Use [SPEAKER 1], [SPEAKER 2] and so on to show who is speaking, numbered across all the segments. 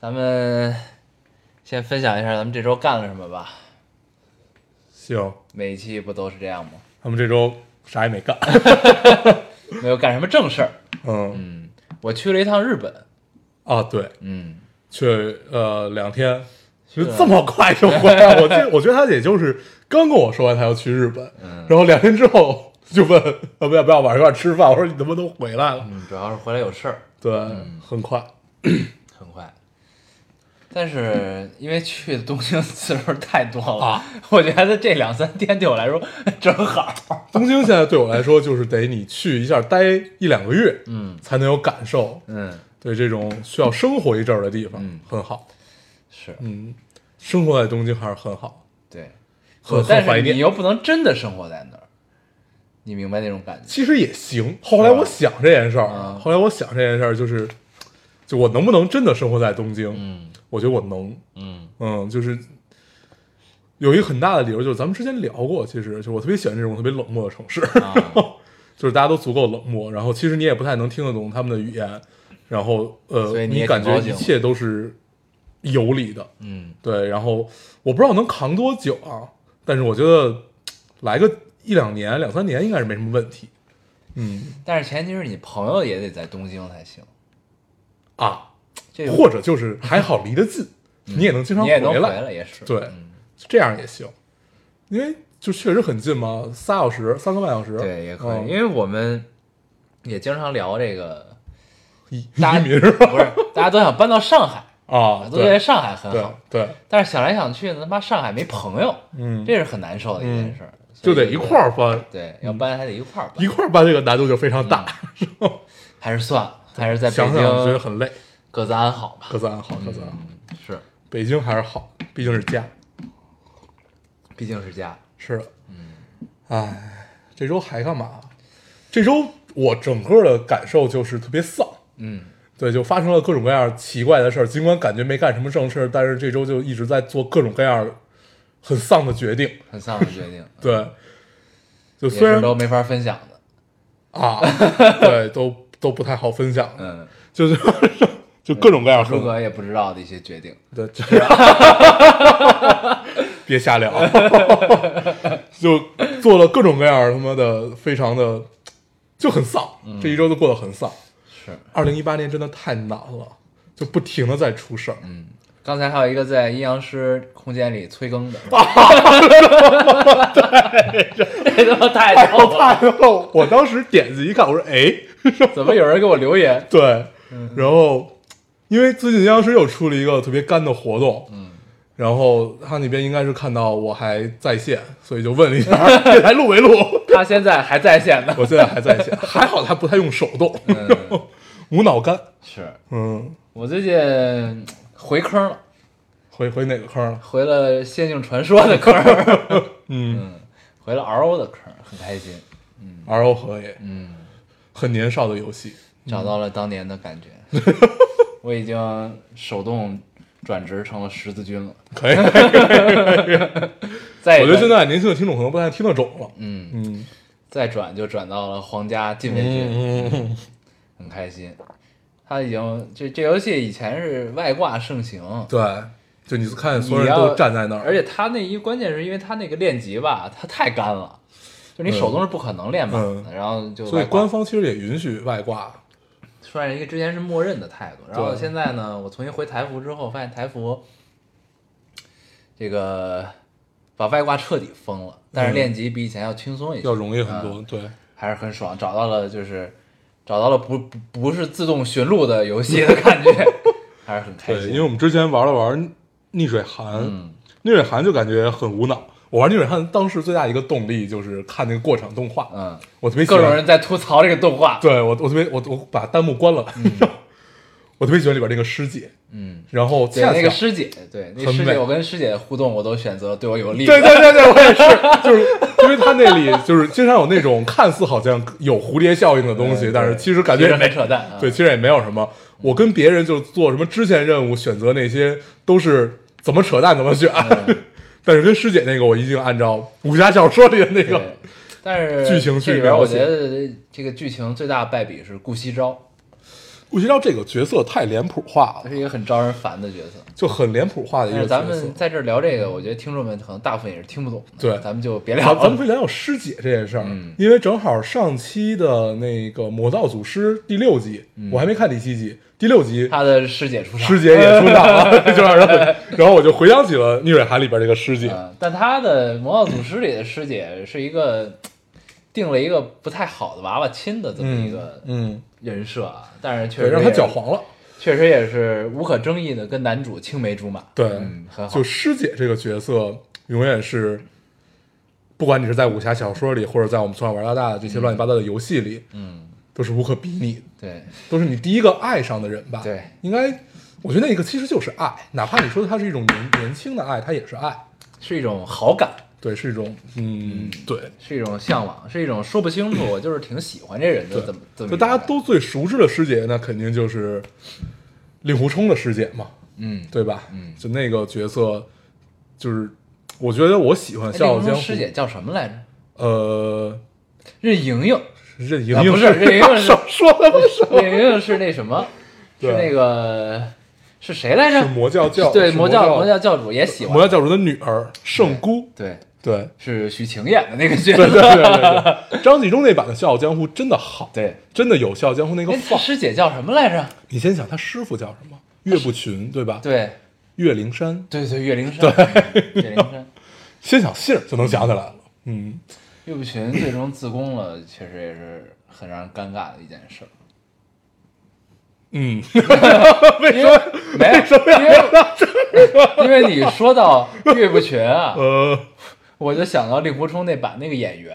[SPEAKER 1] 咱们先分享一下咱们这周干了什么吧。
[SPEAKER 2] 行，
[SPEAKER 1] 每一期不都是这样吗？
[SPEAKER 2] 他们这周啥也没干。
[SPEAKER 1] 没有干什么正事儿。
[SPEAKER 2] 嗯，
[SPEAKER 1] 嗯，我去了一趟日本。
[SPEAKER 2] 啊，对，
[SPEAKER 1] 嗯，
[SPEAKER 2] 去呃两天，
[SPEAKER 1] 是啊
[SPEAKER 2] 就这么快就回来。我这我觉得他也就是刚跟我说完他要去日本，
[SPEAKER 1] 嗯
[SPEAKER 2] 然后两天之后就问要不要不要晚上一块儿吃饭。我说你能不能回来了？
[SPEAKER 1] 嗯，主嗯要是回来有事儿，
[SPEAKER 2] 对，很快。
[SPEAKER 1] 很快。但是因为去东京次数太多了，
[SPEAKER 2] 啊
[SPEAKER 1] 我觉得这两三天对我来说正好。
[SPEAKER 2] 东京现在对我来说就是得你去一下待一两个月，
[SPEAKER 1] 嗯
[SPEAKER 2] 才能有感受。
[SPEAKER 1] 嗯，
[SPEAKER 2] 对这种需要生活一阵儿的地方
[SPEAKER 1] 嗯，
[SPEAKER 2] 很好。
[SPEAKER 1] 是
[SPEAKER 2] 嗯，生活在东京还是很好，
[SPEAKER 1] 对，
[SPEAKER 2] 很
[SPEAKER 1] 不但
[SPEAKER 2] 很怀
[SPEAKER 1] 是
[SPEAKER 2] 念
[SPEAKER 1] 你又不能真的生活在那儿，你明白那种感觉？
[SPEAKER 2] 其实也行。后来我想这件事儿
[SPEAKER 1] 啊
[SPEAKER 2] 啊，后来我想这件事儿就是，就我能不能真的生活在东京？
[SPEAKER 1] 嗯
[SPEAKER 2] 我觉得我能，
[SPEAKER 1] 嗯
[SPEAKER 2] 嗯，就是有一个很大的理由，就是咱们之前聊过，其实就是我特别喜欢这种特别冷漠的城市，
[SPEAKER 1] 啊，
[SPEAKER 2] 就是大家都足够冷漠，然后其实你也不太能听得懂他们的语言，然后
[SPEAKER 1] 所以
[SPEAKER 2] 呃，
[SPEAKER 1] 你也
[SPEAKER 2] 你感
[SPEAKER 1] 挺
[SPEAKER 2] 觉
[SPEAKER 1] 高兴
[SPEAKER 2] 一切都是有理的，
[SPEAKER 1] 嗯
[SPEAKER 2] 对，然后我不知道能扛多久啊，但是我觉得来个一两年、两三年应该是没什么问题。嗯
[SPEAKER 1] 但是前提是你朋友也得在东京才行，
[SPEAKER 2] 啊，
[SPEAKER 1] 这个嗯
[SPEAKER 2] 或者就是还好离得近，你也能经常
[SPEAKER 1] 你也能回
[SPEAKER 2] 来，
[SPEAKER 1] 也是
[SPEAKER 2] 对
[SPEAKER 1] 嗯
[SPEAKER 2] 这样也行，因为就确实很近嘛，仨小时、三个半小时，
[SPEAKER 1] 对也可以，
[SPEAKER 2] 嗯
[SPEAKER 1] 因为我们也经常聊这个，
[SPEAKER 2] 移
[SPEAKER 1] 大
[SPEAKER 2] 移民是吧？
[SPEAKER 1] 不是大家都想搬到上海，
[SPEAKER 2] 啊，
[SPEAKER 1] 都觉得
[SPEAKER 2] 对
[SPEAKER 1] 上海很
[SPEAKER 2] 对
[SPEAKER 1] 好，
[SPEAKER 2] 对，
[SPEAKER 1] 但是想来想去，他妈上海没朋友，
[SPEAKER 2] 嗯，
[SPEAKER 1] 这是很难受的一件事儿，
[SPEAKER 2] 就
[SPEAKER 1] 所
[SPEAKER 2] 得
[SPEAKER 1] 以
[SPEAKER 2] 一块儿搬，
[SPEAKER 1] 对，要搬还得一块儿搬，
[SPEAKER 2] 一块儿搬这个难度就非常大，
[SPEAKER 1] 还是算了，还嗯是在北
[SPEAKER 2] 想想觉得
[SPEAKER 1] 京
[SPEAKER 2] 很累。
[SPEAKER 1] 各自安好吧。
[SPEAKER 2] 各自安好，各自安好，
[SPEAKER 1] 嗯，是，
[SPEAKER 2] 北京还是好，毕竟是家。
[SPEAKER 1] 毕竟是家。
[SPEAKER 2] 是的，嗯，哎，这周还干嘛？这周我整个的感受就是特别丧，
[SPEAKER 1] 嗯
[SPEAKER 2] 对，就发生了各种各样奇怪的事儿。尽管感觉没干什么正事儿，但是这周就一直在做各种各样很丧的决定。，
[SPEAKER 1] 很丧的决定，
[SPEAKER 2] 对，就
[SPEAKER 1] 也
[SPEAKER 2] 虽然
[SPEAKER 1] 是都没法分享的。
[SPEAKER 2] 啊，对，都都不太好分享，
[SPEAKER 1] 嗯，
[SPEAKER 2] 就是就各种各样很
[SPEAKER 1] 如果也不知道的一些决定，
[SPEAKER 2] 对，就是别瞎聊， 就做了各种各样他妈的非常的就很丧，这一周就过得很丧。
[SPEAKER 1] 是。
[SPEAKER 2] 二零一八年真的太难了，就不停的在出事儿。
[SPEAKER 1] 刚才还有一个在阴阳师空间里催 更的，这他妈太
[SPEAKER 2] 太
[SPEAKER 1] 逗
[SPEAKER 2] 后
[SPEAKER 1] 了！
[SPEAKER 2] 怕了，哎我当时点进一看，我说哎，
[SPEAKER 1] 怎么有人给我留言？
[SPEAKER 2] 对，然后因为最近阴阳师又出了一个特别干的活动，嗯，然后他那边应该是看到我还在线，所以就问了一下这台录没录。
[SPEAKER 1] 他现在还在线呢。
[SPEAKER 2] 我现在还在线，还好他不太用手动，
[SPEAKER 1] 嗯，
[SPEAKER 2] 无脑干。
[SPEAKER 1] 是
[SPEAKER 2] 嗯，
[SPEAKER 1] 我最近回坑了，
[SPEAKER 2] 回回哪个坑了？
[SPEAKER 1] 回了《仙境传说》的坑，
[SPEAKER 2] 嗯
[SPEAKER 1] 回了 RO 的坑，很开心。
[SPEAKER 2] ，R O 合也，
[SPEAKER 1] 嗯，
[SPEAKER 2] 很年少的游戏。
[SPEAKER 1] 找到了当年的 感觉。我已经手动转职成了十字军了，
[SPEAKER 2] 可以，我
[SPEAKER 1] 再也
[SPEAKER 2] 觉得
[SPEAKER 1] 转
[SPEAKER 2] 现在年轻的听众可能不太听得懂了。
[SPEAKER 1] 嗯，
[SPEAKER 2] 嗯
[SPEAKER 1] 再转就转到了皇家禁卫军，
[SPEAKER 2] 嗯嗯，
[SPEAKER 1] 很开心。他已经这这游戏以前是外挂盛行，
[SPEAKER 2] 对，就你看所有
[SPEAKER 1] 你
[SPEAKER 2] 人
[SPEAKER 1] 要
[SPEAKER 2] 都站在那儿，
[SPEAKER 1] 而且他那一关键是因为他那个练级吧，他太干了，就你手动是不可能练满的，
[SPEAKER 2] 嗯
[SPEAKER 1] 然后就
[SPEAKER 2] 所以
[SPEAKER 1] 外挂
[SPEAKER 2] 官方其实也允许外挂。
[SPEAKER 1] 算是一个之前是默认的态度。然后
[SPEAKER 2] 对
[SPEAKER 1] 现在呢，我重新回台服之后，发现台服这个把外挂彻底封了，但是
[SPEAKER 2] 嗯
[SPEAKER 1] 练级比以前要轻松一些，
[SPEAKER 2] 要容易很
[SPEAKER 1] 嗯
[SPEAKER 2] 多，对，
[SPEAKER 1] 还是很爽，找到了就是找到了不不不是自动寻路的游戏的感觉，还是很开
[SPEAKER 2] 对，
[SPEAKER 1] 心。
[SPEAKER 2] 因为我们之前玩了玩逆水寒，
[SPEAKER 1] 嗯
[SPEAKER 2] 逆水寒就感觉很无脑。我玩逆水寒当时最大一个动力就是看那个过场动画，
[SPEAKER 1] 嗯，
[SPEAKER 2] 我特别喜
[SPEAKER 1] 各
[SPEAKER 2] 欢
[SPEAKER 1] 种人在吐槽这个动画，
[SPEAKER 2] 对我，我特别我我把弹幕关了，我特别喜欢里边那个师姐，
[SPEAKER 1] 嗯，
[SPEAKER 2] 然后
[SPEAKER 1] 对，
[SPEAKER 2] 恰恰
[SPEAKER 1] 那个师姐，对，那
[SPEAKER 2] 很
[SPEAKER 1] 师
[SPEAKER 2] 美
[SPEAKER 1] 姐，我跟师姐互动，我都选择对我有利的。
[SPEAKER 2] 对对对对，我也是，就是因为他那里就是经常有那种看似好像有蝴蝶效应的东西，
[SPEAKER 1] 对
[SPEAKER 2] 但是其实感
[SPEAKER 1] 其
[SPEAKER 2] 觉
[SPEAKER 1] 实
[SPEAKER 2] 也没
[SPEAKER 1] 很扯淡啊嗯
[SPEAKER 2] 对，其实也没有什么。我跟别人就做什么支线任务，选择那些都是怎么扯淡怎么选，
[SPEAKER 1] 嗯
[SPEAKER 2] 但是跟师姐那个，我一定按照武侠小说里的那个
[SPEAKER 1] 对，但是
[SPEAKER 2] 剧情
[SPEAKER 1] 这
[SPEAKER 2] 去
[SPEAKER 1] 里边，
[SPEAKER 2] 描
[SPEAKER 1] 我
[SPEAKER 2] 写
[SPEAKER 1] 觉得这个剧情最大的败笔是顾惜朝，
[SPEAKER 2] 顾惜朝这个角色太脸谱化
[SPEAKER 1] 他
[SPEAKER 2] 了，
[SPEAKER 1] 是一个很招人烦的角色。
[SPEAKER 2] 就很脸谱化的
[SPEAKER 1] 但
[SPEAKER 2] 一个
[SPEAKER 1] 是
[SPEAKER 2] 哎角色。
[SPEAKER 1] 咱们在这儿聊这个，我觉得听众们可能大部分也是听不懂的。
[SPEAKER 2] 对
[SPEAKER 1] 咱们就别聊
[SPEAKER 2] 咱咱们
[SPEAKER 1] 了。
[SPEAKER 2] 会聊聊师姐这件事儿，
[SPEAKER 1] 嗯
[SPEAKER 2] 因为正好上期的那个《魔道祖师》第六集，
[SPEAKER 1] 嗯
[SPEAKER 2] 我还没看第七集，第六集
[SPEAKER 1] 他的师姐出场，
[SPEAKER 2] 师姐也出场 了，就让人很，然后我就回想起了《逆水寒》里边这个师姐，
[SPEAKER 1] 嗯，但他的《魔道祖师》里的师姐是一个定了一个不太好的娃娃亲的这么一个
[SPEAKER 2] 嗯，
[SPEAKER 1] 人设啊，但是确
[SPEAKER 2] 对，
[SPEAKER 1] 实
[SPEAKER 2] 让她
[SPEAKER 1] 也
[SPEAKER 2] 搅，黄了，
[SPEAKER 1] 确实也是无可争议的，跟男主青梅竹马，
[SPEAKER 2] 对
[SPEAKER 1] 嗯，很，好
[SPEAKER 2] 就，师姐这个角色永远是，不管你是在武侠小说里，或者在我们从小玩到大的这些乱七八糟的游戏里，
[SPEAKER 1] 嗯，
[SPEAKER 2] 都是无可比拟的，
[SPEAKER 1] 对，
[SPEAKER 2] 都是你第一个爱上的人吧？
[SPEAKER 1] 对，
[SPEAKER 2] 应该，我觉得那个其实就是爱，哪怕你说它是一种年年轻的爱，它也是爱，
[SPEAKER 1] 是一种好感，
[SPEAKER 2] 对，是一种，嗯，对，
[SPEAKER 1] 是一种向往，是一种说不清楚，我就是挺喜欢这人的，
[SPEAKER 2] 对
[SPEAKER 1] 怎么怎么
[SPEAKER 2] 就
[SPEAKER 1] 一个
[SPEAKER 2] 大家
[SPEAKER 1] 感
[SPEAKER 2] 都最熟知的师姐，那肯定就是令狐冲的师姐嘛，
[SPEAKER 1] 嗯，
[SPEAKER 2] 对吧？
[SPEAKER 1] 嗯
[SPEAKER 2] 就那个角色，就是我觉得我喜欢《
[SPEAKER 1] 哎
[SPEAKER 2] 笑傲
[SPEAKER 1] 令狐冲
[SPEAKER 2] 江湖》
[SPEAKER 1] 师姐叫什么来着？
[SPEAKER 2] 呃，
[SPEAKER 1] 任盈 盈，
[SPEAKER 2] 任盈
[SPEAKER 1] 啊
[SPEAKER 2] 盈
[SPEAKER 1] 不是任盈盈是
[SPEAKER 2] 少说他妈什么？
[SPEAKER 1] 任盈盈是那什么？是
[SPEAKER 2] 对
[SPEAKER 1] 那个是谁来
[SPEAKER 2] 是
[SPEAKER 1] 着？
[SPEAKER 2] 魔教教
[SPEAKER 1] 对
[SPEAKER 2] 是
[SPEAKER 1] 魔
[SPEAKER 2] 魔
[SPEAKER 1] 教魔教教主也喜欢
[SPEAKER 2] 魔教教主的女儿圣姑，
[SPEAKER 1] 对，
[SPEAKER 2] 对
[SPEAKER 1] 是许晴演的那个角
[SPEAKER 2] 对对
[SPEAKER 1] 色。
[SPEAKER 2] 对对对，张纪中那版的《笑傲江湖》真的好，
[SPEAKER 1] 对，
[SPEAKER 2] 真的有《笑傲江湖》那个
[SPEAKER 1] 哎，
[SPEAKER 2] 范
[SPEAKER 1] 他
[SPEAKER 2] 儿。
[SPEAKER 1] 师姐叫什么来着？
[SPEAKER 2] 你先想他师傅叫什么？岳不群对吧？，
[SPEAKER 1] 对，
[SPEAKER 2] 岳灵珊。
[SPEAKER 1] 对对，岳灵珊，对，岳灵珊，
[SPEAKER 2] 先想姓儿就能想起来了。嗯，
[SPEAKER 1] 岳不群最终自宫了，确实也是很让人尴尬的一件事儿。
[SPEAKER 2] 嗯，
[SPEAKER 1] 为什么没有？因为因为你说到岳不群啊，
[SPEAKER 2] 呃
[SPEAKER 1] 我就想到令狐冲那版那个演员，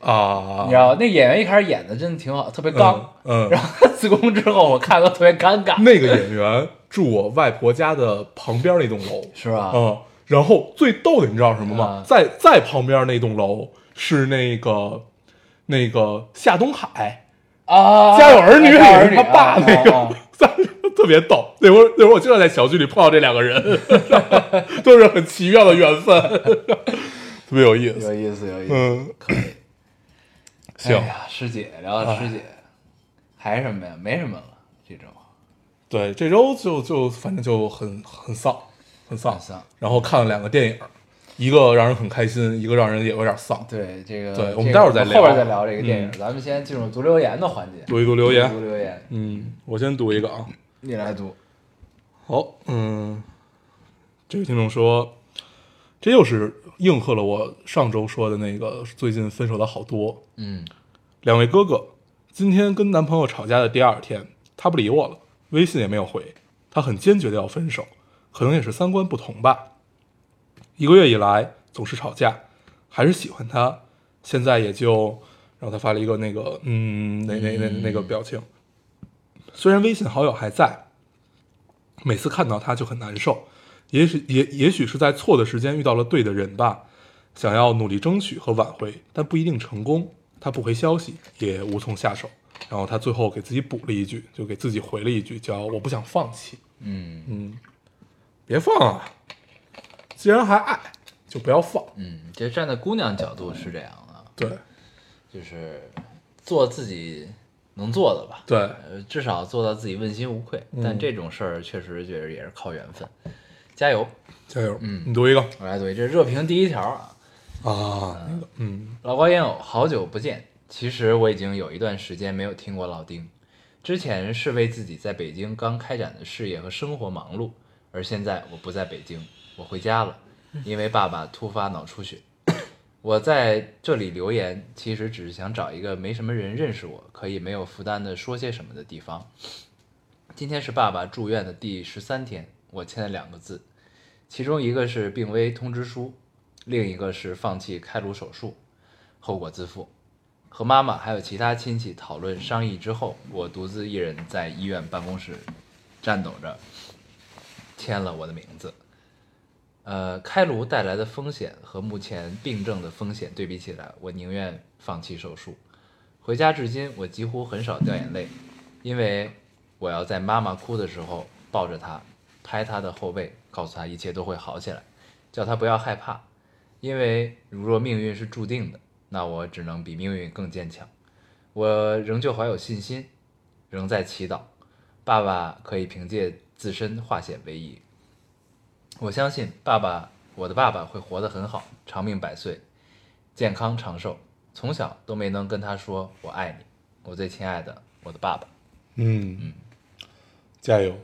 [SPEAKER 2] 啊，
[SPEAKER 1] 你知道那演员一开始演的真的挺好，特别刚，
[SPEAKER 2] 嗯，嗯
[SPEAKER 1] 然后他自宫之后，我看都特别尴尬，
[SPEAKER 2] 那个演员住我外婆家的旁边那栋楼，
[SPEAKER 1] 是吧？
[SPEAKER 2] 嗯，然后最逗的你知道什么吗
[SPEAKER 1] 啊？
[SPEAKER 2] 在在旁边那栋楼是那个那个夏东海
[SPEAKER 1] 啊，
[SPEAKER 2] 《家有儿女》
[SPEAKER 1] 家有儿
[SPEAKER 2] 里
[SPEAKER 1] 女
[SPEAKER 2] 他爸
[SPEAKER 1] 啊
[SPEAKER 2] 那个
[SPEAKER 1] 啊啊，
[SPEAKER 2] 特别逗。那会儿那会儿我经常在小区里碰到这两个人， 都是很奇妙的缘分， 特别有意思。
[SPEAKER 1] 有意思，有意思。
[SPEAKER 2] 嗯，
[SPEAKER 1] 可以。
[SPEAKER 2] 行
[SPEAKER 1] 哎，呀，师姐聊到师姐，还什么呀？没什么了，这种
[SPEAKER 2] 对，这周就就反正就很很丧，很丧，
[SPEAKER 1] 很丧。
[SPEAKER 2] 然后看了两个电影，一个让人很开心，一个让人也有点丧。
[SPEAKER 1] 对这个，
[SPEAKER 2] 对
[SPEAKER 1] 这
[SPEAKER 2] 我
[SPEAKER 1] 个
[SPEAKER 2] 们待会儿再聊
[SPEAKER 1] 后边再聊这个电影。
[SPEAKER 2] 嗯
[SPEAKER 1] 咱们先进入读留言的环节，
[SPEAKER 2] 读一读留言
[SPEAKER 1] 读留言，
[SPEAKER 2] 嗯，我先读一个啊。
[SPEAKER 1] 你来读。
[SPEAKER 2] 好，嗯，这位听众说，这又是应和了我上周说的那个最近分手的好多。
[SPEAKER 1] 嗯，
[SPEAKER 2] 两位哥哥，今天跟男朋友吵架的第二天，他不理我了，微信也没有回，他很坚决的要分手，可能也是三观不同吧。一个月以来总是吵架，还是喜欢他，现在也就然后他发了一个那个嗯那那那那个表情，虽然微信好友还在，每次看到他就很难受，也许也也许是在错的时间遇到了对的人吧，想要努力争取和挽回，但不一定成功。他不回消息，也无从下手。然后他最后给自己补了一句，就给自己回了一句，叫“我不想放弃”。
[SPEAKER 1] 嗯
[SPEAKER 2] 嗯，别放啊！既然还爱，就不要放。
[SPEAKER 1] 嗯，这站在姑娘角度是这样的，
[SPEAKER 2] 对
[SPEAKER 1] 就是做自己能做的吧。
[SPEAKER 2] 对，
[SPEAKER 1] 呃，至少做到自己问心无愧。但这种事儿确实觉得也是靠缘分，加油！
[SPEAKER 2] 加油！
[SPEAKER 1] 嗯
[SPEAKER 2] 你读一个
[SPEAKER 1] 我来读，这是热评第一条啊。
[SPEAKER 2] 啊，那个，嗯
[SPEAKER 1] 老高烟友，好久不见。其实我已经有一段时间没有听过老丁，之前是为自己在北京刚开展的事业和生活忙碌，而现在我不在北京，我回家了，因为爸爸突发脑出血。 我在这里留言，其实只是想找一个没什么人认识我，可以没有负担的说些什么的地方。今天是爸爸住院的第十三天，我签了两个字，其中一个是病危通知书，另一个是放弃开颅手术。后果自负。和妈妈还有其他亲戚讨论商议之后，我独自一人在医院办公室颤抖着签了我的名字。呃，开颅带来的风险和目前病症的风险对比起来，我宁愿放弃手术。回家至今，我几乎很少掉眼泪，因为我要在妈妈哭的时候抱着她，拍她的后背，告诉她一切都会好起来，叫她不要害怕，因为如若命运是注定的，那我只能比命运更坚强。我仍旧怀有信心，仍在祈祷，爸爸可以凭借自身化险为夷。我相信爸爸，我的爸爸会活得很好，长命百岁，健康长寿。从小都没能跟他说我爱你，我最亲爱的我的爸爸。
[SPEAKER 2] 嗯，加油！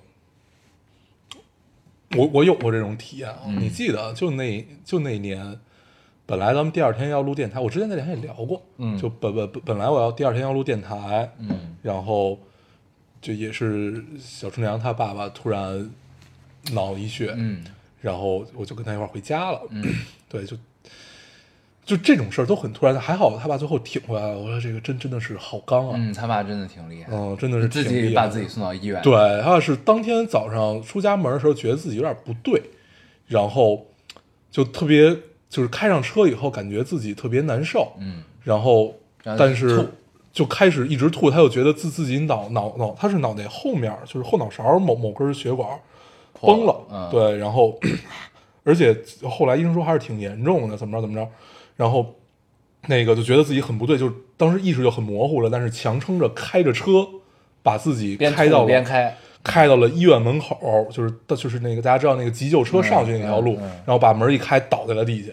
[SPEAKER 2] 我我有过这种体验啊，
[SPEAKER 1] 嗯
[SPEAKER 2] 你记得就那就那一年，本来咱们第二天要录电台，我之前在电台也聊过，
[SPEAKER 1] 嗯
[SPEAKER 2] 就本本本本来我要第二天要录电台，
[SPEAKER 1] 嗯
[SPEAKER 2] 然后就也是小春娘她爸爸突然脑溢血，
[SPEAKER 1] 嗯
[SPEAKER 2] 然后我就跟他一块儿回家了。对，就就这种事儿都很突然，还好他爸最后挺回来了。我说这个真真的是好刚啊，
[SPEAKER 1] 嗯，他爸真的挺厉害，
[SPEAKER 2] 嗯，真的是
[SPEAKER 1] 自
[SPEAKER 2] 挺厉
[SPEAKER 1] 己
[SPEAKER 2] 害
[SPEAKER 1] 把
[SPEAKER 2] 的
[SPEAKER 1] 自己送到医院。，
[SPEAKER 2] 对，他是当天早上出家门的时候，觉得自己有点不对，然后就特别就是开上车以后，感觉自己特别难受，
[SPEAKER 1] 嗯，
[SPEAKER 2] 然后
[SPEAKER 1] 然后
[SPEAKER 2] 但
[SPEAKER 1] 就是吐
[SPEAKER 2] 就开始一直吐，他就觉得自自己脑脑脑，他是脑袋后面儿就是后脑勺某某根血管儿
[SPEAKER 1] 破
[SPEAKER 2] 崩
[SPEAKER 1] 了
[SPEAKER 2] 了，
[SPEAKER 1] 嗯
[SPEAKER 2] 对，然后 而且后来医生说还是挺严重的，怎么着怎么着，然后那个就觉得自己很不对，就当时意识就很模糊了，但是强撑着开着车。把自己
[SPEAKER 1] 边
[SPEAKER 2] 开到
[SPEAKER 1] 吐
[SPEAKER 2] 了
[SPEAKER 1] 边开，
[SPEAKER 2] 开到了医院门口，就是就是那个大家知道那个急救车上去那条路，
[SPEAKER 1] 嗯嗯嗯
[SPEAKER 2] 然后把门一开倒在了地下，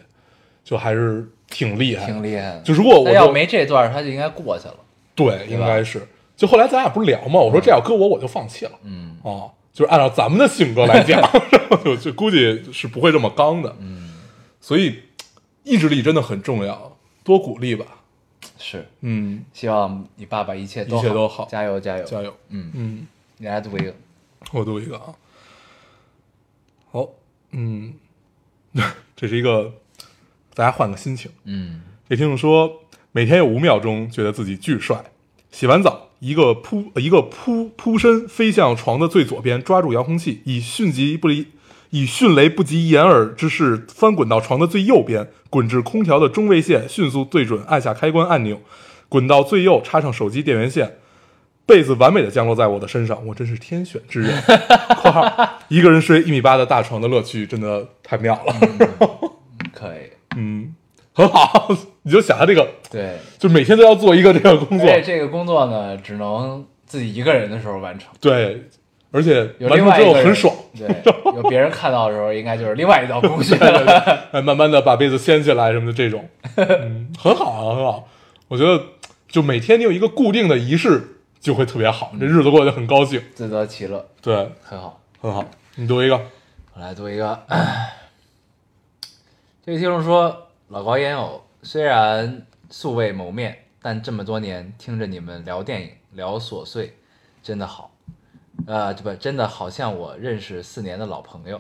[SPEAKER 2] 就还是挺厉害的。
[SPEAKER 1] 挺厉害的。
[SPEAKER 2] 就如果我
[SPEAKER 1] 他要
[SPEAKER 2] 就
[SPEAKER 1] 没这段，他就应该过去了。
[SPEAKER 2] 对，
[SPEAKER 1] 对
[SPEAKER 2] 应
[SPEAKER 1] 吧
[SPEAKER 2] 该是。就后来咱俩不是聊嘛，我说这要搁我我就放弃了
[SPEAKER 1] 嗯
[SPEAKER 2] 啊，就是按照咱们的性格来 讲， 就就估计是不会这么刚的。
[SPEAKER 1] 嗯，
[SPEAKER 2] 所以意志力真的很重要，多鼓励吧。
[SPEAKER 1] 是。
[SPEAKER 2] 嗯，
[SPEAKER 1] 希望你爸爸一切都
[SPEAKER 2] 一切都好
[SPEAKER 1] 加油加油
[SPEAKER 2] 加！油。
[SPEAKER 1] 嗯，
[SPEAKER 2] 嗯。
[SPEAKER 1] 你来读一个，
[SPEAKER 2] 我读一个啊。好，嗯， 这是一个，大家换个心情。
[SPEAKER 1] 嗯
[SPEAKER 2] 这听众说，每天有五秒钟觉得自己巨帅，洗完澡，一个扑一个扑扑身飞向床的最左边，抓住遥控器，以迅疾不离。以迅雷不及掩耳之势翻滚到床的最右边，滚至空调的中位线，迅速对准，按下开关按钮，滚到最右，插上手机电源线，被子完美的降落在我的身上，我真是天选之人。（括号一个人睡一米八的大床的乐趣真的太妙了，
[SPEAKER 1] 可以。
[SPEAKER 2] 嗯，很好。你就想他这个
[SPEAKER 1] 对，
[SPEAKER 2] 就每天都要做一个这个工作，
[SPEAKER 1] 而且这个工作呢，只能自己一个人的时候完成。
[SPEAKER 2] 对，而且
[SPEAKER 1] 有另
[SPEAKER 2] 完成
[SPEAKER 1] 外
[SPEAKER 2] 之
[SPEAKER 1] 一
[SPEAKER 2] 后
[SPEAKER 1] 个人
[SPEAKER 2] 很爽。
[SPEAKER 1] 对，有别人看到的时候，应该就是另外一道工序
[SPEAKER 2] 对对对哎，慢慢的把被子掀起来什么的，这种，嗯，很好啊，很好。我觉得就每天你有一个固定的仪式，就会特别好，这日子过得很高兴。
[SPEAKER 1] 自得其乐，
[SPEAKER 2] 对，
[SPEAKER 1] 很好。
[SPEAKER 2] 很好。你读一个，
[SPEAKER 1] 我来读一个， 这位听众说：“老高烟友，虽然素未谋面，但这么多年听着你们聊电影、聊琐碎，真的好。呃，这不真的好像我认识四年的老朋友。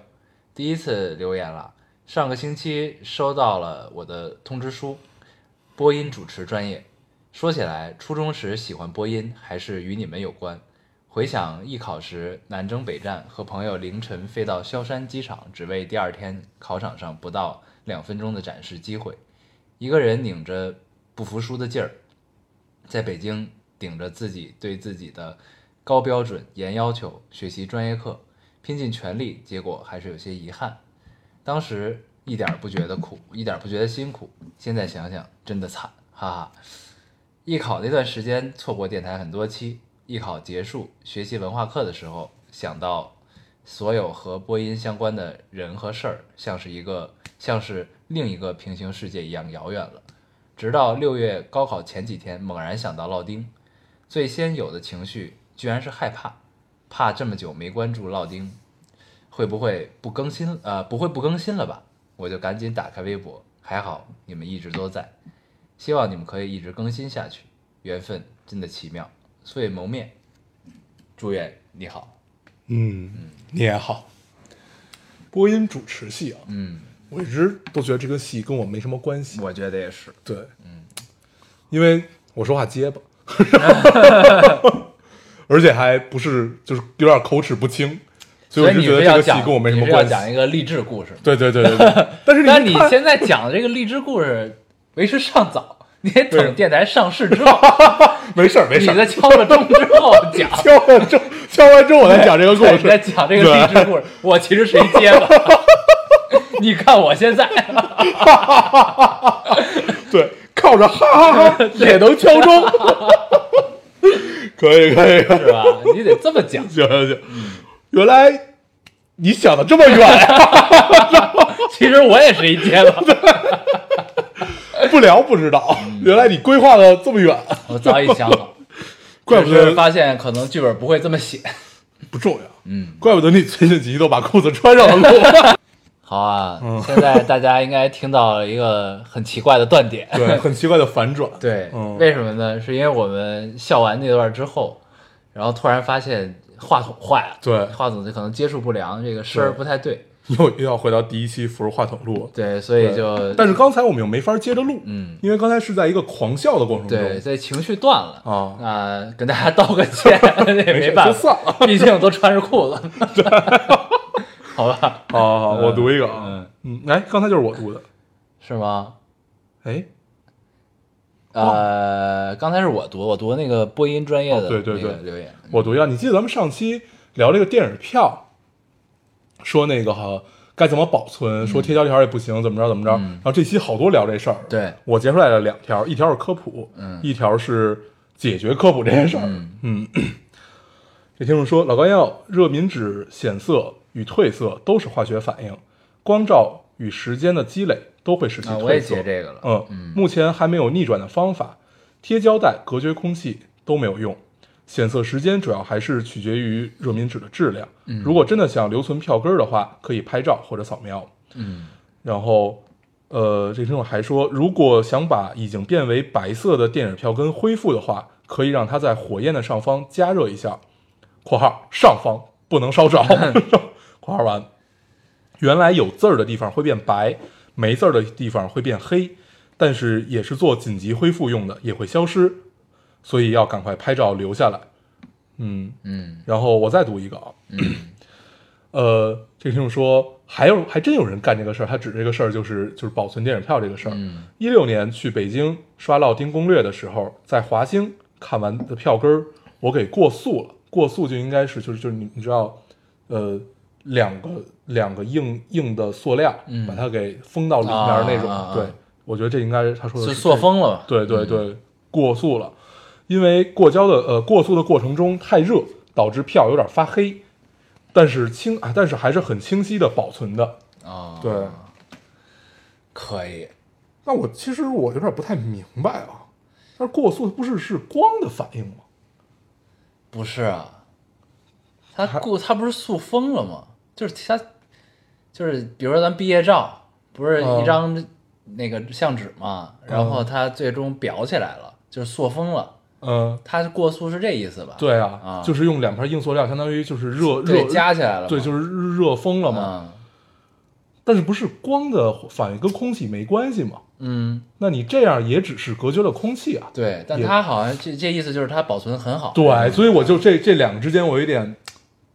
[SPEAKER 1] 第一次留言了，上个星期收到了我的通知书，播音主持专业。说起来，初中时喜欢播音，还是与你们有关。回想艺考时南征北战，和朋友凌晨飞到萧山机场，只为第二天考场上不到两分钟的展示机会。一个人拧着不服输的劲儿，在北京顶着自己对自己的高标准、严要求学习专业课，拼尽全力，结果还是有些遗憾。当时一点儿不觉得苦，一点儿不觉得辛苦，现在想想真的惨，哈哈。艺考那段时间错过电台很多期，艺考结束学习文化课的时候，想到所有和播音相关的人和事儿，像是一个像是另一个平行世界一样遥远了。直到六月高考前几天，猛然想到烙丁，最先有的情绪居然是害怕，怕这么久没关注烙丁，会不会不更新？呃，不会不更新了吧？我就赶紧打开微博，还好你们一直都在。希望你们可以一直更新下去。缘分真的奇妙，素未谋面。祝愿你好。
[SPEAKER 2] 嗯，你也好。播音主持系啊，
[SPEAKER 1] 嗯，
[SPEAKER 2] 我一直都觉得这个戏跟我没什么关系。
[SPEAKER 1] 我觉得也是。
[SPEAKER 2] 对，嗯，因为我说话结巴， 而且还不是就是有点口齿不清，所
[SPEAKER 1] 所
[SPEAKER 2] 以我
[SPEAKER 1] 以
[SPEAKER 2] 就
[SPEAKER 1] 你
[SPEAKER 2] 觉得
[SPEAKER 1] 是
[SPEAKER 2] 这
[SPEAKER 1] 要
[SPEAKER 2] 个戏
[SPEAKER 1] 讲，
[SPEAKER 2] 跟我没什么
[SPEAKER 1] 你是要
[SPEAKER 2] 关系。
[SPEAKER 1] 讲一个励志故事吗。
[SPEAKER 2] 对对对 对对，但是你
[SPEAKER 1] 但你
[SPEAKER 2] 看
[SPEAKER 1] 现在讲的这个励志故事为时尚早，你得
[SPEAKER 2] 为什么
[SPEAKER 1] 等电台上市之 后，
[SPEAKER 2] 没事儿没
[SPEAKER 1] 你
[SPEAKER 2] 事儿，
[SPEAKER 1] 在敲了钟之后讲。
[SPEAKER 2] 敲完之后敲完之后我再讲这个故
[SPEAKER 1] 对
[SPEAKER 2] 事，
[SPEAKER 1] 你在讲这个励志故事，我其实是一结 巴。你看我现在，
[SPEAKER 2] 对，靠着哈哈 哈也能敲钟， 可以可以可以，
[SPEAKER 1] 是吧？你得这么 讲，
[SPEAKER 2] 行行行，原来你想的这么 远呀、
[SPEAKER 1] 其实我也是一结巴，
[SPEAKER 2] 不聊不知道，原来你规划的这么远，
[SPEAKER 1] 我早已想好，
[SPEAKER 2] 怪不
[SPEAKER 1] 只是
[SPEAKER 2] 得
[SPEAKER 1] 发现可能剧本不会这么写。
[SPEAKER 2] 不重要，
[SPEAKER 1] 嗯，
[SPEAKER 2] 怪不得你最近集都把裤子穿 上了录。
[SPEAKER 1] 好啊，
[SPEAKER 2] 嗯
[SPEAKER 1] 现在大家应该听到了一个很奇怪的断点。
[SPEAKER 2] 对，很奇怪的反转。
[SPEAKER 1] 对，
[SPEAKER 2] 嗯
[SPEAKER 1] 为什么呢？是因为我们笑完那段之后，然后突然发现话筒坏了，
[SPEAKER 2] 对
[SPEAKER 1] 话筒就可能接触不良，这个声儿不太对，
[SPEAKER 2] 又又要回到第一期扶着话筒录了，
[SPEAKER 1] 对，所以就
[SPEAKER 2] 但是刚才我们又没法接着录，
[SPEAKER 1] 嗯，
[SPEAKER 2] 因为刚才是在一个狂笑的过程中，
[SPEAKER 1] 对，所以情绪断了
[SPEAKER 2] 哦
[SPEAKER 1] 那跟大家道个歉， 也
[SPEAKER 2] 没事
[SPEAKER 1] 办
[SPEAKER 2] 就算
[SPEAKER 1] 法，毕竟都穿着裤子， 好吧，
[SPEAKER 2] 啊，我读一个啊
[SPEAKER 1] 嗯，
[SPEAKER 2] 嗯，哎，刚才就是我读的，
[SPEAKER 1] 是吗？
[SPEAKER 2] 哎，
[SPEAKER 1] 呃，刚才是我读，我读那个播音专业的
[SPEAKER 2] 哦哦对对对
[SPEAKER 1] 那个留言，
[SPEAKER 2] 我读一下，你记得咱们上期聊这个电影票，说那个哈该怎么保存，说贴胶条也不行，怎么着怎么着。然后这期好多聊这事儿，
[SPEAKER 1] 嗯对
[SPEAKER 2] 我截出来了两条，一条是科普，
[SPEAKER 1] 嗯
[SPEAKER 2] 一条是解决科普这件事儿，
[SPEAKER 1] 嗯
[SPEAKER 2] 嗯。这听众说，老高药热敏酯显色与褪色都是化学反应，光照与时间的积累都会使其褪
[SPEAKER 1] 啊，
[SPEAKER 2] 色。
[SPEAKER 1] 我也截这个了，
[SPEAKER 2] 嗯，目前还没有逆转的方法，贴胶带、隔绝空气都没有用。显色时间主要还是取决于热敏纸的质量。如果真的想留存票根儿的话，可以拍照或者扫描。
[SPEAKER 1] 嗯，
[SPEAKER 2] 然后，呃，这个听众还说，如果想把已经变为白色的电影票根恢复的话，可以让它在火焰的上方加热一下（括号上方不能烧着） （括号完）。原来有字儿的地方会变白，没字儿的地方会变黑，但是也是做紧急恢复用的，也会消失，所以要赶快拍照留下来。嗯，
[SPEAKER 1] 嗯
[SPEAKER 2] 然后我再读一个啊， 呃，这个听众说，还有还真有人干这个事儿，他指这个事儿就是就是保存电影票这个事儿。
[SPEAKER 1] 嗯
[SPEAKER 2] 一六年去北京刷《烙丁攻略》的时候，在华星看完的票根儿，我给过速了。过速就应该是就是就是你你知道，呃，两个两个硬硬的塑料，
[SPEAKER 1] 嗯
[SPEAKER 2] 把它给封到里面儿那种。
[SPEAKER 1] 啊啊啊
[SPEAKER 2] 对，我觉得这应该是他说的
[SPEAKER 1] 是
[SPEAKER 2] 是
[SPEAKER 1] 塑
[SPEAKER 2] 这个
[SPEAKER 1] 封了吧？
[SPEAKER 2] 对对对，过速了，因为过胶的呃过速的过程中太热，导致票有点发黑，但是清啊，但是还是很清晰的保存的。
[SPEAKER 1] 啊，
[SPEAKER 2] 对，，
[SPEAKER 1] 可以，
[SPEAKER 2] 那我其实我有点不太明白啊，但是过速不是是光的反应吗？
[SPEAKER 1] 不是啊，他故他不是塑封了吗？就是他，就是比如说咱毕业照，不是
[SPEAKER 2] 嗯
[SPEAKER 1] 一张那个相纸嘛，然后它最终裱起来了，就是塑封了。
[SPEAKER 2] 嗯，
[SPEAKER 1] 它过塑是这意思吧？
[SPEAKER 2] 对
[SPEAKER 1] 啊
[SPEAKER 2] 啊，就是用两片硬塑料，相当于就是热
[SPEAKER 1] 对
[SPEAKER 2] 热
[SPEAKER 1] 加起来了嘛，
[SPEAKER 2] 对，就是热风了嘛。
[SPEAKER 1] 嗯
[SPEAKER 2] 但是不是光的反应跟空气没关系嘛？
[SPEAKER 1] 嗯，
[SPEAKER 2] 那你这样也只是隔绝了空气啊。
[SPEAKER 1] 对，但
[SPEAKER 2] 也
[SPEAKER 1] 它好像这这意思就是它保存很好，
[SPEAKER 2] 对，所以我就这这两个之间，我有点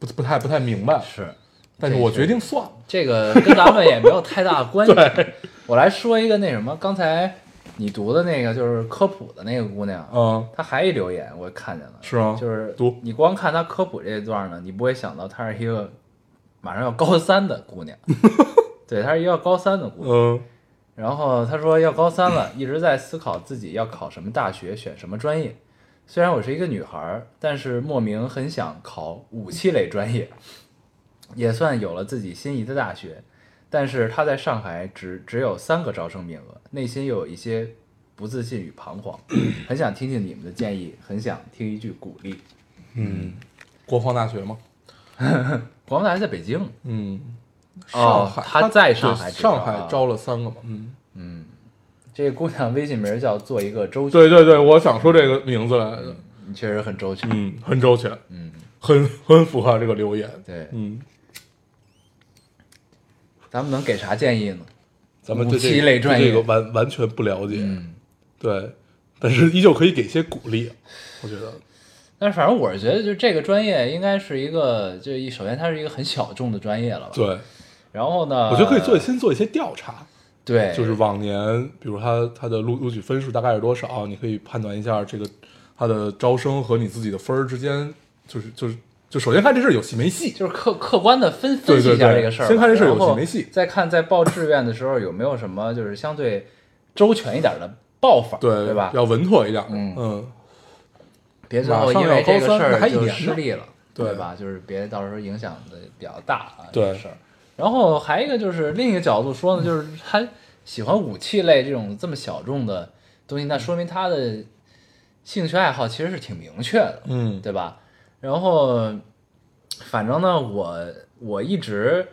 [SPEAKER 2] 不不太不太明白。
[SPEAKER 1] 是
[SPEAKER 2] 但是我决定算了。
[SPEAKER 1] 这个跟咱们也没有太大 关系。我来说一个那什么，刚才你读的那个就是科普的那个姑娘，
[SPEAKER 2] 嗯，
[SPEAKER 1] 他还一留言，我看见了，
[SPEAKER 2] 是吗
[SPEAKER 1] 就是
[SPEAKER 2] 读
[SPEAKER 1] 你光看他科普这一段呢，你不会想到她是一个马上要高三的姑 娘，对，她是一个要高三的姑娘。
[SPEAKER 2] 嗯
[SPEAKER 1] 然后她说要高三了，一直在思考自己要考什么大学，选什么专业。虽然我是一个女孩儿，但是莫名很想考武器类专业，也算有了自己心仪的大学。但是她在上海只只有三个招生名额，内心又有一些不自信与彷 徨，很想听听你们的建议，很想听一句鼓励。
[SPEAKER 2] 嗯，国防大学吗？
[SPEAKER 1] 广大还在北京，
[SPEAKER 2] 嗯，
[SPEAKER 1] 哦
[SPEAKER 2] 上海，
[SPEAKER 1] 他在上海
[SPEAKER 2] 海，
[SPEAKER 1] 只招
[SPEAKER 2] 上海招了三个嘛。嗯，
[SPEAKER 1] 这个姑娘微信名叫做一个周全，
[SPEAKER 2] 对对对，我想说这个名字来的。
[SPEAKER 1] 你确实很周全。
[SPEAKER 2] 嗯，很周全，
[SPEAKER 1] 嗯，
[SPEAKER 2] 很很符合这个留言。
[SPEAKER 1] 对，
[SPEAKER 2] 嗯，
[SPEAKER 1] 咱们能给啥建议呢？
[SPEAKER 2] 咱们对这
[SPEAKER 1] 武器类
[SPEAKER 2] 个
[SPEAKER 1] 专
[SPEAKER 2] 对
[SPEAKER 1] 业
[SPEAKER 2] 这个完完全不了解，
[SPEAKER 1] 嗯，
[SPEAKER 2] 对，但是依旧可以给一些鼓励，我觉得。
[SPEAKER 1] 但是反正我是觉得，就这个专业应该是一个，就一首先它是一个很小众的专业了吧。
[SPEAKER 2] 对，
[SPEAKER 1] 然后呢，
[SPEAKER 2] 我觉得可以做先做一些调查，
[SPEAKER 1] 对，
[SPEAKER 2] 就是往年，比如他他的录录取分数大概是多少，你可以判断一下这个他的招生和你自己的分儿之间，就是就是就首先看这事儿有戏没戏，
[SPEAKER 1] 就是客客观的分分析一
[SPEAKER 2] 对
[SPEAKER 1] 下
[SPEAKER 2] 对对
[SPEAKER 1] 这个事儿吧，
[SPEAKER 2] 先看这事儿有
[SPEAKER 1] 然后
[SPEAKER 2] 戏没戏
[SPEAKER 1] 再看在报志愿的时候有没有什么就是相对周全一点的报法，
[SPEAKER 2] 对
[SPEAKER 1] 对吧？
[SPEAKER 2] 要稳妥一点，
[SPEAKER 1] 嗯
[SPEAKER 2] 嗯，
[SPEAKER 1] 别最后
[SPEAKER 2] 马上
[SPEAKER 1] 因为这
[SPEAKER 2] 要
[SPEAKER 1] 个
[SPEAKER 2] 高三
[SPEAKER 1] 事
[SPEAKER 2] 那还
[SPEAKER 1] 儿
[SPEAKER 2] 一年
[SPEAKER 1] 就
[SPEAKER 2] 呢
[SPEAKER 1] 失利了，
[SPEAKER 2] 对
[SPEAKER 1] 吧？就是别到时候影响的比较大啊，
[SPEAKER 2] 对
[SPEAKER 1] 这个事儿。然后还一个就是另一个角度说呢，就是他喜欢武器类这种这么小众的东西，那说明他的兴趣爱好其实是挺明确的，
[SPEAKER 2] 嗯
[SPEAKER 1] 对吧？然后，反正呢，我我一直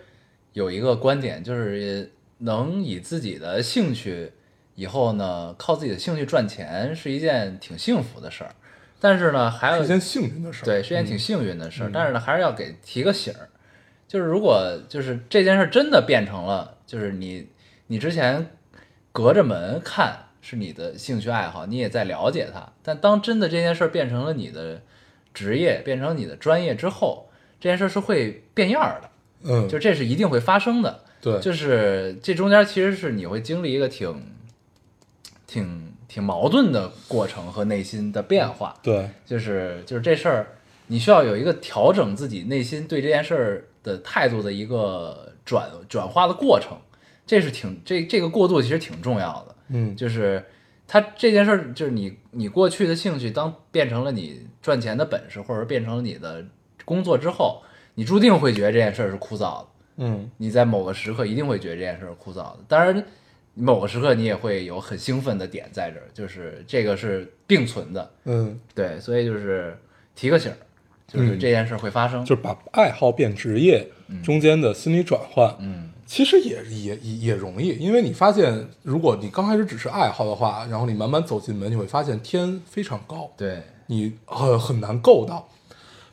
[SPEAKER 1] 有一个观点，就是能以自己的兴趣，以后呢靠自己的兴趣赚钱是一件挺幸福的事儿。但是呢，还有
[SPEAKER 2] 是件幸运的事儿，嗯
[SPEAKER 1] 对，是件挺幸运的事儿。但是呢，还是要给提个醒儿，就是如果就是这件事儿真的变成了，就是你你之前隔着门看是你的兴趣爱好，你也在了解它，但当真的这件事儿变成了你的职业，变成你的专业之后，这件事儿是会变样儿的，
[SPEAKER 2] 嗯，
[SPEAKER 1] 就这是一定会发生的。
[SPEAKER 2] 对，
[SPEAKER 1] 就是这中间其实是你会经历一个挺挺挺矛盾的过程和内心的变化。
[SPEAKER 2] 对，
[SPEAKER 1] 就是就是这事儿，你需要有一个调整自己内心对这件事儿的态度的一个转转化的过程，这是挺这这个过渡其实挺重要的，
[SPEAKER 2] 嗯，
[SPEAKER 1] 就是它这件事儿就是你你过去的兴趣当变成了你赚钱的本事，或者变成了你的工作之后，你注定会觉得这件事儿是枯燥的，
[SPEAKER 2] 嗯，
[SPEAKER 1] 你在某个时刻一定会觉得这件事儿枯燥的。当然，某个时刻你也会有很兴奋的点在这儿，就是这个是并存的。
[SPEAKER 2] 嗯，
[SPEAKER 1] 对，所以就是提个醒儿，就是
[SPEAKER 2] 嗯
[SPEAKER 1] 这件事儿会发生。
[SPEAKER 2] 就是把爱好变职业中间的心理转换，
[SPEAKER 1] 嗯，
[SPEAKER 2] 其实也也也也容易，因为你发现，如果你刚开始只是爱好的话，然后你慢慢走进门，你会发现天非常高，
[SPEAKER 1] 对，
[SPEAKER 2] 你很很难够到。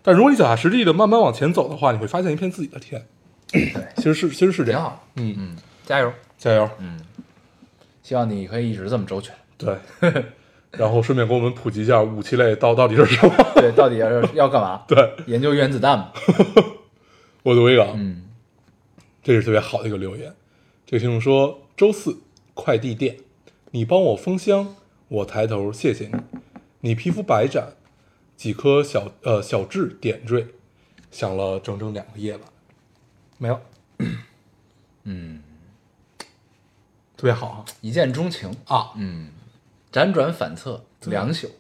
[SPEAKER 2] 但如果你脚踏实地的慢慢往前走的话，你会发现一片自己的天。 其实是其实是
[SPEAKER 1] 挺
[SPEAKER 2] 这样，
[SPEAKER 1] 好。
[SPEAKER 2] 嗯，
[SPEAKER 1] 嗯，加油！
[SPEAKER 2] 加油，
[SPEAKER 1] 希望你可以一直这么周 全。
[SPEAKER 2] 对。然后顺便给我们普及一下武器类到到底是什么？
[SPEAKER 1] 对，到底要要干嘛？
[SPEAKER 2] 对
[SPEAKER 1] 研究原子弹嘛。
[SPEAKER 2] 我读一个啊，
[SPEAKER 1] 嗯，
[SPEAKER 2] 这是特别好的一个留言。这个听众说：“周四快递店，你帮我封箱，我抬头谢谢你。你皮肤白展，几颗小呃小痣点缀，想了整整两个夜晚，没有，
[SPEAKER 1] 嗯，
[SPEAKER 2] 特别好啊
[SPEAKER 1] 一见钟情，
[SPEAKER 2] 啊！
[SPEAKER 1] 嗯，辗转反侧，
[SPEAKER 2] 对
[SPEAKER 1] 良宿，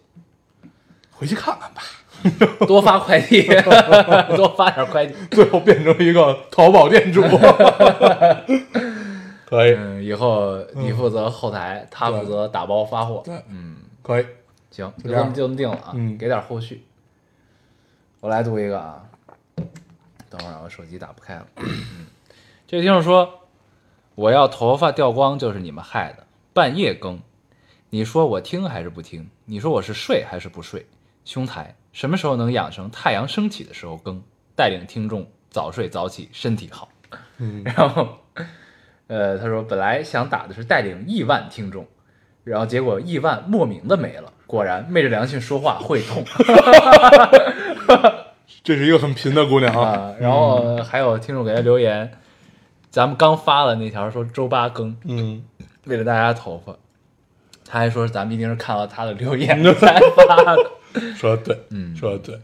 [SPEAKER 2] 回去看看吧。
[SPEAKER 1] 多发快 递，多发点快递。
[SPEAKER 2] 最后变成一个淘宝 店主，可以，
[SPEAKER 1] 嗯，以后你负责后台，他负责打包发货。
[SPEAKER 2] 对，
[SPEAKER 1] 嗯，
[SPEAKER 2] 可以，
[SPEAKER 1] 行，
[SPEAKER 2] 就
[SPEAKER 1] 就
[SPEAKER 2] 这样
[SPEAKER 1] 这么就这么定了啊，
[SPEAKER 2] 嗯
[SPEAKER 1] 给点后续。我来读一个啊，等会儿啊我手机打不开了。嗯，这位听众说，我要头发掉光就是你们害的，半夜更，你说我听还是不听？你说我是睡还是不睡？兄台，什么时候能养成太阳升起的时候更？带领听众早睡早起，身体好。
[SPEAKER 2] 嗯
[SPEAKER 1] 然后，呃，他说本来想打的是带领亿万听众，然后结果亿万莫名的没了。果然昧着良心说话会 痛
[SPEAKER 2] 这是一个很贫的姑娘啊，
[SPEAKER 1] 啊。然后还有听众给他留言，咱们刚发了那条说周八更，
[SPEAKER 2] 嗯，
[SPEAKER 1] 为了大家头发，他还说咱们一定是看到他的留言才发 的，
[SPEAKER 2] 说的对，
[SPEAKER 1] 嗯
[SPEAKER 2] 说的对，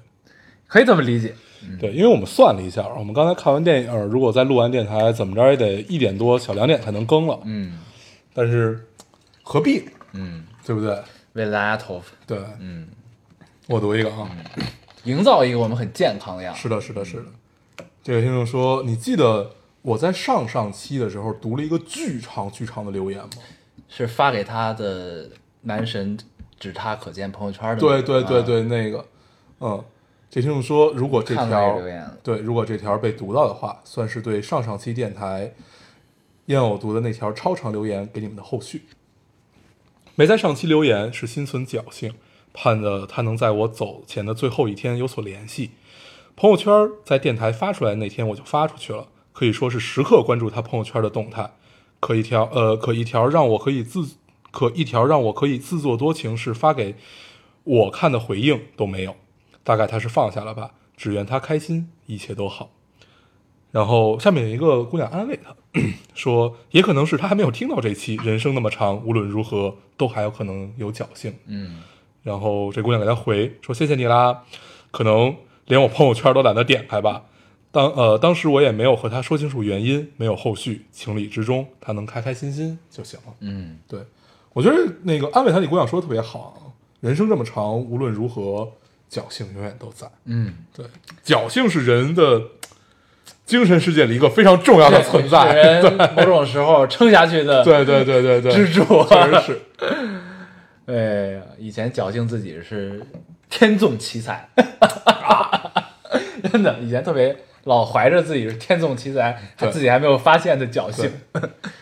[SPEAKER 1] 可以这么理解。
[SPEAKER 2] 对，因为我们算了一下，啊我们刚才看完电影，如果再录完电台，怎么着也得一点多、小两点才能更了。
[SPEAKER 1] 嗯
[SPEAKER 2] 但是何必，
[SPEAKER 1] 嗯，
[SPEAKER 2] 对不对？
[SPEAKER 1] 为了大家头发，
[SPEAKER 2] 对，
[SPEAKER 1] 嗯，
[SPEAKER 2] 我读一个啊，
[SPEAKER 1] 营造一个我们很健康的样子。
[SPEAKER 2] 是的，是的，是的。这位听众说：“你记得我在上上期的时候读了一个巨长巨长的留言吗？
[SPEAKER 1] 是发给他的男神，指他可见朋友圈的那
[SPEAKER 2] 对
[SPEAKER 1] 个。
[SPEAKER 2] 对对
[SPEAKER 1] 啊，
[SPEAKER 2] 对，那个，嗯，这听众说，如果这
[SPEAKER 1] 看到那
[SPEAKER 2] 条
[SPEAKER 1] 个留言了
[SPEAKER 2] 对，如果这条被读到的话，算是对上上期电台燕偶读的那条超长留言给你们的后续。没在上期留言是心存侥幸，盼着他能在我走前的最后一天有所联系。朋友圈在电台发出来那天我就发出去了，可以说是时刻关注他朋友圈的动态。可一条呃，可一条让我可以自可一条让我可以自作多情是发给我看的回应都没有。大概他是放下了吧，只愿他开心，一切都好。然后下面有一个姑娘安慰他，说也可能是他还没有听到这期，人生那么长，无论如何都还有可能有侥幸。
[SPEAKER 1] 嗯，
[SPEAKER 2] 然后这姑娘给他回说：“谢谢你啦，可能连我朋友圈都懒得点开吧。当呃当时我也没有和他说清楚原因，没有后续，情理之中，他能开开心心就行了。
[SPEAKER 1] 嗯，
[SPEAKER 2] 对，我觉得那个安慰他那姑娘说的特别好啊，人生这么长，无论如何，侥幸永远都在。
[SPEAKER 1] 嗯，
[SPEAKER 2] 对，侥幸是人的精神世界里一个非常重要的存在。
[SPEAKER 1] 对是人某种时候撑下去 的，
[SPEAKER 2] 对对对对对，
[SPEAKER 1] 支柱
[SPEAKER 2] 确实是。
[SPEAKER 1] 哎呀，以前侥幸自己是天纵奇才， 真的，以前特别老怀着自己是天纵奇才，还
[SPEAKER 2] 对
[SPEAKER 1] 自己还没有发现的侥幸，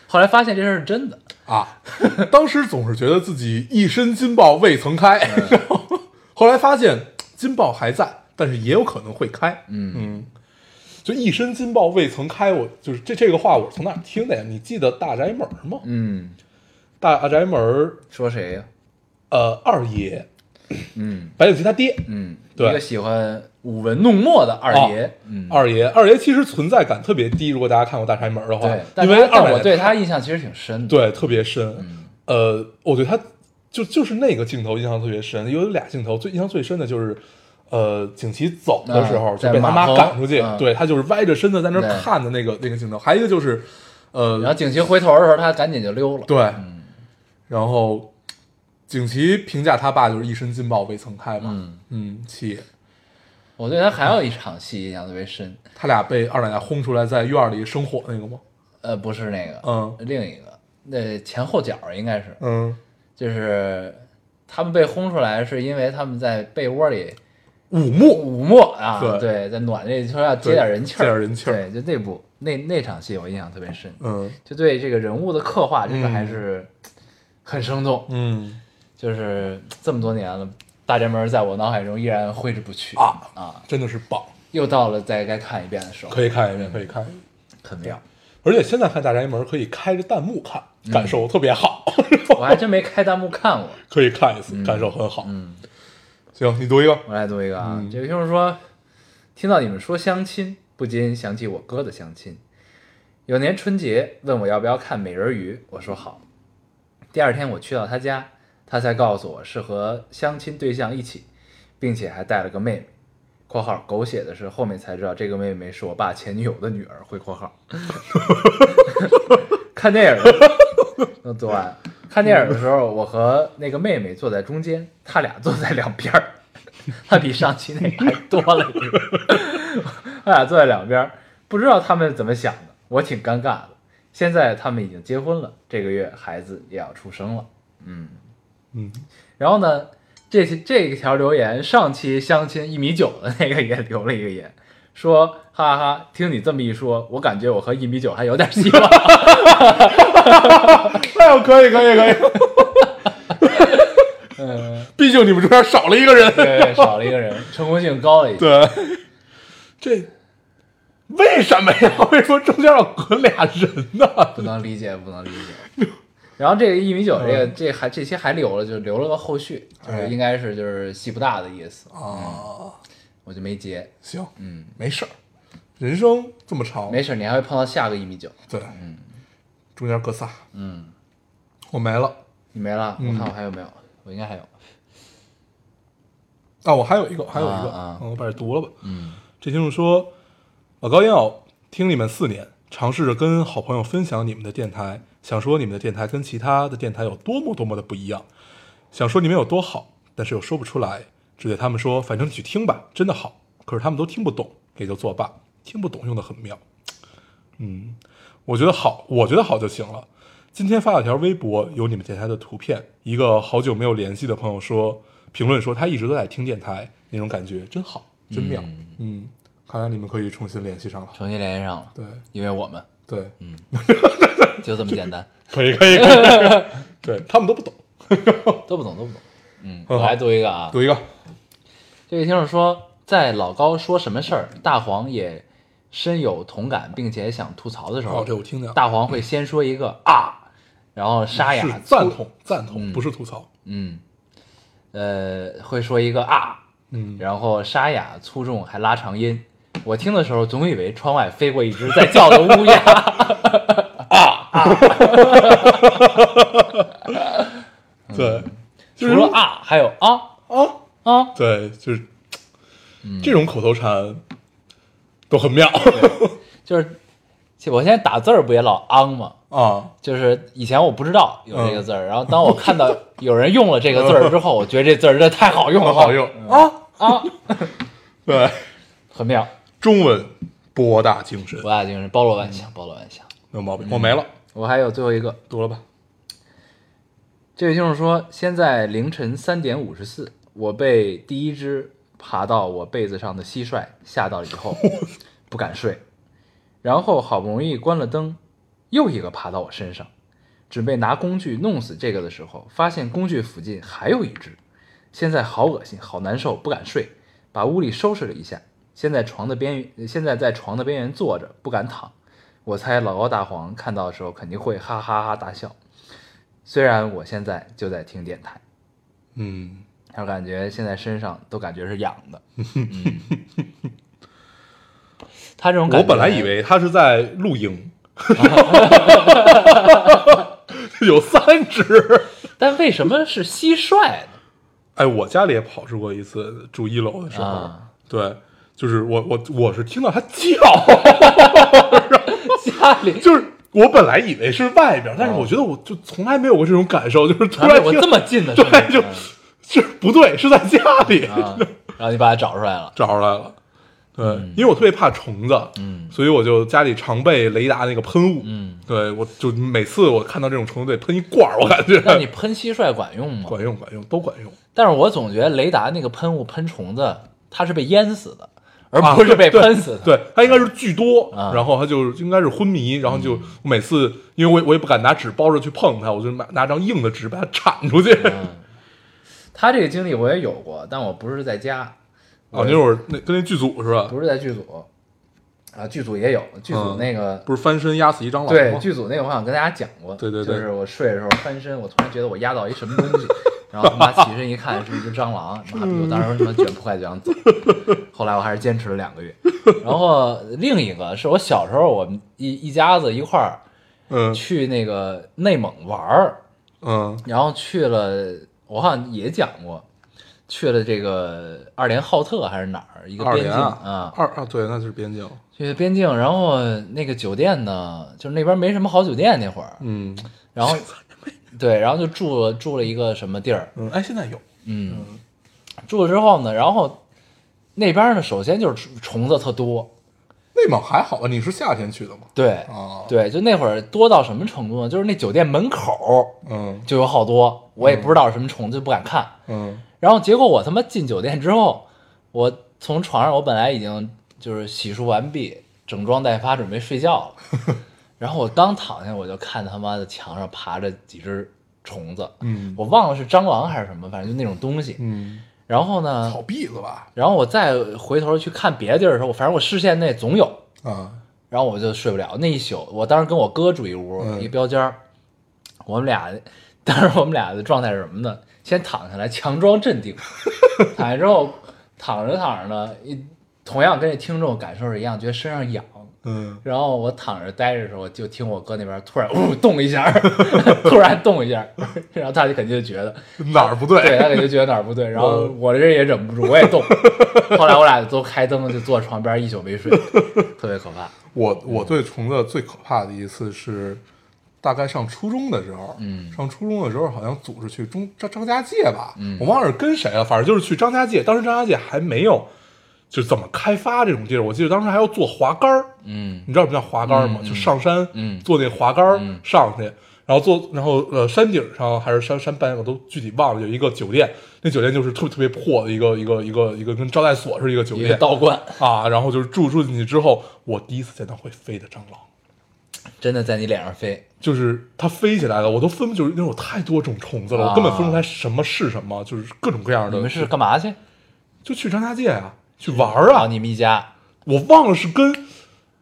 [SPEAKER 1] 后来发现这事儿是真的。
[SPEAKER 2] 啊，当时总是觉得自己一身金豹未曾开，然
[SPEAKER 1] 嗯
[SPEAKER 2] 后 后来发现金豹还在，但是也有可能会开。嗯就一身金豹未曾开，我就是这这个话我从哪儿听的呀？你记得大宅门吗？
[SPEAKER 1] 嗯，
[SPEAKER 2] 大宅门，
[SPEAKER 1] 说谁呀、
[SPEAKER 2] 呃，二爷
[SPEAKER 1] 嗯
[SPEAKER 2] 白景琦他爹，
[SPEAKER 1] 嗯，
[SPEAKER 2] 对
[SPEAKER 1] 一个喜欢舞文弄墨的二爷，
[SPEAKER 2] 哦
[SPEAKER 1] 嗯，
[SPEAKER 2] 二爷二爷其实存在感特别低。如果大家看过大宅门的话
[SPEAKER 1] 对，，但
[SPEAKER 2] 因为
[SPEAKER 1] 他但
[SPEAKER 2] 二
[SPEAKER 1] 我
[SPEAKER 2] 奶
[SPEAKER 1] 对他印象其实挺深的。，
[SPEAKER 2] 对，特别深。
[SPEAKER 1] 嗯
[SPEAKER 2] 呃，我对他就就是那个镜头印象特别深，有俩镜头最印象最深的就是，呃，景琦走的时候、
[SPEAKER 1] 嗯
[SPEAKER 2] 就被
[SPEAKER 1] 在
[SPEAKER 2] 他妈
[SPEAKER 1] 马蜂
[SPEAKER 2] 赶出去，
[SPEAKER 1] 嗯
[SPEAKER 2] 对他就是歪着身子在那
[SPEAKER 1] 对
[SPEAKER 2] 儿看的那个那个镜头，还有一个就是，呃
[SPEAKER 1] 然，后景琦回头的时候，他赶紧就溜了。
[SPEAKER 2] 对，
[SPEAKER 1] 嗯
[SPEAKER 2] 然后景琦评价他爸就是一身金豹未曾开嘛，
[SPEAKER 1] 嗯
[SPEAKER 2] 嗯，气也。
[SPEAKER 1] 我对他还有一场戏印象特别深，
[SPEAKER 2] 他俩被二奶奶轰出来，在院儿里生火那个吗？
[SPEAKER 1] 呃，不是那个，
[SPEAKER 2] 嗯
[SPEAKER 1] 另一个，那前后脚应该是，
[SPEAKER 2] 嗯，
[SPEAKER 1] 就是他们被轰出来是因为他们在被窝里
[SPEAKER 2] 五幕
[SPEAKER 1] 捂墨啊，
[SPEAKER 2] 对
[SPEAKER 1] 在暖这说要接点人气儿，
[SPEAKER 2] 对接点人气儿
[SPEAKER 1] 对，就那部那那场戏我印象特别深，
[SPEAKER 2] 嗯
[SPEAKER 1] 就对这个人物的刻画，这个
[SPEAKER 2] 嗯
[SPEAKER 1] 还是很生动，
[SPEAKER 2] 嗯
[SPEAKER 1] 就是这么多年了。大宅门在我脑海中依然挥之不去
[SPEAKER 2] 啊
[SPEAKER 1] 啊！
[SPEAKER 2] 真的是棒，
[SPEAKER 1] 又到了再该看一遍的时候，
[SPEAKER 2] 可以看一遍，可以看一遍。
[SPEAKER 1] 很妙。
[SPEAKER 2] 而且现在看《大宅门》可以开着弹幕看，感受特别好，
[SPEAKER 1] 我还真没开弹幕看过。
[SPEAKER 2] 可以看一次，感受很好。嗯，行，你读一个。
[SPEAKER 1] 我来读一个啊，这个听众说，听到你们说相亲，不禁想起我哥的相亲。有年春节问我要不要看美人鱼，我说好。第二天我去到他家，他才告诉我是和相亲对象一起，并且还带了个妹妹。（括号狗血的是后面才知道这个妹妹是我爸前女友的女儿。）回括号。看电影的那昨晚看电影的时候，我和那个妹妹坐在中间，他俩坐在两边儿，他比上期那个还多了一个，他俩坐在两边儿，不知道他们怎么想的，我挺尴尬的。现在他们已经结婚了，这个月孩子也要出生了。
[SPEAKER 2] 嗯，
[SPEAKER 1] 然后呢，这些这条留言，上期相亲一米九的那个也留了一个言，说哈哈哈，听你这么一说，我感觉我和一米九还有点 希望。
[SPEAKER 2] 哎呦，可以，可以，可以。
[SPEAKER 1] 嗯，
[SPEAKER 2] 毕竟你们中间少了一个 人。
[SPEAKER 1] 对，少了一个人，成功性高了一点。
[SPEAKER 2] 对，这为什么呀？ 为什么中间要隔俩人呢？
[SPEAKER 1] 不能理解，不能理 解。然后这个一米
[SPEAKER 2] 嗯
[SPEAKER 1] 九，这个这还这些还留了，就留了个后续，
[SPEAKER 2] 哎
[SPEAKER 1] 就是应该是就是戏不大的意思，
[SPEAKER 2] 啊，
[SPEAKER 1] 我就没截。
[SPEAKER 2] 行，嗯，没事儿，人生这么长，
[SPEAKER 1] 没事，你还会碰到下个一米九。
[SPEAKER 2] 对，嗯，中间隔仨，嗯，我没了。
[SPEAKER 1] 你没了，
[SPEAKER 2] 嗯
[SPEAKER 1] 我看我还有没有，我应该还有。
[SPEAKER 2] 啊，我还有一个，还有一个，
[SPEAKER 1] 啊啊
[SPEAKER 2] 嗯我把这读了吧。嗯，这听众说，老高要听你们四年，尝试着跟好朋友分享你们的电台，想说你们的电台跟其他的电台有多么多么的不一样，想说你们有多好，但是又说不出来，只对他们说，反正你去听吧，真的好。可是他们都听不懂，也就作罢。听不懂用的很妙。嗯，我觉得好，我觉得好就行了。今天发了条微博，有你们电台的图片。一个好久没有联系的朋友说，评论说他一直都在听电台，那种感觉真好，真妙。嗯，看来你们可以重新联系上了。
[SPEAKER 1] 重新联系上了，
[SPEAKER 2] 对
[SPEAKER 1] 因为我们
[SPEAKER 2] 对，
[SPEAKER 1] 就这么简 单，
[SPEAKER 2] 可以可以可以。对他们都不懂，
[SPEAKER 1] 都不懂，都不懂。嗯，
[SPEAKER 2] 很
[SPEAKER 1] 我
[SPEAKER 2] 好
[SPEAKER 1] 来读一个啊，
[SPEAKER 2] 读一个，
[SPEAKER 1] 这位听众说，在老高说什么事儿，大黄也深有同感，并且想吐槽的时候，
[SPEAKER 2] 哦这我听见了
[SPEAKER 1] 大黄会先说一个啊，然后沙
[SPEAKER 2] 是
[SPEAKER 1] 哑
[SPEAKER 2] 赞
[SPEAKER 1] 粗
[SPEAKER 2] 同赞同，不是吐槽。
[SPEAKER 1] 嗯，呃，会说一个啊，
[SPEAKER 2] 嗯，
[SPEAKER 1] 然后沙哑粗重还拉长音。我听的时候总以为窗外飞过一只在叫的乌鸦。
[SPEAKER 2] 嗯对，
[SPEAKER 1] 除
[SPEAKER 2] 就是
[SPEAKER 1] 了啊，还有啊
[SPEAKER 2] 啊，
[SPEAKER 1] 啊，
[SPEAKER 2] 对，就是这种口头禅都很妙
[SPEAKER 1] 就是我现在打字儿不也老昂吗？
[SPEAKER 2] 啊。
[SPEAKER 1] 就是以前我不知道有这个字儿，然后当我看到有人用了这个字儿之后，我觉得这字儿真的太 好用了，
[SPEAKER 2] 很好用嗯
[SPEAKER 1] 啊啊，
[SPEAKER 2] 对，
[SPEAKER 1] 很妙，
[SPEAKER 2] 中文博大精深，
[SPEAKER 1] 博大精深，包罗万象，包罗万象。
[SPEAKER 2] 没有毛病。我没了，
[SPEAKER 1] 我还有最后一个，
[SPEAKER 2] 读了吧。
[SPEAKER 1] 这位听众说，现在凌晨三点五十四，我被第一只爬到我被子上的蟋蟀吓到以后，不敢睡，然后好不容易关了灯，又一个爬到我身上，准备拿工具弄死这个的时候，发现工具附近还有一只，现在好恶心，好难受，不敢睡，把屋里收拾了一下，现在床的边缘，现在在床的边缘坐着，不敢躺。我猜老高大黄看到的时候肯定会哈哈哈大笑。虽然我现在就在听电台，
[SPEAKER 2] 嗯，
[SPEAKER 1] 但是感觉现在身上都感觉是痒的。嗯， 他这种感
[SPEAKER 2] 我
[SPEAKER 1] 觉，
[SPEAKER 2] 本来以为他是在录音，
[SPEAKER 1] 哦
[SPEAKER 2] 有三只。
[SPEAKER 1] 但为什么是蟋蟀呢？
[SPEAKER 2] 哎，我家里也跑出过一次，住一楼的时候，
[SPEAKER 1] 啊
[SPEAKER 2] 对，就是我我我是听到它叫，
[SPEAKER 1] 家里，
[SPEAKER 2] 就是我本来以为是外边，但
[SPEAKER 1] 哦
[SPEAKER 2] 是我觉得我就从来没有过这种感受，就是突然
[SPEAKER 1] 我
[SPEAKER 2] 听
[SPEAKER 1] 这么近的声音，
[SPEAKER 2] 对，就就是不对，是在家里、
[SPEAKER 1] 啊，然后你把它找出来了，
[SPEAKER 2] 找出来了。对，因为我特别怕虫子，
[SPEAKER 1] 嗯
[SPEAKER 2] 所以我就家里常备雷达那个喷雾，
[SPEAKER 1] 嗯，
[SPEAKER 2] 对我就每次我看到这种虫子得喷一罐儿，我感觉
[SPEAKER 1] 那你喷蟋蟀管用吗？
[SPEAKER 2] 管用管用都管用，
[SPEAKER 1] 但是我总觉得雷达那个喷雾喷虫子，它是被淹死的，而
[SPEAKER 2] 啊
[SPEAKER 1] 不是被
[SPEAKER 2] 对
[SPEAKER 1] 喷死的。
[SPEAKER 2] 对，它应该是剧多，
[SPEAKER 1] 啊嗯
[SPEAKER 2] 然后它就应该是昏迷，然后就每次因为我也我也不敢拿纸包着去碰它，我就拿拿张硬的纸把它铲出去。
[SPEAKER 1] 嗯他这个经历我也有过，但我不是在家，
[SPEAKER 2] 哦，那会儿那跟那剧组是吧？
[SPEAKER 1] 不是在剧组，啊，剧组也有，剧组
[SPEAKER 2] 嗯
[SPEAKER 1] 那个、
[SPEAKER 2] 不是翻身压死一蟑螂吗？
[SPEAKER 1] 对剧组那个我好像跟大家讲过，
[SPEAKER 2] 对对对
[SPEAKER 1] 就是我睡的时候翻身，我突然觉得我压到一什么东西，然后他妈起身一看是一只蟑螂，妈逼，我当时他妈卷铺盖就想 走，后来我还是坚持了两个月。然后另一个是我小时候我们一一家子一块儿
[SPEAKER 2] 嗯
[SPEAKER 1] 去那个内蒙玩儿，
[SPEAKER 2] 嗯
[SPEAKER 1] 然后去了，我好像也讲过，去了这个二连浩特还是哪儿一个
[SPEAKER 2] 二
[SPEAKER 1] 边
[SPEAKER 2] 连
[SPEAKER 1] 境
[SPEAKER 2] 啊
[SPEAKER 1] 啊，，
[SPEAKER 2] 二啊对，那就是边境。
[SPEAKER 1] 去边境，然后那个酒店呢，就是那边没什么好酒店那会儿，
[SPEAKER 2] 嗯
[SPEAKER 1] 然后对，然后就住了住了一个什么地儿，
[SPEAKER 2] 嗯，哎，现在有
[SPEAKER 1] 嗯，住了之后呢，然后那边呢，首先就是虫子特多，
[SPEAKER 2] 内蒙还好吧？你是夏天去的吗？
[SPEAKER 1] 对
[SPEAKER 2] 哦，
[SPEAKER 1] 对，就那会儿多到什么程度呢？就是那酒店门口
[SPEAKER 2] 嗯
[SPEAKER 1] 就有好多，我也不知道是什么虫，就不敢看。
[SPEAKER 2] 嗯
[SPEAKER 1] 然后结果我他妈进酒店之后，我从床上，我本来已经就是洗漱完毕，整装待发，准备睡觉了。然后我刚躺下，我就看他妈的墙上爬着几只虫子，
[SPEAKER 2] 嗯
[SPEAKER 1] 我忘了是蟑螂还是什么，反正就那种东西。
[SPEAKER 2] 嗯，
[SPEAKER 1] 然后呢
[SPEAKER 2] 草，篦子吧？
[SPEAKER 1] 然后我再回头去看别的地儿的时候，反正我视线内总有。
[SPEAKER 2] 啊，
[SPEAKER 1] 然后我就睡不了。那一宿，我当时跟我哥住一屋，
[SPEAKER 2] 嗯
[SPEAKER 1] 一标间儿，我们俩， 当时我们俩的状态是什么呢？先躺下来，强装镇定，躺下之后，躺着躺着呢，一同样跟这听众感受是一样，觉得身上痒。
[SPEAKER 2] 嗯
[SPEAKER 1] 然后我躺着待着的时候，就听我哥那边突然呜动一下儿， 突然动一下儿，然后他就肯定就觉得，
[SPEAKER 2] 哪儿不对？嗯
[SPEAKER 1] 对他肯定觉得哪儿不对，然后我这人也忍不住，我也动。 后来我俩都开灯，就坐床边一宿没睡，特别可怕。
[SPEAKER 2] 我我对虫子最可怕的一次是，大概上初中的时候，嗯，上初中的时候好像组织去中张张家界吧，嗯，我忘了是跟谁了，反正就是去张家界。当时张家界还没有就是怎么开发这种地儿，我记得当时还要做滑杆儿，
[SPEAKER 1] 嗯
[SPEAKER 2] 你知道什么叫滑杆儿吗？就上山，
[SPEAKER 1] 嗯
[SPEAKER 2] 坐那滑杆儿上去，然后坐，然后呃，山顶上还是山山半，我都具体忘了，有一个酒店，那酒店就是特别特别破的一个一个一个一个跟招待所似的一个酒
[SPEAKER 1] 一个
[SPEAKER 2] 店
[SPEAKER 1] 道观，
[SPEAKER 2] 啊，然后就是住住进去之后，我第一次见到会飞的蟑螂。
[SPEAKER 1] 真的在你脸上飞。
[SPEAKER 2] 就是它飞起来了，我都分不就是那种太多种虫子了，
[SPEAKER 1] 啊
[SPEAKER 2] 我根本分不出来什么是什么，就是各种各样的。
[SPEAKER 1] 你们是干嘛去？
[SPEAKER 2] 就去张家界啊，去玩儿啊
[SPEAKER 1] 啊，？你们一家
[SPEAKER 2] 我忘了是跟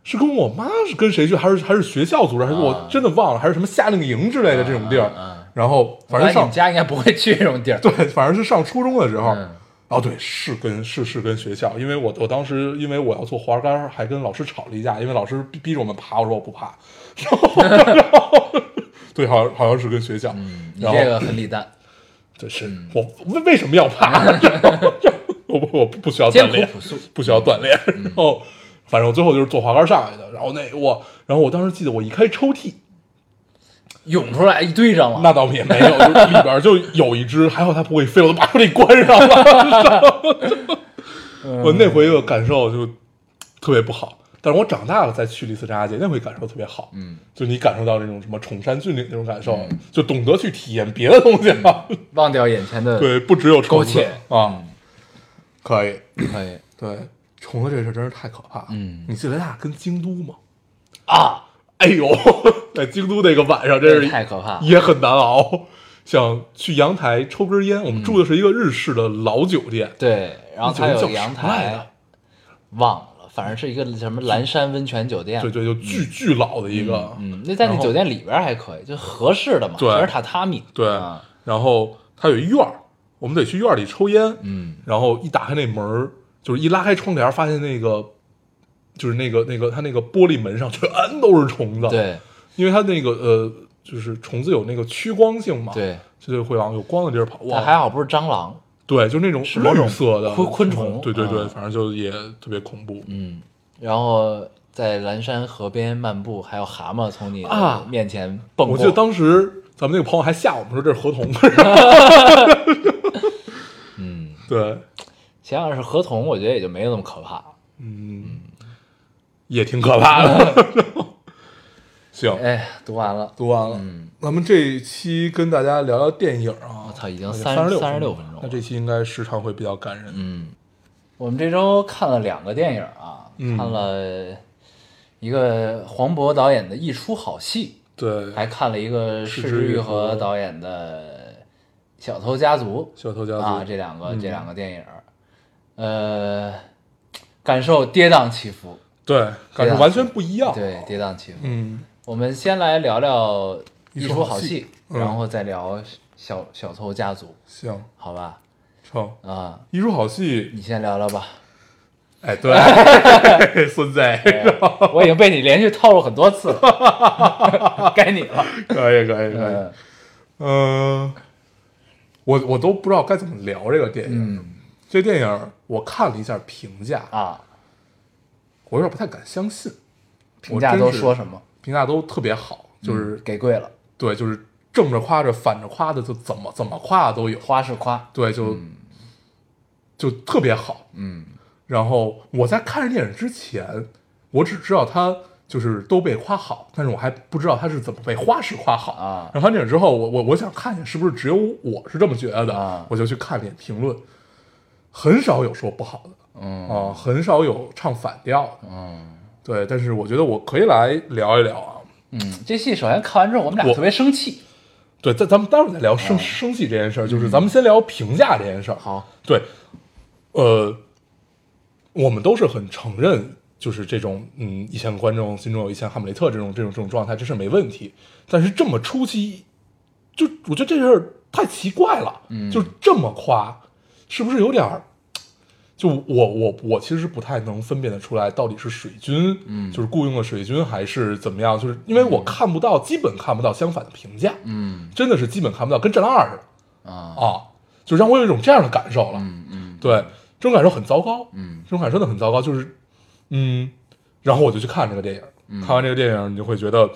[SPEAKER 2] 是跟我妈是跟谁去，还是还是学校组织，还是
[SPEAKER 1] 啊
[SPEAKER 2] 我真的忘了，还是什么夏令营之类的这种地儿。
[SPEAKER 1] 啊啊
[SPEAKER 2] 然后
[SPEAKER 1] 我
[SPEAKER 2] 反正
[SPEAKER 1] 看你
[SPEAKER 2] 上
[SPEAKER 1] 们家应该不会去这种地儿。
[SPEAKER 2] 对，反正是上初中的时候，
[SPEAKER 1] 嗯
[SPEAKER 2] 哦，对，是跟是是跟学校，因为我我当时因为我要做滑竿，还跟老师吵了一架，因为老师逼逼着我们爬，我说我不爬， 然后然后对，好像好像是跟学校，
[SPEAKER 1] 嗯，你
[SPEAKER 2] 然后
[SPEAKER 1] 这个很理蛋，
[SPEAKER 2] 对是
[SPEAKER 1] 嗯
[SPEAKER 2] 我为为什么 要爬？然后我不我不不需要锻
[SPEAKER 1] 艰苦
[SPEAKER 2] 炼，
[SPEAKER 1] 朴素，嗯
[SPEAKER 2] 不需要锻炼，然后反正我最后就是坐滑竿上来的，然后那我然后我当时记得我一开抽屉，
[SPEAKER 1] 涌出来一堆蟑螂，
[SPEAKER 2] 那倒也没有，就里边就有一只，还好它不会飞，我都把它给关上 了。我那回的感受就特别不好，但是我长大了再去了一次张家界，那回感受特别好。
[SPEAKER 1] 嗯，
[SPEAKER 2] 就你感受到那种什么崇山峻岭那种感受，就懂得去体验别的东西了。
[SPEAKER 1] 忘掉眼前的，
[SPEAKER 2] 对，不只有虫
[SPEAKER 1] 苟
[SPEAKER 2] 子
[SPEAKER 1] 且
[SPEAKER 2] 啊，可以。
[SPEAKER 1] 可以，
[SPEAKER 2] 对，虫子这事儿真是太可怕了。
[SPEAKER 1] 嗯
[SPEAKER 2] 你记得咱俩跟京都吗？啊，哎呦， 在京都那个晚上，真
[SPEAKER 1] 这
[SPEAKER 2] 是
[SPEAKER 1] 太可怕了，
[SPEAKER 2] 也很难熬。想去阳台抽根烟，我们住的是一个日式的老酒店，
[SPEAKER 1] 对，然后它
[SPEAKER 2] 那酒
[SPEAKER 1] 有
[SPEAKER 2] 店叫
[SPEAKER 1] 阳
[SPEAKER 2] 什么来着
[SPEAKER 1] 台，忘了，反正是一个什么蓝山温泉酒店，
[SPEAKER 2] 对对，就巨巨老的一个，
[SPEAKER 1] 嗯，那在
[SPEAKER 2] 然
[SPEAKER 1] 那
[SPEAKER 2] 后
[SPEAKER 1] 酒店里边还可以，就合适的嘛，
[SPEAKER 2] 对
[SPEAKER 1] 全是榻榻米，
[SPEAKER 2] 对
[SPEAKER 1] 啊，
[SPEAKER 2] 然后它有一院儿，我们得去院儿里抽烟，
[SPEAKER 1] 嗯，
[SPEAKER 2] 然后一打开那门儿，就是一拉开窗帘儿，发现那个就是那个那个它那个玻璃门上全都是虫子，，
[SPEAKER 1] 对
[SPEAKER 2] 因为它那个呃就是虫子有那个趋光性嘛，，
[SPEAKER 1] 对，
[SPEAKER 2] 它就会往有光的地儿跑，哇，
[SPEAKER 1] 但还好不是蟑螂，
[SPEAKER 2] 对，就那种
[SPEAKER 1] 是某种
[SPEAKER 2] 绿色的
[SPEAKER 1] 昆昆虫
[SPEAKER 2] 对对对，
[SPEAKER 1] 啊
[SPEAKER 2] 反正就也特别恐怖，
[SPEAKER 1] 嗯，然后在蓝山河边漫步，还有蛤蟆从你
[SPEAKER 2] 啊
[SPEAKER 1] 面前蹦过，
[SPEAKER 2] 我记得当时咱们那个朋友还吓我们说这是合同，
[SPEAKER 1] 嗯，
[SPEAKER 2] 对，
[SPEAKER 1] 想想是河童，我觉得也就没有那么可怕。
[SPEAKER 2] 嗯，也挺可怕的。行，
[SPEAKER 1] 哎，读完了，
[SPEAKER 2] 读完了，
[SPEAKER 1] 嗯，
[SPEAKER 2] 咱们这一期跟大家聊聊电影啊。
[SPEAKER 1] 我操已经
[SPEAKER 2] 三
[SPEAKER 1] 36
[SPEAKER 2] 分
[SPEAKER 1] 分钟了
[SPEAKER 2] 那这期应该时长会比较感人。
[SPEAKER 1] 嗯，我们这周看了两个电影啊，
[SPEAKER 2] 嗯
[SPEAKER 1] 看了一个黄渤导演的《一出好戏》，
[SPEAKER 2] 对，
[SPEAKER 1] 还看了一个是
[SPEAKER 2] 是之
[SPEAKER 1] 之
[SPEAKER 2] 愈
[SPEAKER 1] 愈
[SPEAKER 2] 合
[SPEAKER 1] 合导演的《小偷家族》
[SPEAKER 2] 小偷家族
[SPEAKER 1] 啊，这两个、
[SPEAKER 2] 嗯
[SPEAKER 1] 这两个电影，呃，感受跌宕起伏，
[SPEAKER 2] 对感
[SPEAKER 1] 对
[SPEAKER 2] 觉
[SPEAKER 1] 啊
[SPEAKER 2] 完全不一样。
[SPEAKER 1] 对，跌宕起伏。
[SPEAKER 2] 嗯，
[SPEAKER 1] 我们先来聊聊《
[SPEAKER 2] 一
[SPEAKER 1] 一
[SPEAKER 2] 出
[SPEAKER 1] 出
[SPEAKER 2] 好
[SPEAKER 1] 好
[SPEAKER 2] 戏
[SPEAKER 1] 戏》
[SPEAKER 2] 嗯
[SPEAKER 1] 然后再聊小小偷家族，
[SPEAKER 2] 行，
[SPEAKER 1] 好吧？
[SPEAKER 2] 成。
[SPEAKER 1] 啊、
[SPEAKER 2] 一出好戏，
[SPEAKER 1] 你先聊聊 吧。
[SPEAKER 2] 哎，对， 孙子，
[SPEAKER 1] 哎我已经被你连续套路很多次了， 该你了。
[SPEAKER 2] 可以，可以，可以。
[SPEAKER 1] 嗯
[SPEAKER 2] 嗯，我我都不知道该怎么聊这个电影。
[SPEAKER 1] 嗯
[SPEAKER 2] 这电影我看了一下评价，
[SPEAKER 1] 啊，
[SPEAKER 2] 我有点不太敢相信，
[SPEAKER 1] 评价都说什么？
[SPEAKER 2] 评价都特别好，就是、
[SPEAKER 1] 给贵了，
[SPEAKER 2] 对，就是正着夸着、反着夸的，就怎么怎么夸都有。
[SPEAKER 1] 夸是夸，
[SPEAKER 2] 对，就、就特别好。
[SPEAKER 1] 嗯
[SPEAKER 2] 然后我在看这电影之前，我只知道它就是都被夸好，但是我还不知道它是怎么被花式夸好
[SPEAKER 1] 啊
[SPEAKER 2] 然后看电影之后，我我我想看一眼是不是只有我是这么觉得的，
[SPEAKER 1] 啊
[SPEAKER 2] 我就去看了一眼评论，很少有说不好的啊、
[SPEAKER 1] 嗯
[SPEAKER 2] 很少有唱反调的。
[SPEAKER 1] 嗯
[SPEAKER 2] 对，但是我觉得我可以来聊一聊啊。
[SPEAKER 1] 嗯，这戏首先看完之后，我们俩
[SPEAKER 2] 我
[SPEAKER 1] 特别生气。
[SPEAKER 2] 对，咱咱们待会儿再聊生、生气这件事儿，就是咱们先聊评价这件事儿。
[SPEAKER 1] 啊嗯好，
[SPEAKER 2] 对，呃，我们都是很承认，就是这种嗯，一千观众心中有一千哈姆雷特这种这种这种状态，这是没问题。但是这么初期，就我觉得这事儿太奇怪了，
[SPEAKER 1] 嗯
[SPEAKER 2] 就这么夸，是不是有点儿？就我我我其实不太能分辨得出来，到底是水军，
[SPEAKER 1] 嗯
[SPEAKER 2] 就是雇佣的水军，还是怎么样？就是因为我看不到，基本看不到相反的评价，
[SPEAKER 1] 嗯
[SPEAKER 2] 真的是基本看不到，跟《战狼二》似的
[SPEAKER 1] 啊，
[SPEAKER 2] 啊，就让我有一种这样的感受了。
[SPEAKER 1] 嗯嗯
[SPEAKER 2] 对，这种感受很糟糕，
[SPEAKER 1] 嗯
[SPEAKER 2] 这种感受真的很糟糕，就是，嗯，然后我就去看这个电影，
[SPEAKER 1] 嗯
[SPEAKER 2] 看完这个电影，你就会觉得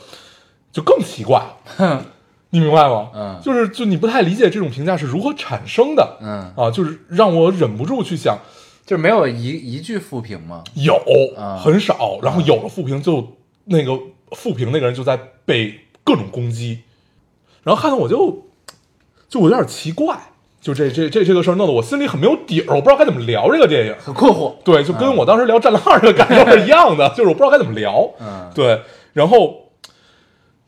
[SPEAKER 2] 就更奇怪了，你明白吗？
[SPEAKER 1] 嗯
[SPEAKER 2] 就是就你不太理解这种评价是如何产生的，
[SPEAKER 1] 嗯，
[SPEAKER 2] 啊，就是让我忍不住去想，
[SPEAKER 1] 就是没有一一句负评吗？
[SPEAKER 2] 有
[SPEAKER 1] 啊
[SPEAKER 2] 很少，然后有了负评就那个负评那个人就在被各种攻击，然后看到我就就我有点奇怪，就这这这这个事儿弄得我心里很没有底儿，我不知道该怎么聊这个电影。
[SPEAKER 1] 很困惑。
[SPEAKER 2] 对，就跟我当时聊《战狼二》的感受是一样的， 就是我不知道该怎么聊。
[SPEAKER 1] 嗯
[SPEAKER 2] 对，然后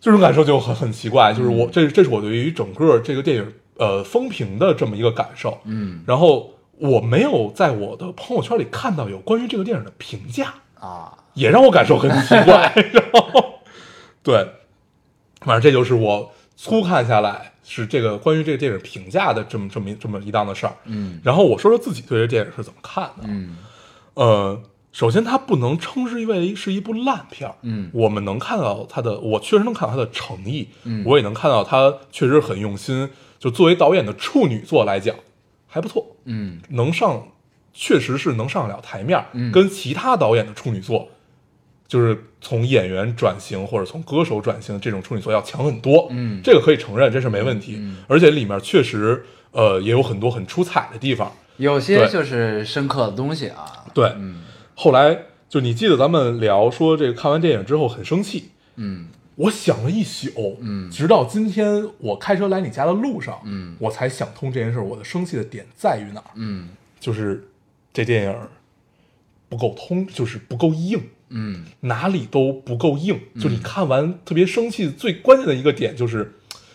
[SPEAKER 2] 这种感受就很很奇怪，就是
[SPEAKER 1] 嗯
[SPEAKER 2] 我这这是我对于整个这个电影呃风评的这么一个感受。
[SPEAKER 1] 嗯
[SPEAKER 2] 然后我没有在我的朋友圈里看到有关于这个电影的评价，
[SPEAKER 1] 啊，
[SPEAKER 2] 也让我感受很奇 怪。然后对，反正这就是我粗看下来是这个关于这个电影评价的这么这么一这么一档子事儿。
[SPEAKER 1] 嗯
[SPEAKER 2] 然后我说说自己对这电影是怎么看的。
[SPEAKER 1] 嗯
[SPEAKER 2] 呃，首先它不能称之为是一部烂片儿，
[SPEAKER 1] 嗯
[SPEAKER 2] 我们能看到它的，我确实能看到它的诚意，
[SPEAKER 1] 嗯
[SPEAKER 2] 我也能看到它确实很用心。就作为导演的处女作来讲，还不错，
[SPEAKER 1] 嗯
[SPEAKER 2] 能上，确实是能上得了台面儿，
[SPEAKER 1] 嗯
[SPEAKER 2] 跟其他导演的处女作，就是从演员转型或者从歌手转型这种处女作要强很多，
[SPEAKER 1] 嗯
[SPEAKER 2] 这个可以承认，这是没问题，而且里面确实，呃，也有很多很出彩的地方，
[SPEAKER 1] 有些
[SPEAKER 2] 对
[SPEAKER 1] 就是深刻的东西啊。
[SPEAKER 2] 对，
[SPEAKER 1] 嗯
[SPEAKER 2] 后来就你记得咱们聊说这个看完电影之后很生气，
[SPEAKER 1] 嗯
[SPEAKER 2] 我想了一宿，
[SPEAKER 1] 嗯
[SPEAKER 2] 直到今天我开车来你家的路上，
[SPEAKER 1] 嗯
[SPEAKER 2] 我才想通这件事儿。我的生气的点在于哪儿？
[SPEAKER 1] 嗯
[SPEAKER 2] 就是这电影不够通，就是不够硬，
[SPEAKER 1] 嗯
[SPEAKER 2] 哪里都不够硬。就你看完特别生气，最关键的一个点就是。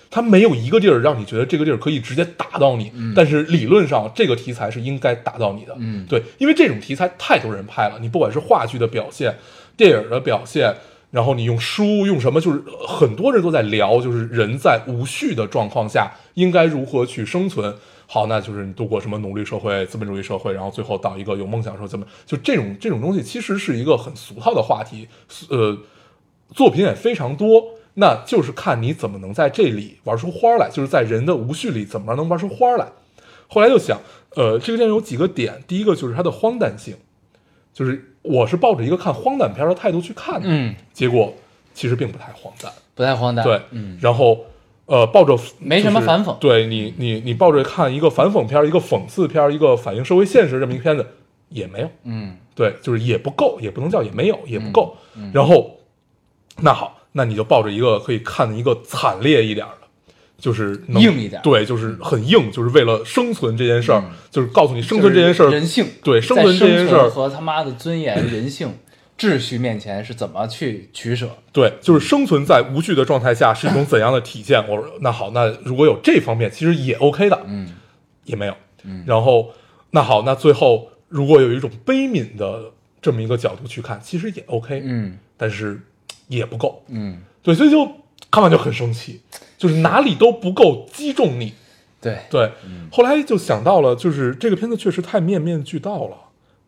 [SPEAKER 2] 它没有一个地儿让你觉得这个地儿可以直接打到你，但是理论上这个题材是应该打到你的，
[SPEAKER 1] 嗯
[SPEAKER 2] 对，因为这种题材太多人拍了，你不管是话剧的表现、电影的表现，然后你用书用什么，就是呃很多人都在聊，就是人在无序的状况下应该如何去生存。好，那就是你度过什么奴隶社会、资本主义社会，然后最后到一个有梦想的时候，怎么就这种这种东西，其实是一个很俗套的话题，呃，作品也非常多，那就是看你怎么能在这里玩出花来，就是在人的无序里怎么能玩出花来。后来就想，呃，这个电影有几个点，第一个就是它的荒诞性，就是我是抱着一个看荒诞片的态度去看的，
[SPEAKER 1] 嗯，
[SPEAKER 2] 结果其实并不太荒诞，
[SPEAKER 1] 不太荒诞。
[SPEAKER 2] 对，
[SPEAKER 1] 嗯
[SPEAKER 2] 然后呃，抱着
[SPEAKER 1] 没什么反讽
[SPEAKER 2] 就是对你你你抱着看一个反讽片儿、一个讽刺片儿、一个反映社会现实这么一个片子也没有，
[SPEAKER 1] 嗯
[SPEAKER 2] 对，就是也不够，也不能叫也没有，也不够。然后，那好，那你就抱着一个可以看一个惨烈一点儿的，就是能
[SPEAKER 1] 硬一点儿
[SPEAKER 2] 对，就是很硬，就是为了生存这件事儿，
[SPEAKER 1] 嗯
[SPEAKER 2] 就是告诉你生存这件事儿，
[SPEAKER 1] 就是人性
[SPEAKER 2] 对生存这件
[SPEAKER 1] 在
[SPEAKER 2] 事
[SPEAKER 1] 生
[SPEAKER 2] 儿
[SPEAKER 1] 存，和他妈的尊严、人性、秩序面前是怎么去取舍？
[SPEAKER 2] 对，就是生存在无序的状态下是一种怎样的体现？我说那好，那如果有这方面，其实也 OK 的，
[SPEAKER 1] 嗯
[SPEAKER 2] 也没有。然后那好，那最后如果有一种悲悯的这么一个角度去看，其实也 OK，
[SPEAKER 1] 嗯
[SPEAKER 2] 但是也不够，
[SPEAKER 1] 嗯，
[SPEAKER 2] 对，所以就看完就很生气，就是哪里都不够击中你。
[SPEAKER 1] 对，
[SPEAKER 2] 对，
[SPEAKER 1] 嗯
[SPEAKER 2] 后来就想到了，就是这个片子确实太面面俱到了，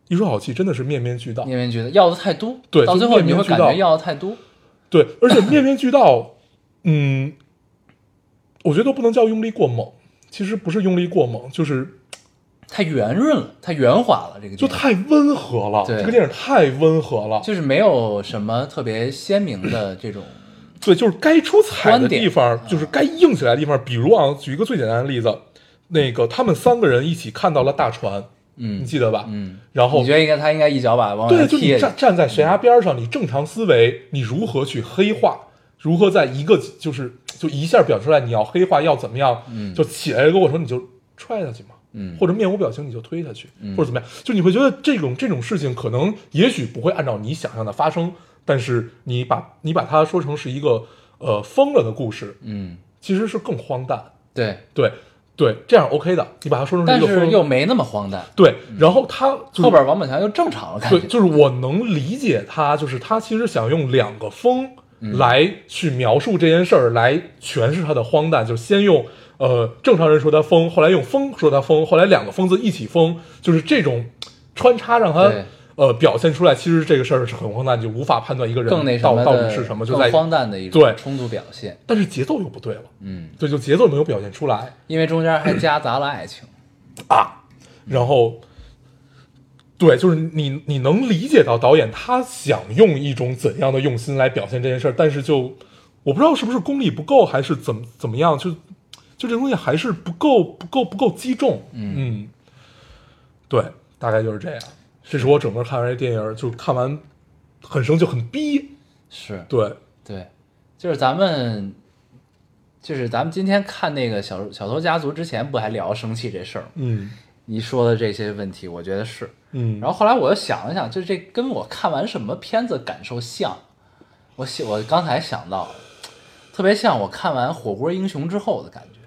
[SPEAKER 2] 一出好戏真的是面面俱到
[SPEAKER 1] 你。们觉得要的太多，
[SPEAKER 2] 对
[SPEAKER 1] 到
[SPEAKER 2] 就
[SPEAKER 1] 最后你
[SPEAKER 2] 面
[SPEAKER 1] 会
[SPEAKER 2] 面俱
[SPEAKER 1] 感
[SPEAKER 2] 到
[SPEAKER 1] 觉要的太多。
[SPEAKER 2] 对，而且面面俱到，嗯，我觉得都不能叫用力过猛，其实不是用力过猛，就是
[SPEAKER 1] 太圆润了，太圆滑了，这个
[SPEAKER 2] 就
[SPEAKER 1] 电影
[SPEAKER 2] 太温和了。
[SPEAKER 1] 对
[SPEAKER 2] 这个电影太温和了，
[SPEAKER 1] 就是没有什么特别鲜明的这种，
[SPEAKER 2] 对，就是该出彩
[SPEAKER 1] 观
[SPEAKER 2] 的
[SPEAKER 1] 点
[SPEAKER 2] 地方，就是该硬起来的地方。比如啊，举一个最简单的例子，那个他们三个人一起看到了大船，
[SPEAKER 1] 嗯
[SPEAKER 2] 你记得吧？
[SPEAKER 1] 嗯，
[SPEAKER 2] 然后
[SPEAKER 1] 你觉得应该他应该哦一脚把往
[SPEAKER 2] 对，
[SPEAKER 1] 远
[SPEAKER 2] 就
[SPEAKER 1] 踢
[SPEAKER 2] 你
[SPEAKER 1] 下
[SPEAKER 2] 站
[SPEAKER 1] 去，
[SPEAKER 2] 站在悬崖边上，你正常思维，你如何去黑化？如何在一个就是就一下表出来你要黑化要怎么样？
[SPEAKER 1] 嗯
[SPEAKER 2] 就起来一个过程你就踹下去嘛，
[SPEAKER 1] 嗯
[SPEAKER 2] 或者面无表情你就推下去，或者怎么样？就你会觉得这种这种事情可能也许不会按照你想象的发生，但是你把你把它说成是一个呃疯了的故事，
[SPEAKER 1] 嗯，
[SPEAKER 2] 其实是更荒诞。
[SPEAKER 1] 对，
[SPEAKER 2] 对对，这样 OK 的，你把它说成
[SPEAKER 1] 但
[SPEAKER 2] 一个
[SPEAKER 1] 是
[SPEAKER 2] 疯
[SPEAKER 1] 又没那么荒诞，
[SPEAKER 2] 对，然后它就是
[SPEAKER 1] 后边王宝强又正常了，感
[SPEAKER 2] 对，
[SPEAKER 1] 觉，
[SPEAKER 2] 就是我能理解他，就是他其实想用两个风
[SPEAKER 1] 嗯
[SPEAKER 2] 来去描述这件事儿，来诠释他的荒诞。就先用呃正常人说他疯，后来用疯说他疯，后来两个疯子一起疯，就是这种穿插让他
[SPEAKER 1] 对
[SPEAKER 2] 呃表现出来。其实这个事儿是很荒诞，你就无法判断一个人
[SPEAKER 1] 更那什
[SPEAKER 2] 到
[SPEAKER 1] 么
[SPEAKER 2] 到
[SPEAKER 1] 的，
[SPEAKER 2] 底是什么，就在
[SPEAKER 1] 更荒诞的一种
[SPEAKER 2] 对
[SPEAKER 1] 冲突表现，
[SPEAKER 2] 但是节奏又不对了，
[SPEAKER 1] 嗯，
[SPEAKER 2] 对，就节奏没有表现出来。
[SPEAKER 1] 因为中间还夹杂了爱情，
[SPEAKER 2] 然后，对，就是你你能理解到导演他想用一种怎样的用心来表现这件事儿，但是就我不知道是不是功力不够，还是怎么怎么样，就就这东西还是不够不够不够击中，嗯对，大概就是这样。这是我整个看完这电影儿，就看完很生气，很逼，
[SPEAKER 1] 是
[SPEAKER 2] 对，
[SPEAKER 1] 对，就是咱们。就是咱们今天看那个小小偷家族之前，不还聊生气这事儿吗？
[SPEAKER 2] 嗯
[SPEAKER 1] 你说的这些问题，我觉得是，
[SPEAKER 2] 嗯，
[SPEAKER 1] 然后后来我又想了想，就这跟我看完什么片子感受像，我想我刚才想到，特别像我看完《火锅英雄》之后的感觉，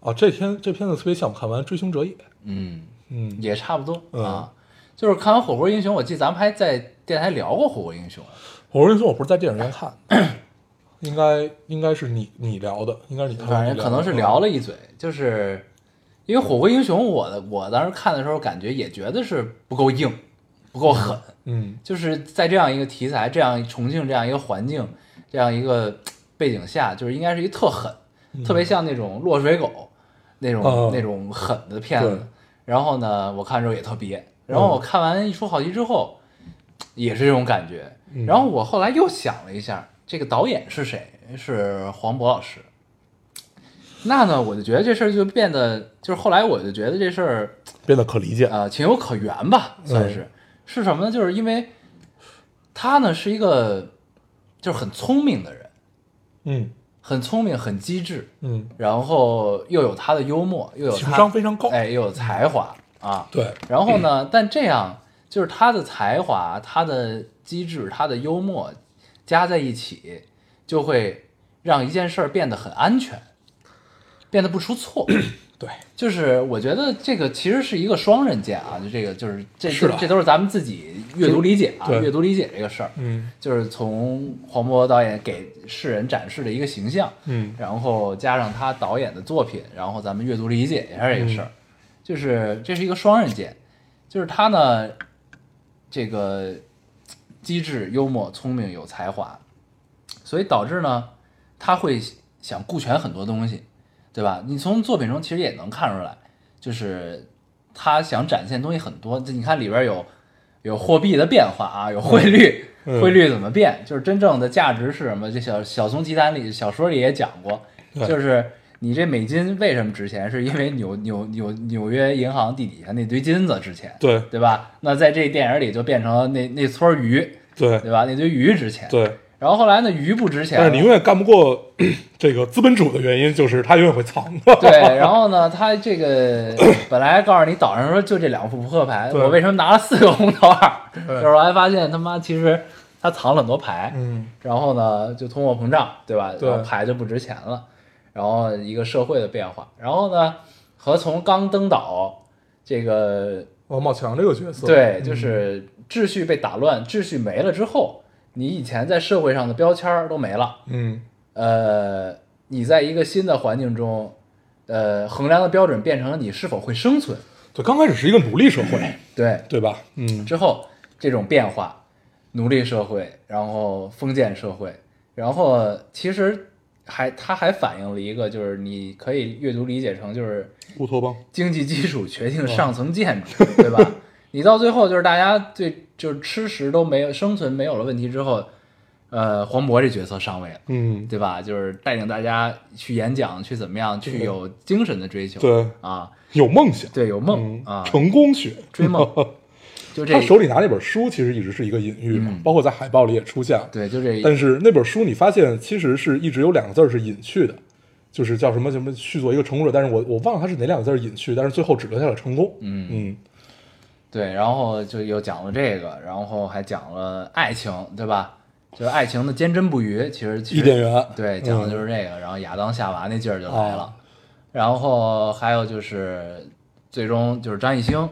[SPEAKER 2] 啊，这天这片子特别像我看完《追凶者也》，
[SPEAKER 1] 嗯，
[SPEAKER 2] 嗯，
[SPEAKER 1] 也差不多、
[SPEAKER 2] 嗯
[SPEAKER 1] 啊。就是看完《火锅英雄》，我记得咱们还在电台聊过《火锅英雄》，啊
[SPEAKER 2] 我跟你说，我不是在电影院看的，应该应该是你你聊的，应该是你看嗯到
[SPEAKER 1] 反
[SPEAKER 2] 你
[SPEAKER 1] 正
[SPEAKER 2] 的
[SPEAKER 1] 可能是聊了一嘴，就是因为《火锅英雄》，我的我当时看的时候感觉也觉得是不够硬，不够狠，
[SPEAKER 2] 嗯
[SPEAKER 1] 就是在这样一个题材、这样重庆这样一个环境、这样一个背景下，就是应该是一特狠，特别像那种落水狗那种、
[SPEAKER 2] 嗯哦
[SPEAKER 1] 那种狠的片
[SPEAKER 2] 对嗯
[SPEAKER 1] 子。然后呢，我看之后也特憋。然后我看完一出好戏之后，也是这种感觉。
[SPEAKER 2] 嗯
[SPEAKER 1] 然后我后来又想了一下，这个导演是谁？是黄渤老师。那呢，我就觉得这事儿就变得，就是后来我就觉得这事儿
[SPEAKER 2] 变得可理解，
[SPEAKER 1] 呃，情有可原吧，算
[SPEAKER 2] 嗯
[SPEAKER 1] 是、是什么呢？就是因为他呢是一个就是很聪明的人，
[SPEAKER 2] 嗯
[SPEAKER 1] 很聪明，很机智，
[SPEAKER 2] 嗯，
[SPEAKER 1] 然后又有他的幽默，又有
[SPEAKER 2] 情
[SPEAKER 1] 他
[SPEAKER 2] 商非常高，嗯
[SPEAKER 1] 哎，又有才华啊。
[SPEAKER 2] 对，
[SPEAKER 1] 然后呢，但这样就是他的才华、他的机智、他的幽默加在一起，就会让一件事儿变得很安全，变得不出错。
[SPEAKER 2] 对，
[SPEAKER 1] 就是我觉得这个其实是一个双刃剑啊，就这个就是这
[SPEAKER 2] 是的
[SPEAKER 1] 这这都是咱们自己阅读理解啊，
[SPEAKER 2] 对
[SPEAKER 1] 阅读理解这个事儿，
[SPEAKER 2] 嗯
[SPEAKER 1] 就是从黄渤导演给世人展示的一个形象，
[SPEAKER 2] 嗯
[SPEAKER 1] 然后加上他导演的作品，然后咱们阅读理解一下这个事
[SPEAKER 2] 嗯
[SPEAKER 1] 儿，就是这是一个双刃剑，就是他呢，这个机智、幽默、聪明、有才华，所以导致呢，他会想顾全很多东西，对吧？你从作品中其实也能看出来，就是他想展现的东西很多。就你看里边有有货币的变化啊，有汇率，
[SPEAKER 2] 嗯
[SPEAKER 1] 汇率怎么变？就是真正的价值是什么？这小小松奇谈里小说里也讲过，
[SPEAKER 2] 对
[SPEAKER 1] 就是你这美金为什么值钱？是因为纽纽纽纽约银行地底下那堆金子值钱，
[SPEAKER 2] 对
[SPEAKER 1] 对吧？那在这电影里就变成了那那撮鱼，
[SPEAKER 2] 对
[SPEAKER 1] 对吧？那堆鱼值钱。
[SPEAKER 2] 对，
[SPEAKER 1] 然后后来呢，鱼不值钱
[SPEAKER 2] 但
[SPEAKER 1] 了，
[SPEAKER 2] 是你永远干不过 这个资本主的原因就是他永远会藏的，
[SPEAKER 1] 对，然后呢，他这 个本来告诉你岛上说就这两副扑克牌，
[SPEAKER 2] 对
[SPEAKER 1] 我为什么拿了四个红桃二？就是后来发现他妈其实他藏了很多牌，
[SPEAKER 2] 嗯
[SPEAKER 1] 然后呢就通货膨胀，对吧？
[SPEAKER 2] 对
[SPEAKER 1] 然后牌就不值钱了，然后一个社会的变化，然后呢和从刚登岛这个
[SPEAKER 2] 王宝强这个角色，
[SPEAKER 1] 对，就是秩序被打乱，秩序没了之后，你以前在社会上的标签儿都没了。
[SPEAKER 2] 嗯
[SPEAKER 1] 呃，你在一个新的环境中，呃，衡量的标准变成了你是否会生存。
[SPEAKER 2] 对，刚开始是一个奴隶社会，
[SPEAKER 1] 对，
[SPEAKER 2] 对吧？嗯
[SPEAKER 1] 之后这种变化，奴隶社会，然后封建社会，然后其实还它还反映了一个，就是你可以阅读理解成就是
[SPEAKER 2] 乌托邦，
[SPEAKER 1] 经济基础决定上层建 筑，对吧？你到最后就是大家对就是吃食都没有生存没有了问题之后，呃，黄渤这角色上位了。
[SPEAKER 2] 嗯，
[SPEAKER 1] 对吧？就是带领大家去演讲，去怎么样，去有精神的追求。
[SPEAKER 2] 对，
[SPEAKER 1] 啊，
[SPEAKER 2] 有梦想，
[SPEAKER 1] 对，有梦、
[SPEAKER 2] 嗯
[SPEAKER 1] 啊，
[SPEAKER 2] 成功学，
[SPEAKER 1] 追 梦就这嗯
[SPEAKER 2] 他，手里拿那本书其实一直是一个隐喻嘛，包括在海报里也出现了。
[SPEAKER 1] 对，就这，
[SPEAKER 2] 但是那本书你发现其实是一直有两个字儿是隐去的，就是叫什么什么去做一个成功者，但是我我忘了它是哪两个字儿隐去，但是最后只留下了成功。嗯嗯，
[SPEAKER 1] 对，然后就又讲了这个，然后还讲了爱情，对吧？就是爱情的坚贞不渝，其实其
[SPEAKER 2] 伊甸
[SPEAKER 1] 实
[SPEAKER 2] 园
[SPEAKER 1] 对，
[SPEAKER 2] 嗯
[SPEAKER 1] 讲的就是这个。然后亚当夏娃那劲儿就来
[SPEAKER 2] 哦
[SPEAKER 1] 了，然后还有就是最终就是张艺兴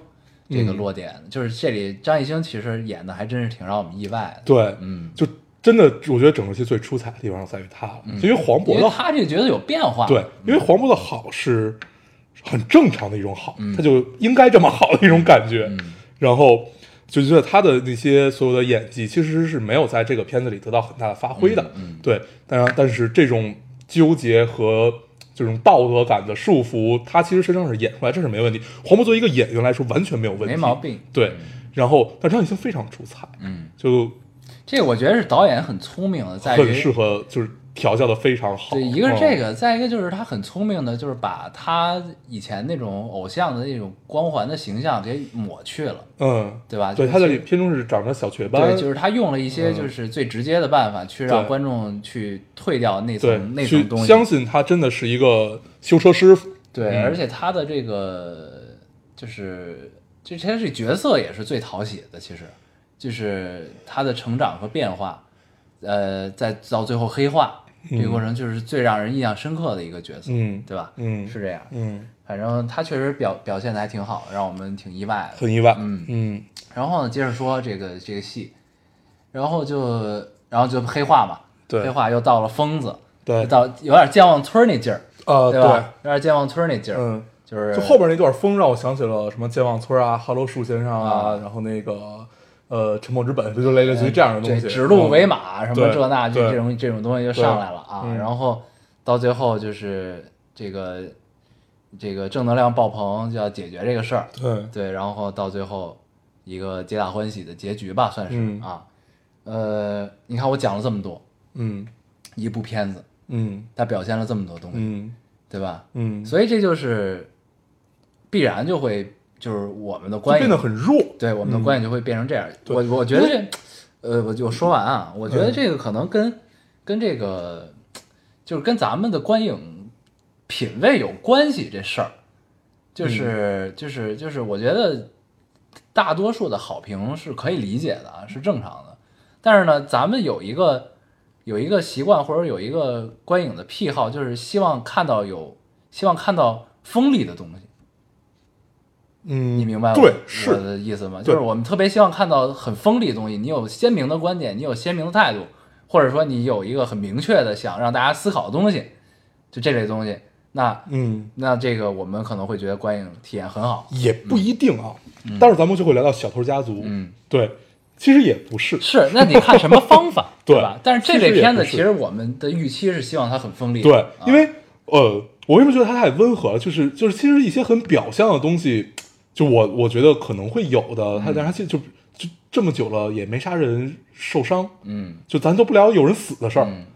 [SPEAKER 1] 这个
[SPEAKER 2] 嗯
[SPEAKER 1] 落点，就是这里张艺兴其实演的还真是挺让我们意外的。
[SPEAKER 2] 对，
[SPEAKER 1] 嗯，
[SPEAKER 2] 就真的我觉得整个戏最出彩的地方在于它了，因为黄
[SPEAKER 1] 因
[SPEAKER 2] 渤
[SPEAKER 1] 为
[SPEAKER 2] 的好，
[SPEAKER 1] 他这个角色有变化，
[SPEAKER 2] 对，因为黄渤的好是很正常的一种好，
[SPEAKER 1] 嗯
[SPEAKER 2] 他就应该这么好的一种感觉，然后。就觉得他的那些所有的演技其实是没有在这个片子里得到很大的发挥的，
[SPEAKER 1] 嗯
[SPEAKER 2] 对，但但是这种纠结和这种道德感的束缚，他其实身上是演出来，这是没问题。黄渤作为一个演员来说，完全没有问题，
[SPEAKER 1] 没毛病。
[SPEAKER 2] 对，然后但张艺兴非常出彩，
[SPEAKER 1] 嗯，
[SPEAKER 2] 就
[SPEAKER 1] 这个我觉得是导演很聪明的，在于
[SPEAKER 2] 很适合，就是调教的非常好。
[SPEAKER 1] 对，一个是这
[SPEAKER 2] 嗯，
[SPEAKER 1] 个，再一个就是他很聪明的，就是把他以前那种偶像的那种光环的形象给抹去了，
[SPEAKER 2] 嗯，
[SPEAKER 1] 对吧？啊
[SPEAKER 2] 对，
[SPEAKER 1] 就
[SPEAKER 2] 他在
[SPEAKER 1] 是
[SPEAKER 2] 里片中是长着小雀斑，
[SPEAKER 1] 对，就是他用了一些就是最直接的办法去让
[SPEAKER 2] 嗯对
[SPEAKER 1] 观众去退掉那
[SPEAKER 2] 对
[SPEAKER 1] 层那层
[SPEAKER 2] 去
[SPEAKER 1] 东
[SPEAKER 2] 相
[SPEAKER 1] 西。
[SPEAKER 2] 信他真的是一个修车师傅。
[SPEAKER 1] 对，
[SPEAKER 2] 嗯
[SPEAKER 1] 而且他的这个就是这他这角色也是最讨喜的，其实就是他的成长和变化，呃，在到最后黑化这个过程，就是最让人印象深刻的一个角色，
[SPEAKER 2] 嗯
[SPEAKER 1] 对吧？
[SPEAKER 2] 嗯
[SPEAKER 1] 是这样。
[SPEAKER 2] 嗯，
[SPEAKER 1] 反正他确实表表现的还挺好，让我们挺意外的。
[SPEAKER 2] 很意外。
[SPEAKER 1] 嗯
[SPEAKER 2] 嗯
[SPEAKER 1] 然后呢，接着说这个这个戏，然后就然后就黑化嘛，
[SPEAKER 2] 对
[SPEAKER 1] 黑话又到了疯子，
[SPEAKER 2] 对
[SPEAKER 1] 又到有点健忘村儿那劲儿，
[SPEAKER 2] 呃，
[SPEAKER 1] 对吧？有点健忘村儿那劲儿，
[SPEAKER 2] 嗯，
[SPEAKER 1] 就是
[SPEAKER 2] 就后边那段风让我想起了什么健忘村啊、哈喽树先生啊，
[SPEAKER 1] 啊
[SPEAKER 2] 然后那个呃沉默之本，就类类似于这样的东西，
[SPEAKER 1] 对指鹿为
[SPEAKER 2] 嗯
[SPEAKER 1] 马什么
[SPEAKER 2] 对
[SPEAKER 1] 这那就
[SPEAKER 2] 对
[SPEAKER 1] 这种这种东西就上来了啊
[SPEAKER 2] 对嗯，
[SPEAKER 1] 然后到最后就是这个这个正能量爆棚就要解决这个事儿，
[SPEAKER 2] 嗯对，
[SPEAKER 1] 对，然后到最后一个皆大欢喜的结局吧，算是、
[SPEAKER 2] 嗯
[SPEAKER 1] 啊，呃，你看我讲了这么多，
[SPEAKER 2] 嗯
[SPEAKER 1] 一部片子
[SPEAKER 2] 嗯
[SPEAKER 1] 它表现了这么多东西，
[SPEAKER 2] 嗯
[SPEAKER 1] 对吧？
[SPEAKER 2] 嗯，
[SPEAKER 1] 所以这就是必然就会就是我们的
[SPEAKER 2] 就
[SPEAKER 1] 关系
[SPEAKER 2] 变得很弱，
[SPEAKER 1] 对我们的关系就会变成这样。
[SPEAKER 2] 对
[SPEAKER 1] 我我觉得这，呃，我就说完啊，我觉得这个可能跟、跟这个就是跟咱们的观影品味有关系这事儿，就是、就是就是我觉得大多数的好评是可以理解的啊，是正常的。但是呢，咱们有一个有一个习惯或者有一个观影的癖好，就是希望看到有希望看到锋利的东西。
[SPEAKER 2] 嗯，
[SPEAKER 1] 你明白我
[SPEAKER 2] 对，
[SPEAKER 1] 我
[SPEAKER 2] 是，
[SPEAKER 1] 的意思吗？
[SPEAKER 2] 对
[SPEAKER 1] 就是我们特别希望看到很锋利的东西，你有鲜明的观点，你有鲜明的态度，或者说你有一个很明确的想让大家思考的东西，就这类东西。那
[SPEAKER 2] 嗯，
[SPEAKER 1] 那这个我们可能会觉得观影体验很好。
[SPEAKER 2] 也不一定啊。待会儿咱们就会聊到小偷家族，
[SPEAKER 1] 嗯，
[SPEAKER 2] 对，其实也不是，
[SPEAKER 1] 是，那你看什么方 法，
[SPEAKER 2] 对
[SPEAKER 1] 吧？但是这
[SPEAKER 2] 其实
[SPEAKER 1] 类
[SPEAKER 2] 也
[SPEAKER 1] 片
[SPEAKER 2] 不
[SPEAKER 1] 子
[SPEAKER 2] 是
[SPEAKER 1] 其实我们的预期是希望它很锋利的。
[SPEAKER 2] 对
[SPEAKER 1] 啊，
[SPEAKER 2] 因为呃，我为什么觉得它太温和了？就是就是，其实一些很表象的东西，就我我觉得可能会有的，
[SPEAKER 1] 嗯
[SPEAKER 2] 它但是它其实就就这么久了也没啥人受伤，
[SPEAKER 1] 嗯
[SPEAKER 2] 就咱都不聊有人死的事儿，
[SPEAKER 1] 嗯，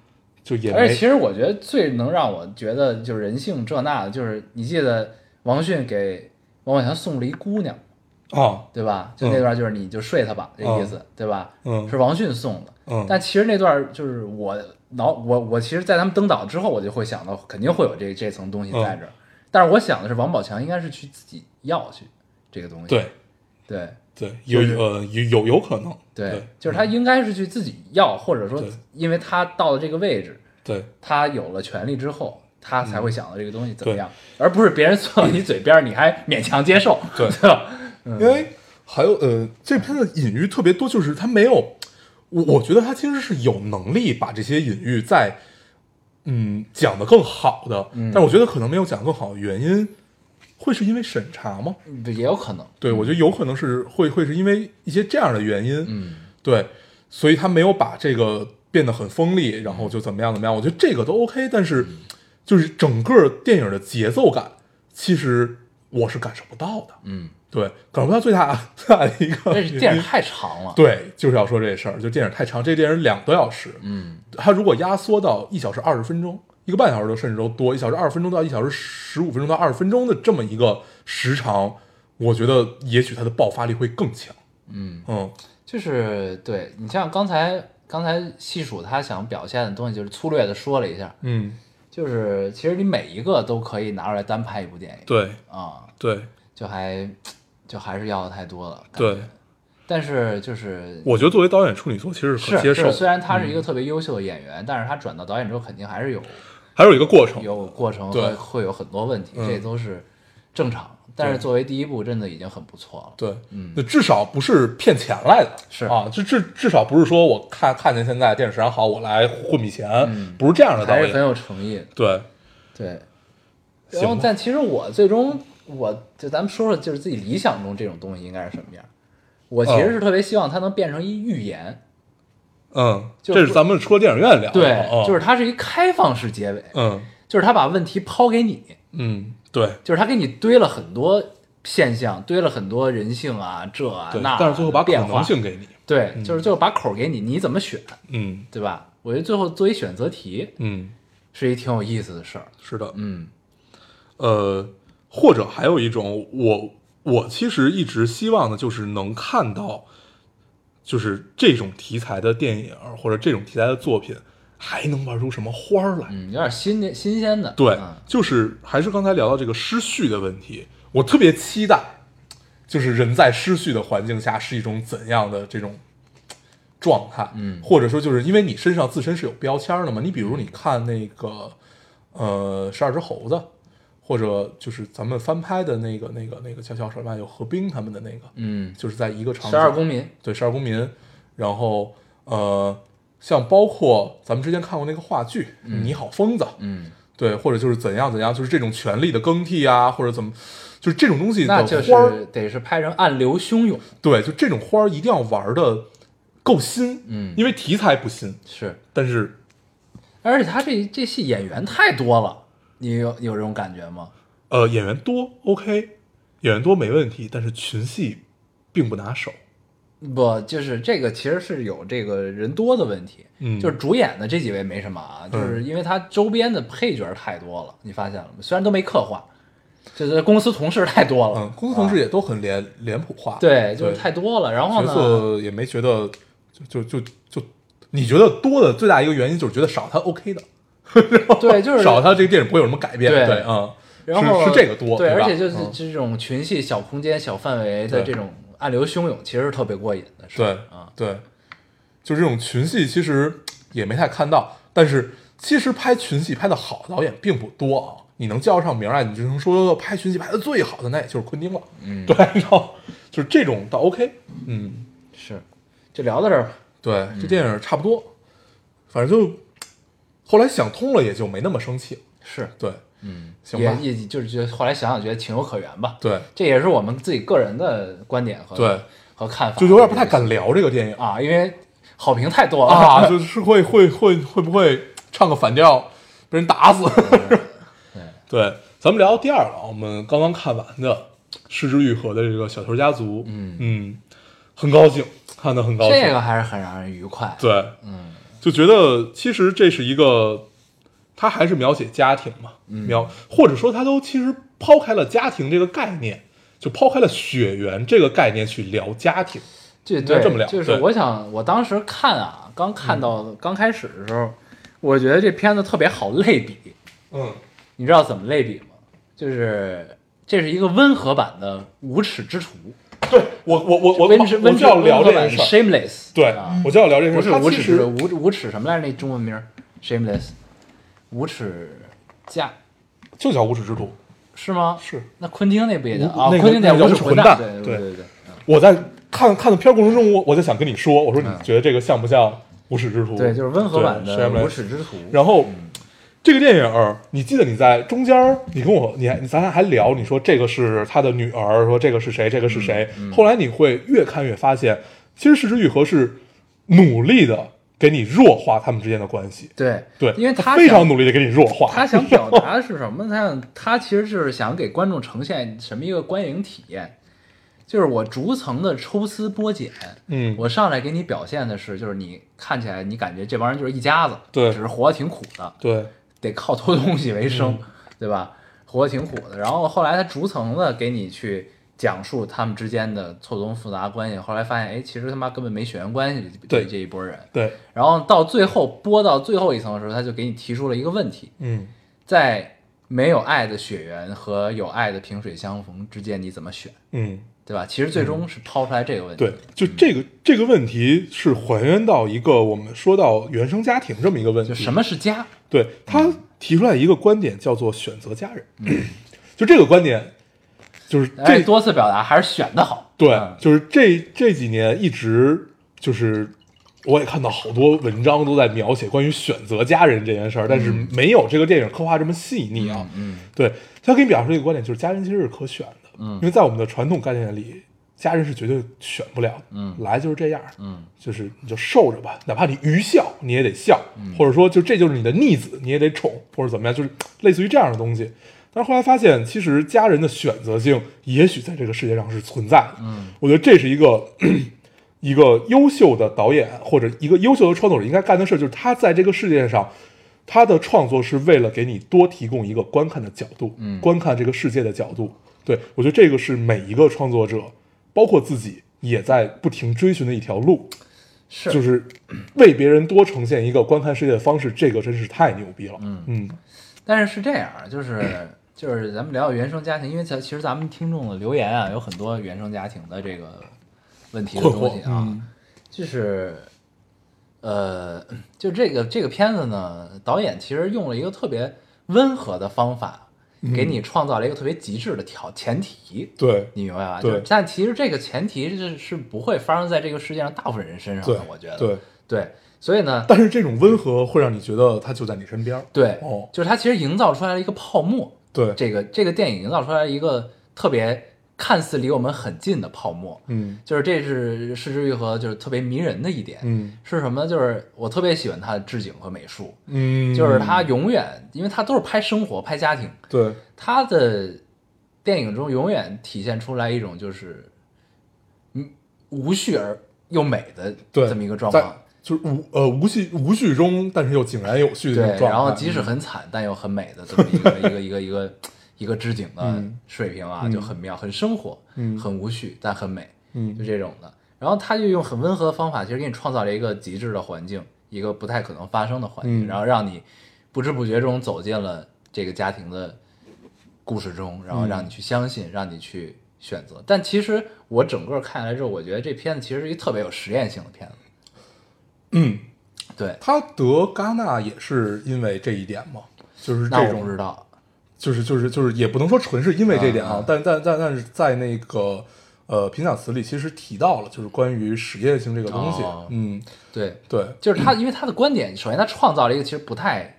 [SPEAKER 2] 就也
[SPEAKER 1] 而且
[SPEAKER 2] 没
[SPEAKER 1] 其实我觉得最能让我觉得就是人性这那的，就是你记得王迅给王宝强送了一姑娘。
[SPEAKER 2] 啊，
[SPEAKER 1] 对吧？就那段就是你就睡他吧，这意思，对吧？
[SPEAKER 2] 嗯
[SPEAKER 1] 是王迅送的。
[SPEAKER 2] 嗯
[SPEAKER 1] 但其实那段就是我脑我我其实，在他们登岛之后，我就会想到肯定会有这这层东西
[SPEAKER 2] 嗯
[SPEAKER 1] 在这儿。但是我想的是，王宝强应该是去自己要去这个东西。
[SPEAKER 2] 对
[SPEAKER 1] 对
[SPEAKER 2] 对，有
[SPEAKER 1] 就是
[SPEAKER 2] 呃有有有可能，
[SPEAKER 1] 对
[SPEAKER 2] 对嗯
[SPEAKER 1] 就是他应该是去自己要，或者说
[SPEAKER 2] 对，
[SPEAKER 1] 因为他到了这个位置，
[SPEAKER 2] 对
[SPEAKER 1] 他有了权利之后。他才
[SPEAKER 2] 嗯
[SPEAKER 1] 会想到这个东西怎么样，而不是别人送到你嘴边儿，你还勉强接受，
[SPEAKER 2] 对
[SPEAKER 1] 对吧？嗯
[SPEAKER 2] 因为还有呃，这片的隐喻特别多，就是它没有，我我觉得它其实是有能力把这些隐喻在嗯讲的更好的，但我觉得可能没有讲得更好的原因，会是因为审查吗？
[SPEAKER 1] 也有可能，
[SPEAKER 2] 对，我觉得有可能是会会是因为一些这样的原因，
[SPEAKER 1] 嗯，
[SPEAKER 2] 对，所以他没有把这个变得很锋利，然后就怎么样怎么样，我觉得这个都 OK，但是
[SPEAKER 1] 嗯
[SPEAKER 2] 就是整个电影的节奏感，其实我是感受不到的，
[SPEAKER 1] 嗯，
[SPEAKER 2] 对，感受不到最大 最大的一个
[SPEAKER 1] 但
[SPEAKER 2] 原
[SPEAKER 1] 是
[SPEAKER 2] 因，
[SPEAKER 1] 电影太长了，
[SPEAKER 2] 对，就是要说这事儿，就电影太长，这电影两个多小时，
[SPEAKER 1] 嗯，
[SPEAKER 2] 它如果压缩到一小时二十分钟，一个半小时都甚至都多，一小时二十分钟到一小时十五分钟到二十分钟的这么一个时长，我觉得也许它的爆发力会更强。
[SPEAKER 1] 嗯
[SPEAKER 2] 嗯，
[SPEAKER 1] 就是对你像刚才刚才细数他想表现的东西，就是粗略的说了一下，
[SPEAKER 2] 嗯，
[SPEAKER 1] 就是其实你每一个都可以拿出来单拍一部电影，
[SPEAKER 2] 对
[SPEAKER 1] 啊、
[SPEAKER 2] 对
[SPEAKER 1] 就还就还是要的太多了，，
[SPEAKER 2] 对，
[SPEAKER 1] 但是就是
[SPEAKER 2] 我觉得作为导演处女作其实可接
[SPEAKER 1] 是
[SPEAKER 2] 受嗯
[SPEAKER 1] 是，，虽然他是一个特别优秀的演员，但是他转到导演之后肯定还是有
[SPEAKER 2] 还有一个过程，
[SPEAKER 1] 有过程
[SPEAKER 2] 哦对
[SPEAKER 1] 和会有很多问题，
[SPEAKER 2] 嗯
[SPEAKER 1] 这都是正常。但是
[SPEAKER 2] 对
[SPEAKER 1] 作为第一部，真的已经很不错了。
[SPEAKER 2] 对，
[SPEAKER 1] 嗯
[SPEAKER 2] 那至少不是骗钱来的，
[SPEAKER 1] 是
[SPEAKER 2] 啊，至至至少不是说我看看见现在电影市场好，我来混笔钱，嗯不是这样的导
[SPEAKER 1] 还是很
[SPEAKER 2] 演，
[SPEAKER 1] 有诚意的。
[SPEAKER 2] 对，
[SPEAKER 1] 对，
[SPEAKER 2] 行
[SPEAKER 1] 然后
[SPEAKER 2] 吧
[SPEAKER 1] 但其实我最终，我就咱们说说，就是自己理想中这种东西应该是什么样。我
[SPEAKER 2] 哦
[SPEAKER 1] 其实是特别希望它能变成一预言，
[SPEAKER 2] 嗯，
[SPEAKER 1] 就
[SPEAKER 2] 这
[SPEAKER 1] 不
[SPEAKER 2] 是咱们说电影院聊的，嗯、
[SPEAKER 1] 对，哦就是它是一开放式结尾，
[SPEAKER 2] 嗯
[SPEAKER 1] 就是它把问题抛给你，
[SPEAKER 2] 嗯，对
[SPEAKER 1] 就是它给你堆了很多现象，堆了很多人性啊，这啊
[SPEAKER 2] 对，
[SPEAKER 1] 那啊，
[SPEAKER 2] 但是最后把可
[SPEAKER 1] 变化
[SPEAKER 2] 能，性嗯给你，
[SPEAKER 1] 对，就是最后把口给你，你怎么选，
[SPEAKER 2] 嗯
[SPEAKER 1] 对吧？我觉得最后做一选择题
[SPEAKER 2] 嗯，
[SPEAKER 1] 是一挺有意思的事儿，
[SPEAKER 2] 是的，
[SPEAKER 1] 嗯
[SPEAKER 2] 呃，或者还有一种，我我其实一直希望的就是能看到，就是这种题材的电影或者这种题材的作品还能玩出什么花儿来。
[SPEAKER 1] 嗯，有点新的新鲜的，
[SPEAKER 2] 对
[SPEAKER 1] 嗯，
[SPEAKER 2] 就是还是刚才聊到这个失序的问题，我特别期待，就是人在失序的环境下是一种怎样的这种状态，
[SPEAKER 1] 嗯
[SPEAKER 2] 或者说就是因为你身上自身是有标签的嘛，你比如你看那个呃十二只猴子，或者就是咱们翻拍的那个那个那个叫叫什么，有何冰他们的那个，
[SPEAKER 1] 嗯，
[SPEAKER 2] 就是在一个场景
[SPEAKER 1] 十二公民，
[SPEAKER 2] 对十二公民，然后呃像包括咱们之前看过那个话剧《你好，疯子》，
[SPEAKER 1] 嗯，
[SPEAKER 2] 对，或者就是怎样怎样，就是这种权力的更替啊，或者怎么，就是这种东西的
[SPEAKER 1] 那就
[SPEAKER 2] 花儿，
[SPEAKER 1] 是得是拍成暗流汹涌，
[SPEAKER 2] 对，就这种花儿一定要玩的够新，
[SPEAKER 1] 嗯
[SPEAKER 2] 因为题材不新，
[SPEAKER 1] 是，
[SPEAKER 2] 但是
[SPEAKER 1] 而且他这这戏演员太多了，你有有这种感觉吗？
[SPEAKER 2] 呃，演员多 OK，演员多没问题，但是群戏并不拿手，
[SPEAKER 1] 哦不，就是这个其实是有这个人多的问题，
[SPEAKER 2] 嗯
[SPEAKER 1] 就是主演的这几位没什么啊，就是因为他周边的配角太多了，你发现了吗？虽然都没刻画，就是公司同事太多了，
[SPEAKER 2] 嗯，公司同事
[SPEAKER 1] 啊、
[SPEAKER 2] 也都很脸脸谱化，
[SPEAKER 1] 对，就是太多了，然后
[SPEAKER 2] 角
[SPEAKER 1] 呢，
[SPEAKER 2] 色也没觉得就就就就你觉得多的最大一个原因就是觉得少他 OK 的，
[SPEAKER 1] 对，就是
[SPEAKER 2] 少他这个电影不会有什么改变，
[SPEAKER 1] 对
[SPEAKER 2] 对啊，
[SPEAKER 1] 然后
[SPEAKER 2] 是是这个多，
[SPEAKER 1] 对，而
[SPEAKER 2] 吧
[SPEAKER 1] 且就是
[SPEAKER 2] 嗯
[SPEAKER 1] 这种群戏、小空间、小范围的
[SPEAKER 2] 对
[SPEAKER 1] 这种暗流汹涌，其实是特别过瘾的事
[SPEAKER 2] 对
[SPEAKER 1] 儿，啊，
[SPEAKER 2] 对，就这种群戏其实也没太看到，但是其实拍群戏拍的好的导演并不多啊。你能叫上名来，你就能说拍群戏拍的最好的，那也就是昆汀了。
[SPEAKER 1] 嗯
[SPEAKER 2] 对，然后就是这种倒 OK。嗯，
[SPEAKER 1] 是，就聊到这儿吧，
[SPEAKER 2] 对，这电影差不多，反正就后来想通了，也就没那么生气了。
[SPEAKER 1] 是，
[SPEAKER 2] 对，
[SPEAKER 1] 嗯，
[SPEAKER 2] 行
[SPEAKER 1] 也
[SPEAKER 2] 吧
[SPEAKER 1] 也就是觉得后来想想觉得情有可原吧，
[SPEAKER 2] 对，
[SPEAKER 1] 这也是我们自己个人的观点和
[SPEAKER 2] 对
[SPEAKER 1] 和看法，
[SPEAKER 2] 就有点不太敢聊这个电影
[SPEAKER 1] 啊，因为好评太多了
[SPEAKER 2] 啊， 就是会会会会不会唱个反调被人打死？ 对，咱们聊第二啊了，我们刚刚看完的《失之愈合》的这个《小偷家族》，
[SPEAKER 1] 嗯
[SPEAKER 2] 嗯，很高兴，看得很高兴。
[SPEAKER 1] 这个还是很让人愉快，
[SPEAKER 2] 对，
[SPEAKER 1] 嗯，
[SPEAKER 2] 就觉得其实这是一个，他还是描写家庭嘛，描或者说他都其实抛开了家庭这个概念，就抛开了血缘这个概念去聊家庭。
[SPEAKER 1] 这
[SPEAKER 2] 应该
[SPEAKER 1] 对
[SPEAKER 2] 这么聊
[SPEAKER 1] 就是
[SPEAKER 2] 对嗯
[SPEAKER 1] 我想我当时看啊，刚看到、刚开始的时候，我觉得这片子特别好类比，
[SPEAKER 2] 嗯
[SPEAKER 1] 你知道怎么类比吗？就是这是一个温和版的《无耻之徒》，
[SPEAKER 2] 我我我我
[SPEAKER 1] 温
[SPEAKER 2] 我
[SPEAKER 1] 之
[SPEAKER 2] 我
[SPEAKER 1] 温
[SPEAKER 2] 就
[SPEAKER 1] 之
[SPEAKER 2] 要聊这
[SPEAKER 1] 温和
[SPEAKER 2] 件
[SPEAKER 1] 版
[SPEAKER 2] 事
[SPEAKER 1] 的
[SPEAKER 2] 儿，
[SPEAKER 1] Shameless，
[SPEAKER 2] 对，
[SPEAKER 1] 啊，
[SPEAKER 2] 我就要聊这件
[SPEAKER 1] 不
[SPEAKER 2] 事
[SPEAKER 1] 是
[SPEAKER 2] 儿。他
[SPEAKER 1] 无
[SPEAKER 2] 其
[SPEAKER 1] 耻之
[SPEAKER 2] 实
[SPEAKER 1] 徒，无无耻什么来着？那中文名儿 Shameless，无耻架
[SPEAKER 2] 就叫无耻之徒，
[SPEAKER 1] 是吗？
[SPEAKER 2] 是
[SPEAKER 1] 那昆汀那不也叫
[SPEAKER 2] 无
[SPEAKER 1] 啊？
[SPEAKER 2] 那个
[SPEAKER 1] 昆汀
[SPEAKER 2] 那个
[SPEAKER 1] 无
[SPEAKER 2] 叫
[SPEAKER 1] 耻
[SPEAKER 2] 是
[SPEAKER 1] 混
[SPEAKER 2] 混蛋
[SPEAKER 1] 对
[SPEAKER 2] 对
[SPEAKER 1] 对对。
[SPEAKER 2] 我在看看的片儿过程中，我我就想跟你说，我说
[SPEAKER 1] 嗯
[SPEAKER 2] 你觉得这个像不像《无耻之徒》？
[SPEAKER 1] 对，就是温和版
[SPEAKER 2] 对
[SPEAKER 1] 的
[SPEAKER 2] ，Shameless
[SPEAKER 1] 无耻之徒。
[SPEAKER 2] 然后、这个电影儿，你记得你在中间儿，你跟我，你还咱俩还聊，你说这个是他的女儿，说这个是谁，这个
[SPEAKER 1] 嗯
[SPEAKER 2] 是谁。后来你会越看越发现，其实《失之愈合》是努力的给你弱化他们之间的关系，
[SPEAKER 1] 对
[SPEAKER 2] 对，
[SPEAKER 1] 因为
[SPEAKER 2] 他
[SPEAKER 1] 他
[SPEAKER 2] 非常
[SPEAKER 1] 想
[SPEAKER 2] 努力的给你弱化。
[SPEAKER 1] 他想 表达的是什么？他想他其实就是想给观众呈现什么一个观影体验，就是我逐层的抽丝剥茧。
[SPEAKER 2] 嗯
[SPEAKER 1] 我上来给你表现的是，就是你看起来你感觉这帮人就是一家子，
[SPEAKER 2] 对
[SPEAKER 1] 只是活得挺苦的，
[SPEAKER 2] 对，
[SPEAKER 1] 得靠偷东西为生，
[SPEAKER 2] 嗯
[SPEAKER 1] 对吧？活得挺苦的。然后后来他逐层的给你去讲述他们之间的错综复杂关系，后来发现，哎，其实他妈根本没血缘关系，这
[SPEAKER 2] 对
[SPEAKER 1] 这一波人。
[SPEAKER 2] 对，
[SPEAKER 1] 然后到最后播到最后一层的时候，他就给你提出了一个问题：
[SPEAKER 2] 嗯，
[SPEAKER 1] 在没有爱的血缘和有爱的萍水相逢之间，你怎么选，
[SPEAKER 2] 嗯。
[SPEAKER 1] 对吧？其实最终是抛出来这个问题。
[SPEAKER 2] 对，就这个、这个问题是还原到一个我们说到原生家庭这么一个问题，
[SPEAKER 1] 就什么是家？
[SPEAKER 2] 对他提出来一个观点，叫做选择家人。 就这个观点，就是这、
[SPEAKER 1] 嗯哎，多次表达还是选的好。
[SPEAKER 2] 对
[SPEAKER 1] 嗯，
[SPEAKER 2] 就是这这几年一直就是我也看到好多文章都在描写关于选择家人这件事儿，但是没有这个电影刻画这么细腻啊。
[SPEAKER 1] 嗯，
[SPEAKER 2] 对他给你表示这个观点，就是家人其实是可选的，
[SPEAKER 1] 嗯
[SPEAKER 2] 因为在我们的传统概念里，家人是绝对选不了的，
[SPEAKER 1] 嗯
[SPEAKER 2] 来就是这样，
[SPEAKER 1] 嗯，
[SPEAKER 2] 就是你就受着吧，哪怕你愚孝，你也得孝，
[SPEAKER 1] 嗯
[SPEAKER 2] 或者说就这就是你的逆子，你也得宠，或者怎么样，就是类似于这样的东西。但是后来发现，其实家人的选择性也许在这个世界上是存在的。嗯，我觉得这是一个一个优秀的导演或者一个优秀的创作者应该干的事，就是他在这个世界上，他的创作是为了给你多提供一个观看的角度，
[SPEAKER 1] 嗯
[SPEAKER 2] 观看这个世界的角度。对我觉得这个是每一个创作者，包括自己，也在不停追寻的一条路，
[SPEAKER 1] 是
[SPEAKER 2] 就是为别人多呈现一个观看世界的方式，这个真是太牛逼了。嗯嗯
[SPEAKER 1] 但是是这样， 就是就是咱们聊原生家庭，因为咱其实咱们听众的留言啊，有很多原生家庭的这个问题的东西
[SPEAKER 2] 困惑
[SPEAKER 1] 啊，就是呃，就这个这个片子呢，导演其实用了一个特别温和的方法，给你创造了一个特别极致的条前提。
[SPEAKER 2] 对
[SPEAKER 1] 你明白吧？
[SPEAKER 2] 对
[SPEAKER 1] 就是但其实这个前提是是不会发生在这个世界上大部分人身上啊
[SPEAKER 2] 对
[SPEAKER 1] 的，，我觉得。
[SPEAKER 2] 对
[SPEAKER 1] 对，所以呢，
[SPEAKER 2] 但是这种温和会让你觉得他就在你身边儿。
[SPEAKER 1] 对，
[SPEAKER 2] 哦
[SPEAKER 1] 就是它其实营造出来了一个泡沫，
[SPEAKER 2] 对，
[SPEAKER 1] 这个这个电影营造出来一个特别看似离我们很近的泡沫，
[SPEAKER 2] 嗯
[SPEAKER 1] 就是这是《失之愈合》就是特别迷人的一点，
[SPEAKER 2] 嗯
[SPEAKER 1] 是什么呢？就是我特别喜欢它的置景和美术，
[SPEAKER 2] 嗯，
[SPEAKER 1] 就是它永远，因为它都是拍生活、拍家庭，
[SPEAKER 2] 对
[SPEAKER 1] 它的电影中永远体现出来一种就是，嗯，无序而又美的
[SPEAKER 2] 对
[SPEAKER 1] 这么一个状
[SPEAKER 2] 在
[SPEAKER 1] 况。
[SPEAKER 2] 就是无呃无序无序中，但是又井然有序的
[SPEAKER 1] 对，
[SPEAKER 2] 状态。嗯
[SPEAKER 1] 然后即使很惨，但又很美的这么一个一个一个一个一个置景的
[SPEAKER 2] 嗯
[SPEAKER 1] 水平啊，
[SPEAKER 2] 嗯
[SPEAKER 1] 就很妙，很生活，
[SPEAKER 2] 嗯
[SPEAKER 1] 很无序，但很美，
[SPEAKER 2] 嗯
[SPEAKER 1] 就这种的。然后他就用很温和的方法，其实给你创造了一个极致的环境，一个不太可能发生的环境，
[SPEAKER 2] 嗯
[SPEAKER 1] 然后让你不知不觉中走进了这个家庭的故事中，然后
[SPEAKER 2] 嗯
[SPEAKER 1] 让你去相信，让你去选择。但其实我整个看下来之后，我觉得这片子其实是一特别有实验性的片子。
[SPEAKER 2] 嗯，
[SPEAKER 1] 对，
[SPEAKER 2] 他得戛纳也是因为这一点嘛，就是
[SPEAKER 1] 那
[SPEAKER 2] 这
[SPEAKER 1] 我不知
[SPEAKER 2] 种，
[SPEAKER 1] 道，
[SPEAKER 2] 就是就是就是也不能说纯是因为这一点
[SPEAKER 1] 嗯
[SPEAKER 2] 啊
[SPEAKER 1] 嗯，
[SPEAKER 2] 但但但但是在那个呃评奖词里其实提到了，就是关于实验性这个东西
[SPEAKER 1] 哦。
[SPEAKER 2] 嗯，
[SPEAKER 1] 对，
[SPEAKER 2] 对，
[SPEAKER 1] 就是他，因为他的观点，首先他创造了一个其实不太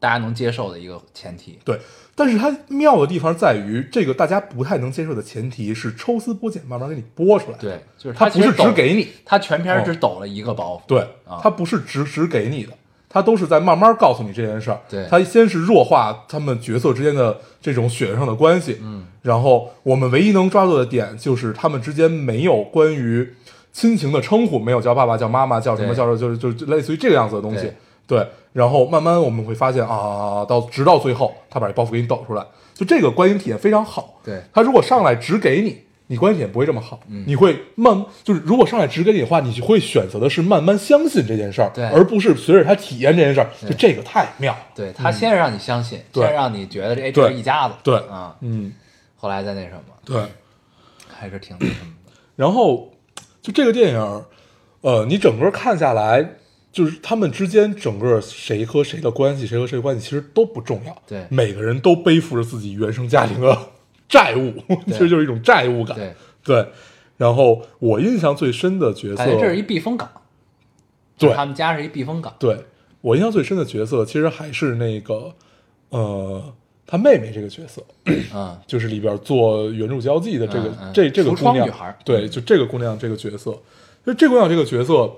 [SPEAKER 1] 大家能接受的一个前提。
[SPEAKER 2] 对，但是它妙的地方在于，这个大家不太能接受的前提是抽丝剥茧，慢慢给你剥出来。
[SPEAKER 1] 对，就是
[SPEAKER 2] 它
[SPEAKER 1] 其
[SPEAKER 2] 不
[SPEAKER 1] 实
[SPEAKER 2] 是只
[SPEAKER 1] 抖
[SPEAKER 2] 给你，
[SPEAKER 1] 他全篇
[SPEAKER 2] 哦
[SPEAKER 1] 只抖了一个包袱。
[SPEAKER 2] 对
[SPEAKER 1] 啊，
[SPEAKER 2] 它不是只只给你的，它都是在慢慢告诉你这件事儿。
[SPEAKER 1] 对
[SPEAKER 2] 它先是弱化他们角色之间的这种血缘上的关系，嗯，然后我们唯一能抓住的点就是他们之间没有关于亲情的称呼，没有叫爸爸、叫妈妈、叫什么
[SPEAKER 1] 对
[SPEAKER 2] 叫就是就是类似于这个样子的东西
[SPEAKER 1] 对。
[SPEAKER 2] 对，然后慢慢我们会发现啊，到直到最后，他把这包袱给你抖出来，就这个观影体验非常好。
[SPEAKER 1] 对嗯
[SPEAKER 2] 他如果上来只给你，你观点不会这么好，你会慢，就是如果上来只给你的话，你会选择的是慢慢相信这件事儿，
[SPEAKER 1] 对
[SPEAKER 2] 而不是随着他体验这件事儿，
[SPEAKER 1] 对
[SPEAKER 2] 就这个太妙了，
[SPEAKER 1] 对他先让你相信，
[SPEAKER 2] 嗯对
[SPEAKER 1] 先让你觉得这哎这是一家子，
[SPEAKER 2] 对
[SPEAKER 1] 啊，
[SPEAKER 2] 嗯，
[SPEAKER 1] 后来再那什么，
[SPEAKER 2] 对，
[SPEAKER 1] 还是 挺那什么的。
[SPEAKER 2] 然后呃就这个电影儿，呃，你整个看下来，就是他们之间整个谁和谁的关系，谁和谁的关系其实都不重要，
[SPEAKER 1] 对
[SPEAKER 2] 每个人都背负着自己原生家庭的 债务，其实就是一种债务感，
[SPEAKER 1] 对，
[SPEAKER 2] 对然后我印象最深的角色
[SPEAKER 1] 感，觉哎这是一避风港，
[SPEAKER 2] 对
[SPEAKER 1] 他们家是一避风港，
[SPEAKER 2] 对我印象最深的角色，其实还是那个，呃，他妹妹这个角色，
[SPEAKER 1] 嗯，
[SPEAKER 2] 就是里边做援助交际的这个、
[SPEAKER 1] 嗯嗯
[SPEAKER 2] 这这个
[SPEAKER 1] 橱
[SPEAKER 2] 姑
[SPEAKER 1] 窗
[SPEAKER 2] 娘，
[SPEAKER 1] 女孩儿嗯
[SPEAKER 2] 对，就这个姑娘这个角色，就这姑娘这个角色，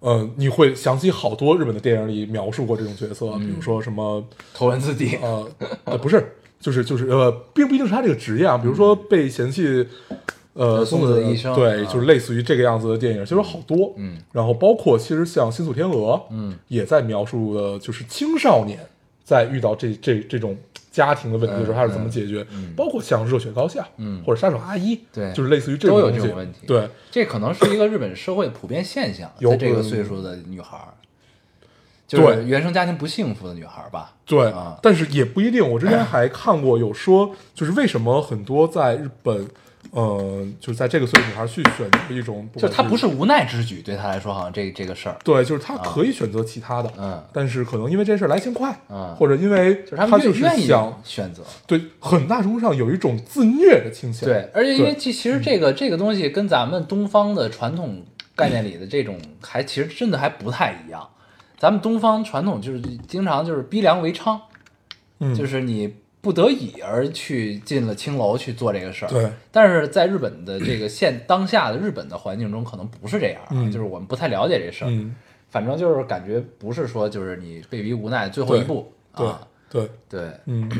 [SPEAKER 2] 呃，你会想起好多日本的电影里描述过这种角
[SPEAKER 1] 嗯
[SPEAKER 2] 色，比如说什么
[SPEAKER 1] 头文字 D，
[SPEAKER 2] 呃，呃不是，就是就是呃，并不一定是他这个职业啊，比如说被嫌弃。呃，
[SPEAKER 1] 松
[SPEAKER 2] 松
[SPEAKER 1] 子
[SPEAKER 2] 子
[SPEAKER 1] 的一生
[SPEAKER 2] 对，
[SPEAKER 1] 啊
[SPEAKER 2] 就是类似于这个样子的电影，其实好多。
[SPEAKER 1] 嗯，
[SPEAKER 2] 然后包括其实像《新宿天鹅》，
[SPEAKER 1] 嗯，
[SPEAKER 2] 也在描述的就是青少年在遇到这这这种家庭的问题的时候，
[SPEAKER 1] 嗯
[SPEAKER 2] 他是怎么解决。包括像《热血高校》，
[SPEAKER 1] 嗯
[SPEAKER 2] 或者《杀手阿姨》，
[SPEAKER 1] 对
[SPEAKER 2] 就是类似于这种
[SPEAKER 1] 都有
[SPEAKER 2] 东
[SPEAKER 1] 这
[SPEAKER 2] 西
[SPEAKER 1] 种问题
[SPEAKER 2] 对，
[SPEAKER 1] 这可能是一个日本社会的普遍现象，
[SPEAKER 2] 有
[SPEAKER 1] 在这个
[SPEAKER 2] 嗯
[SPEAKER 1] 岁数的女孩儿，就是
[SPEAKER 2] 对
[SPEAKER 1] 原生家庭不幸福的女孩儿吧，
[SPEAKER 2] 对，
[SPEAKER 1] 啊
[SPEAKER 2] 但是也不一定。我之前还看过有说，就是为什么很多在日本，呃，就是在这个岁数女孩去选择一种，
[SPEAKER 1] 就是她不
[SPEAKER 2] 管
[SPEAKER 1] 是无奈之举，对她来说好像这这个事儿，
[SPEAKER 2] 对，就是她可以选择其他的，
[SPEAKER 1] 嗯
[SPEAKER 2] 但是可能因为这事儿来钱快，
[SPEAKER 1] 嗯
[SPEAKER 2] 或者因为
[SPEAKER 1] 就是
[SPEAKER 2] 她
[SPEAKER 1] 们
[SPEAKER 2] 就
[SPEAKER 1] 愿
[SPEAKER 2] 是
[SPEAKER 1] 愿意
[SPEAKER 2] 想，
[SPEAKER 1] 选择，
[SPEAKER 2] 对，很大程度上有一种自虐的倾向。
[SPEAKER 1] 对，而且因为
[SPEAKER 2] 对
[SPEAKER 1] 其其实这个这个东西跟咱们东方的传统概念里的这种还其实真的还不太一样，咱们东方传统就是经常就是逼良为娼，
[SPEAKER 2] 嗯，
[SPEAKER 1] 就是你不得已而去进了青楼去做这个事儿。
[SPEAKER 2] 对，
[SPEAKER 1] 但是在日本的这个现当下的日本的环境中，可能不是这样啊，
[SPEAKER 2] 嗯
[SPEAKER 1] 就是我们不太了解这事儿。
[SPEAKER 2] 嗯，
[SPEAKER 1] 反正就是感觉不是说就是你被逼无奈最后一步
[SPEAKER 2] 对
[SPEAKER 1] 啊，
[SPEAKER 2] 对，
[SPEAKER 1] 对，
[SPEAKER 2] 嗯，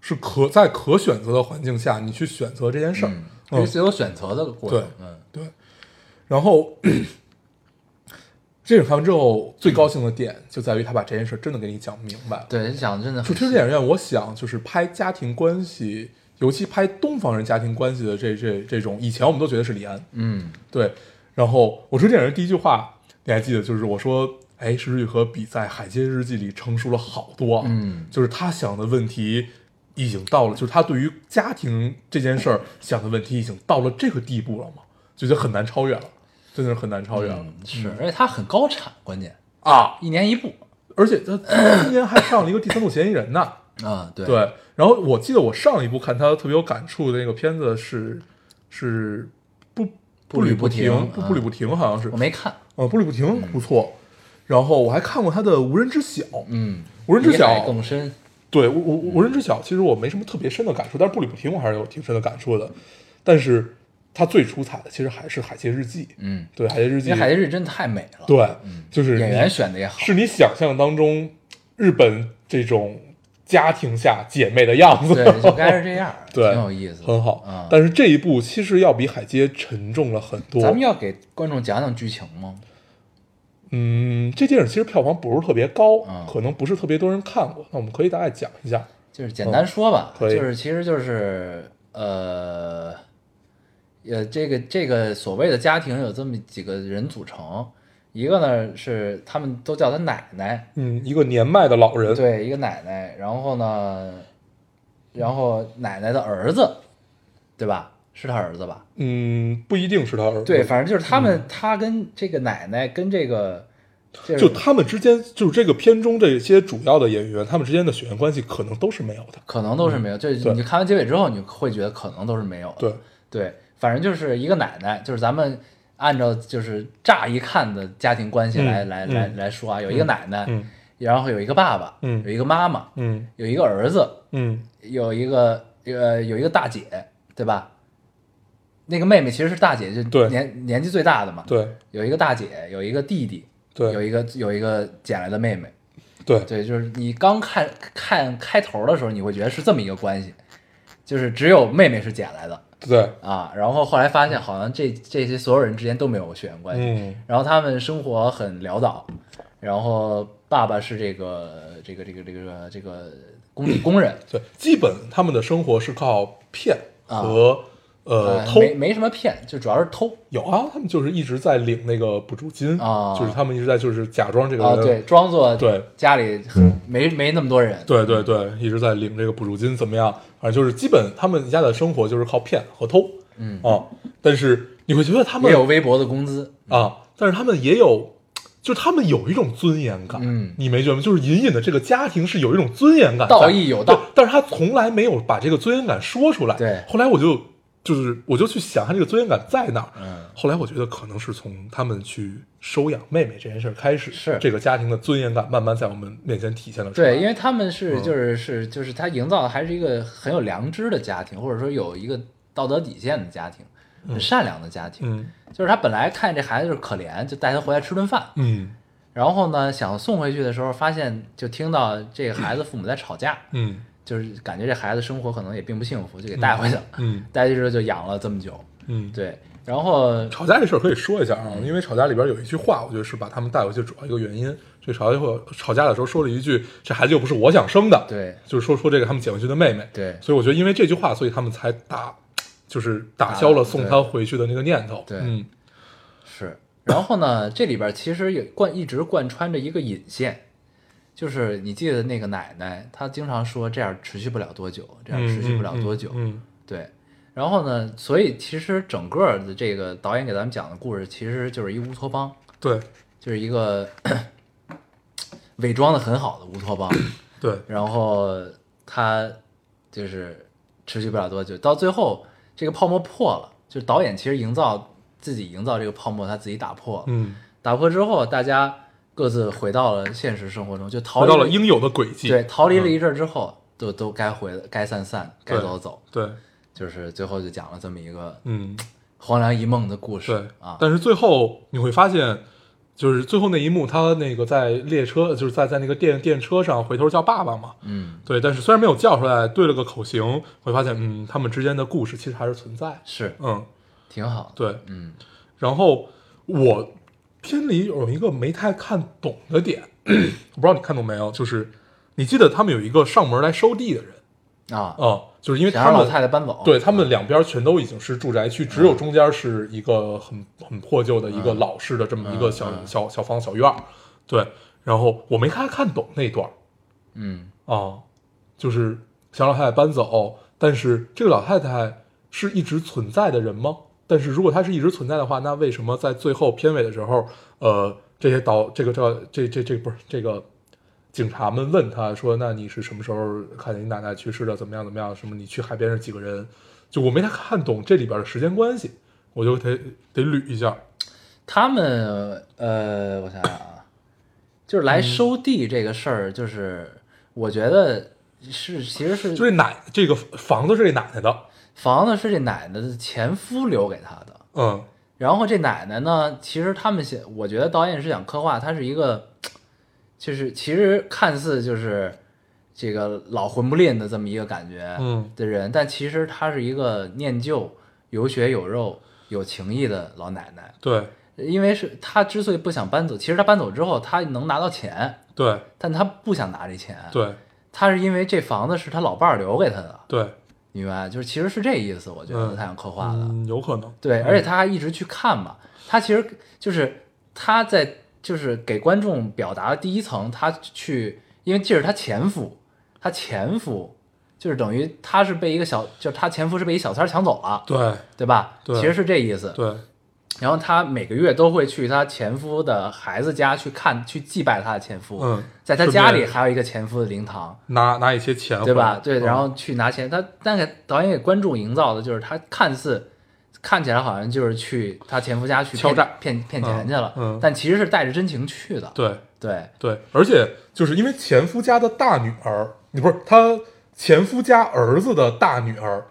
[SPEAKER 2] 是可在可选择的环境下，你去选择这件事儿。
[SPEAKER 1] 嗯，
[SPEAKER 2] 嗯
[SPEAKER 1] 是自由选择的过程
[SPEAKER 2] 对，
[SPEAKER 1] 嗯，
[SPEAKER 2] 对，然后 这个看完之后，最高兴的点就在于他把这件事真的给你讲明白了。
[SPEAKER 1] 对，你想真的
[SPEAKER 2] 就
[SPEAKER 1] 很
[SPEAKER 2] 这
[SPEAKER 1] 细
[SPEAKER 2] 电影院，我想就是拍家庭关系，尤其拍东方人家庭关系的这这这种，以前我们都觉得是李安，
[SPEAKER 1] 嗯，
[SPEAKER 2] 对。然后我说电影人第一句话，你还记得？就是我说，哎，石之予和比在《海街日记》里成熟了好多，啊
[SPEAKER 1] 嗯
[SPEAKER 2] 就是他想的问题已经到了，就是他对于家庭这件事儿想的问题已经到了这个地步了嘛，就觉得很难超越了，真的是很难超越了、
[SPEAKER 1] 嗯是，而且它很高产，关键
[SPEAKER 2] 啊！
[SPEAKER 1] 一年一部
[SPEAKER 2] 而且他他今年还上了一个第三度嫌疑人呢，
[SPEAKER 1] 啊，对
[SPEAKER 2] 对。然后我记得我上一部看他特别有感触的那个片子是是不
[SPEAKER 1] 步
[SPEAKER 2] 不
[SPEAKER 1] 履
[SPEAKER 2] 履
[SPEAKER 1] 不
[SPEAKER 2] 不
[SPEAKER 1] 停
[SPEAKER 2] 停，不不履
[SPEAKER 1] 嗯
[SPEAKER 2] 不停好像是
[SPEAKER 1] 我，没看，
[SPEAKER 2] 呃，步履不停不错。然后我还看过他的《无人知晓》，
[SPEAKER 1] 嗯，
[SPEAKER 2] 无人知
[SPEAKER 1] 比
[SPEAKER 2] 晓
[SPEAKER 1] 海更深，
[SPEAKER 2] 对，无无无人知晓。其实我没什么特别深的感触，但是步履不停我还是有挺深的感触的。但是它最出彩的其实还是《海街日记》。
[SPEAKER 1] 嗯，
[SPEAKER 2] 对，《海街日
[SPEAKER 1] 因
[SPEAKER 2] 记
[SPEAKER 1] 为》海街日真的太美了，，
[SPEAKER 2] 对，就是
[SPEAKER 1] 演
[SPEAKER 2] 你
[SPEAKER 1] 员选的也好，
[SPEAKER 2] 是你想象当中日本这种家庭下姐妹的样子，
[SPEAKER 1] 对，就该是这样，
[SPEAKER 2] 对
[SPEAKER 1] 挺有意思的，
[SPEAKER 2] 很好。
[SPEAKER 1] 嗯，
[SPEAKER 2] 但是这一部其实要比《海街》沉重了很多。
[SPEAKER 1] 咱们要给观众讲讲剧情吗？
[SPEAKER 2] 嗯，这电影其实票房不是特别高，
[SPEAKER 1] 嗯
[SPEAKER 2] 可能不是特别多人看过。那我们可以大概讲一下。
[SPEAKER 1] 就是简单说吧，
[SPEAKER 2] 哦可以
[SPEAKER 1] 就是其实就是呃，呃，这个这个所谓的家庭有这么几个人组成，一个呢是他们都叫她奶奶，
[SPEAKER 2] 嗯，一个年迈的老人，
[SPEAKER 1] 对，一个奶奶，然后呢，然后奶奶的儿子，对吧？是他儿子吧？
[SPEAKER 2] 嗯，不一定是他儿子。
[SPEAKER 1] 对，反正就是他们，他跟这个奶奶跟这个，这个
[SPEAKER 2] 嗯就他们之间，就是这个片中这些主要的演员，他们之间的血缘关系可能都是没有的。
[SPEAKER 1] 可能都是没有，就
[SPEAKER 2] 对
[SPEAKER 1] 是你看完结尾之后，你会觉得可能都是没有的。
[SPEAKER 2] 对，
[SPEAKER 1] 对，反正就是一个奶奶，就是咱们按照就是乍一看的家庭关系来、
[SPEAKER 2] 嗯
[SPEAKER 1] 来
[SPEAKER 2] 嗯
[SPEAKER 1] 来来说啊，有一个奶奶，
[SPEAKER 2] 嗯
[SPEAKER 1] 然后有一个爸爸，
[SPEAKER 2] 嗯
[SPEAKER 1] 有一个妈妈，
[SPEAKER 2] 嗯
[SPEAKER 1] 有一个儿子，
[SPEAKER 2] 嗯，
[SPEAKER 1] 有一个呃有一个大姐，对吧？那个妹妹其实是大姐，就
[SPEAKER 2] 对
[SPEAKER 1] 年年纪最大的嘛。，
[SPEAKER 2] 对
[SPEAKER 1] 有一个大姐，有一个弟弟，有
[SPEAKER 2] 对
[SPEAKER 1] 一个有一个捡来的妹妹。
[SPEAKER 2] 对
[SPEAKER 1] 对，就是你刚看看开头的时候，你会觉得是这么一个关系，就是只有妹妹是捡来的，
[SPEAKER 2] 对，
[SPEAKER 1] 啊，然后后来发现好像这这些所有人之间都没有血缘关系，
[SPEAKER 2] 嗯
[SPEAKER 1] 然后他们生活很潦倒，然后爸爸是这个这个这个这个这个工地工人，
[SPEAKER 2] 对，基本他们的生活是靠骗
[SPEAKER 1] 啊
[SPEAKER 2] 和呃
[SPEAKER 1] 呃
[SPEAKER 2] 偷。
[SPEAKER 1] 没没什么骗，就主要是偷
[SPEAKER 2] 有啊，他们就是一直在领那个补助金
[SPEAKER 1] 啊
[SPEAKER 2] 就是他们一直在就是假装这个人，
[SPEAKER 1] 啊，对，装作
[SPEAKER 2] 对
[SPEAKER 1] 家里没没那么多人，
[SPEAKER 2] 对对对，一直在领这个补助金，怎么样？反正就是基本他们家的生活就是靠骗和偷，
[SPEAKER 1] 嗯
[SPEAKER 2] 啊，但是你会觉得他们
[SPEAKER 1] 也有微薄的工资，
[SPEAKER 2] 啊，但是他们也有，就是他们有一种尊严感，
[SPEAKER 1] 嗯
[SPEAKER 2] 你没觉得吗？就是隐隐的这个家庭是有一种尊严感在，
[SPEAKER 1] 道义有道
[SPEAKER 2] 对但是他从来没有把这个尊严感说出来。
[SPEAKER 1] 对
[SPEAKER 2] 后来我就就是我就去想他这个尊严感在哪儿。
[SPEAKER 1] 嗯，
[SPEAKER 2] 后来我觉得可能是从他们去收养妹妹这件事儿开始，
[SPEAKER 1] 是
[SPEAKER 2] 这个家庭的尊严感慢慢在我们面前体现了出来。
[SPEAKER 1] 对，因为他们
[SPEAKER 2] 嗯
[SPEAKER 1] 是就是是就是他营造的还是一个很有良知的家庭，或者说有一个道德底线的家庭，很善良的家庭，
[SPEAKER 2] 嗯
[SPEAKER 1] 就是他本来看这孩子就是可怜，就带他回来吃顿饭，
[SPEAKER 2] 嗯
[SPEAKER 1] 然后呢想送回去的时候，发现就听到这个孩子父母在吵架，
[SPEAKER 2] 嗯
[SPEAKER 1] 就是感觉这孩子生活可能也并不幸福，就给带回去了。
[SPEAKER 2] 嗯
[SPEAKER 1] 带回去之后就养了这么久，
[SPEAKER 2] 嗯，
[SPEAKER 1] 对，然后
[SPEAKER 2] 吵架这事儿可以说一下啊，
[SPEAKER 1] 嗯
[SPEAKER 2] 因为吵架里边有一句话，我觉得是把他们带回去主要一个原因。这吵架后吵架的时候说了一句：“这孩子又不是我想生的。”，
[SPEAKER 1] 对
[SPEAKER 2] 就是说说这个他们捡回去的妹妹。
[SPEAKER 1] 对
[SPEAKER 2] 所以我觉得因为这句话，所以他们才打，就是打消了送她回去的那个念头。
[SPEAKER 1] 对
[SPEAKER 2] 嗯
[SPEAKER 1] 是，然后呢这里边其实也贯一直贯穿着一个引线。就是你记得那个奶奶，她经常说这样持续不了多久，这样
[SPEAKER 2] 嗯，
[SPEAKER 1] 持续不了多久。
[SPEAKER 2] 嗯
[SPEAKER 1] 对，然后呢，所以其实整个的这个导演给咱们讲的故事，其实就是一乌托邦，
[SPEAKER 2] 嗯对
[SPEAKER 1] 就是一个 伪装的很好的乌托邦，
[SPEAKER 2] 对
[SPEAKER 1] 然后它就是持续不了多久，到最后这个泡沫破了，就是导演其实营造自己营造这个泡沫，他自己打破了，
[SPEAKER 2] 嗯，
[SPEAKER 1] 打破之后大家各自回到了现实生活中，就逃
[SPEAKER 2] 回
[SPEAKER 1] 离
[SPEAKER 2] 到了应有的轨迹。
[SPEAKER 1] 对逃离了
[SPEAKER 2] 嗯
[SPEAKER 1] 一阵儿之后，都都该回该散散，该
[SPEAKER 2] 对
[SPEAKER 1] 走走，
[SPEAKER 2] 对，
[SPEAKER 1] 就是最后就讲了这么一个
[SPEAKER 2] 嗯
[SPEAKER 1] 荒凉一梦的故事
[SPEAKER 2] 对
[SPEAKER 1] 啊，
[SPEAKER 2] 但是最后你会发现。就是最后那一幕，他那个在列车，就是在在那个电电车上回头叫爸爸嘛，
[SPEAKER 1] 嗯，
[SPEAKER 2] 对，但是虽然没有叫出来，对了个口型，会发现，嗯，他们之间的故事其实还是存在。
[SPEAKER 1] 是
[SPEAKER 2] 嗯，
[SPEAKER 1] 挺好的，
[SPEAKER 2] 对。
[SPEAKER 1] 嗯，
[SPEAKER 2] 然后我片里有一个没太看懂的点，我不知道你看懂没有，就是你记得他们有一个上门来收地的人
[SPEAKER 1] 啊，
[SPEAKER 2] 啊、就是因为
[SPEAKER 1] 想
[SPEAKER 2] 他
[SPEAKER 1] 让老
[SPEAKER 2] 们
[SPEAKER 1] 太太搬走，
[SPEAKER 2] 对他们两边全都已经是住宅区，只有中间是一个很很破旧的一个老式的这么一个小、小小房小院儿。对，然后我没太看懂那段儿，
[SPEAKER 1] 嗯，
[SPEAKER 2] 啊，就是想让老太太搬走，但是这个老太太是一直存在的人吗？但是如果她是一直存在的话，那为什么在最后片尾的时候，呃，这些导这个这个这这这不是这个警察们问她说，那你是什么时候看见你奶奶去世的？怎么样怎么样？什么你去海边是几个人？就我没太看懂这里边的时间关系，我就得得捋一下。
[SPEAKER 1] 他们呃，我想想啊，就是来收地这个事儿，就是我觉得是其实是
[SPEAKER 2] 就这奶这个房子是这奶奶的，
[SPEAKER 1] 房子是这奶奶的前夫留给她的，
[SPEAKER 2] 嗯
[SPEAKER 1] 然后这奶奶呢，其实他们想，我觉得导演是想刻画她是一个，就是其实看似就是这个老魂不吝的这么一个感觉
[SPEAKER 2] 嗯
[SPEAKER 1] 的人，但其实她是一个念旧、有血有肉、有情义的老奶奶。
[SPEAKER 2] 对
[SPEAKER 1] 因为是她之所以不想搬走，其实她搬走之后，她能拿到钱，
[SPEAKER 2] 对
[SPEAKER 1] 但她不想拿这钱。，
[SPEAKER 2] 对
[SPEAKER 1] 她是因为这房子是她老伴儿留给她的，
[SPEAKER 2] 对，
[SPEAKER 1] 你明白？就是其实是这意思，我觉得
[SPEAKER 2] 嗯
[SPEAKER 1] 她想刻画的。
[SPEAKER 2] 嗯，有可能，
[SPEAKER 1] 对，而且他还一直去看嘛，他其实就是他在就是给观众表达的第一层，他去，因为这是他前夫，他前夫就是等于他是被一个小，就是他前夫是被一小三儿抢走了，
[SPEAKER 2] 对
[SPEAKER 1] 对吧？
[SPEAKER 2] 对
[SPEAKER 1] 其实是这意思。
[SPEAKER 2] 对
[SPEAKER 1] 然后他每个月都会去他前夫的孩子家去看，去祭拜他的前夫。
[SPEAKER 2] 嗯
[SPEAKER 1] 在他
[SPEAKER 2] 顺
[SPEAKER 1] 家
[SPEAKER 2] 便
[SPEAKER 1] 里还有一个前夫的灵堂，
[SPEAKER 2] 拿拿一些钱
[SPEAKER 1] 对
[SPEAKER 2] 回
[SPEAKER 1] 吧
[SPEAKER 2] 来？
[SPEAKER 1] 对，
[SPEAKER 2] 嗯
[SPEAKER 1] 然后去拿钱。他但给导演给观众营造的就是他看似看起来好像就是去他前夫家去
[SPEAKER 2] 敲
[SPEAKER 1] 骗
[SPEAKER 2] 诈
[SPEAKER 1] 骗骗钱去了，
[SPEAKER 2] 嗯嗯
[SPEAKER 1] 但其实是带着真情去的。
[SPEAKER 2] 对
[SPEAKER 1] 对
[SPEAKER 2] 对，而且就是因为前夫家的大女儿，你不是他前夫家儿子的大女儿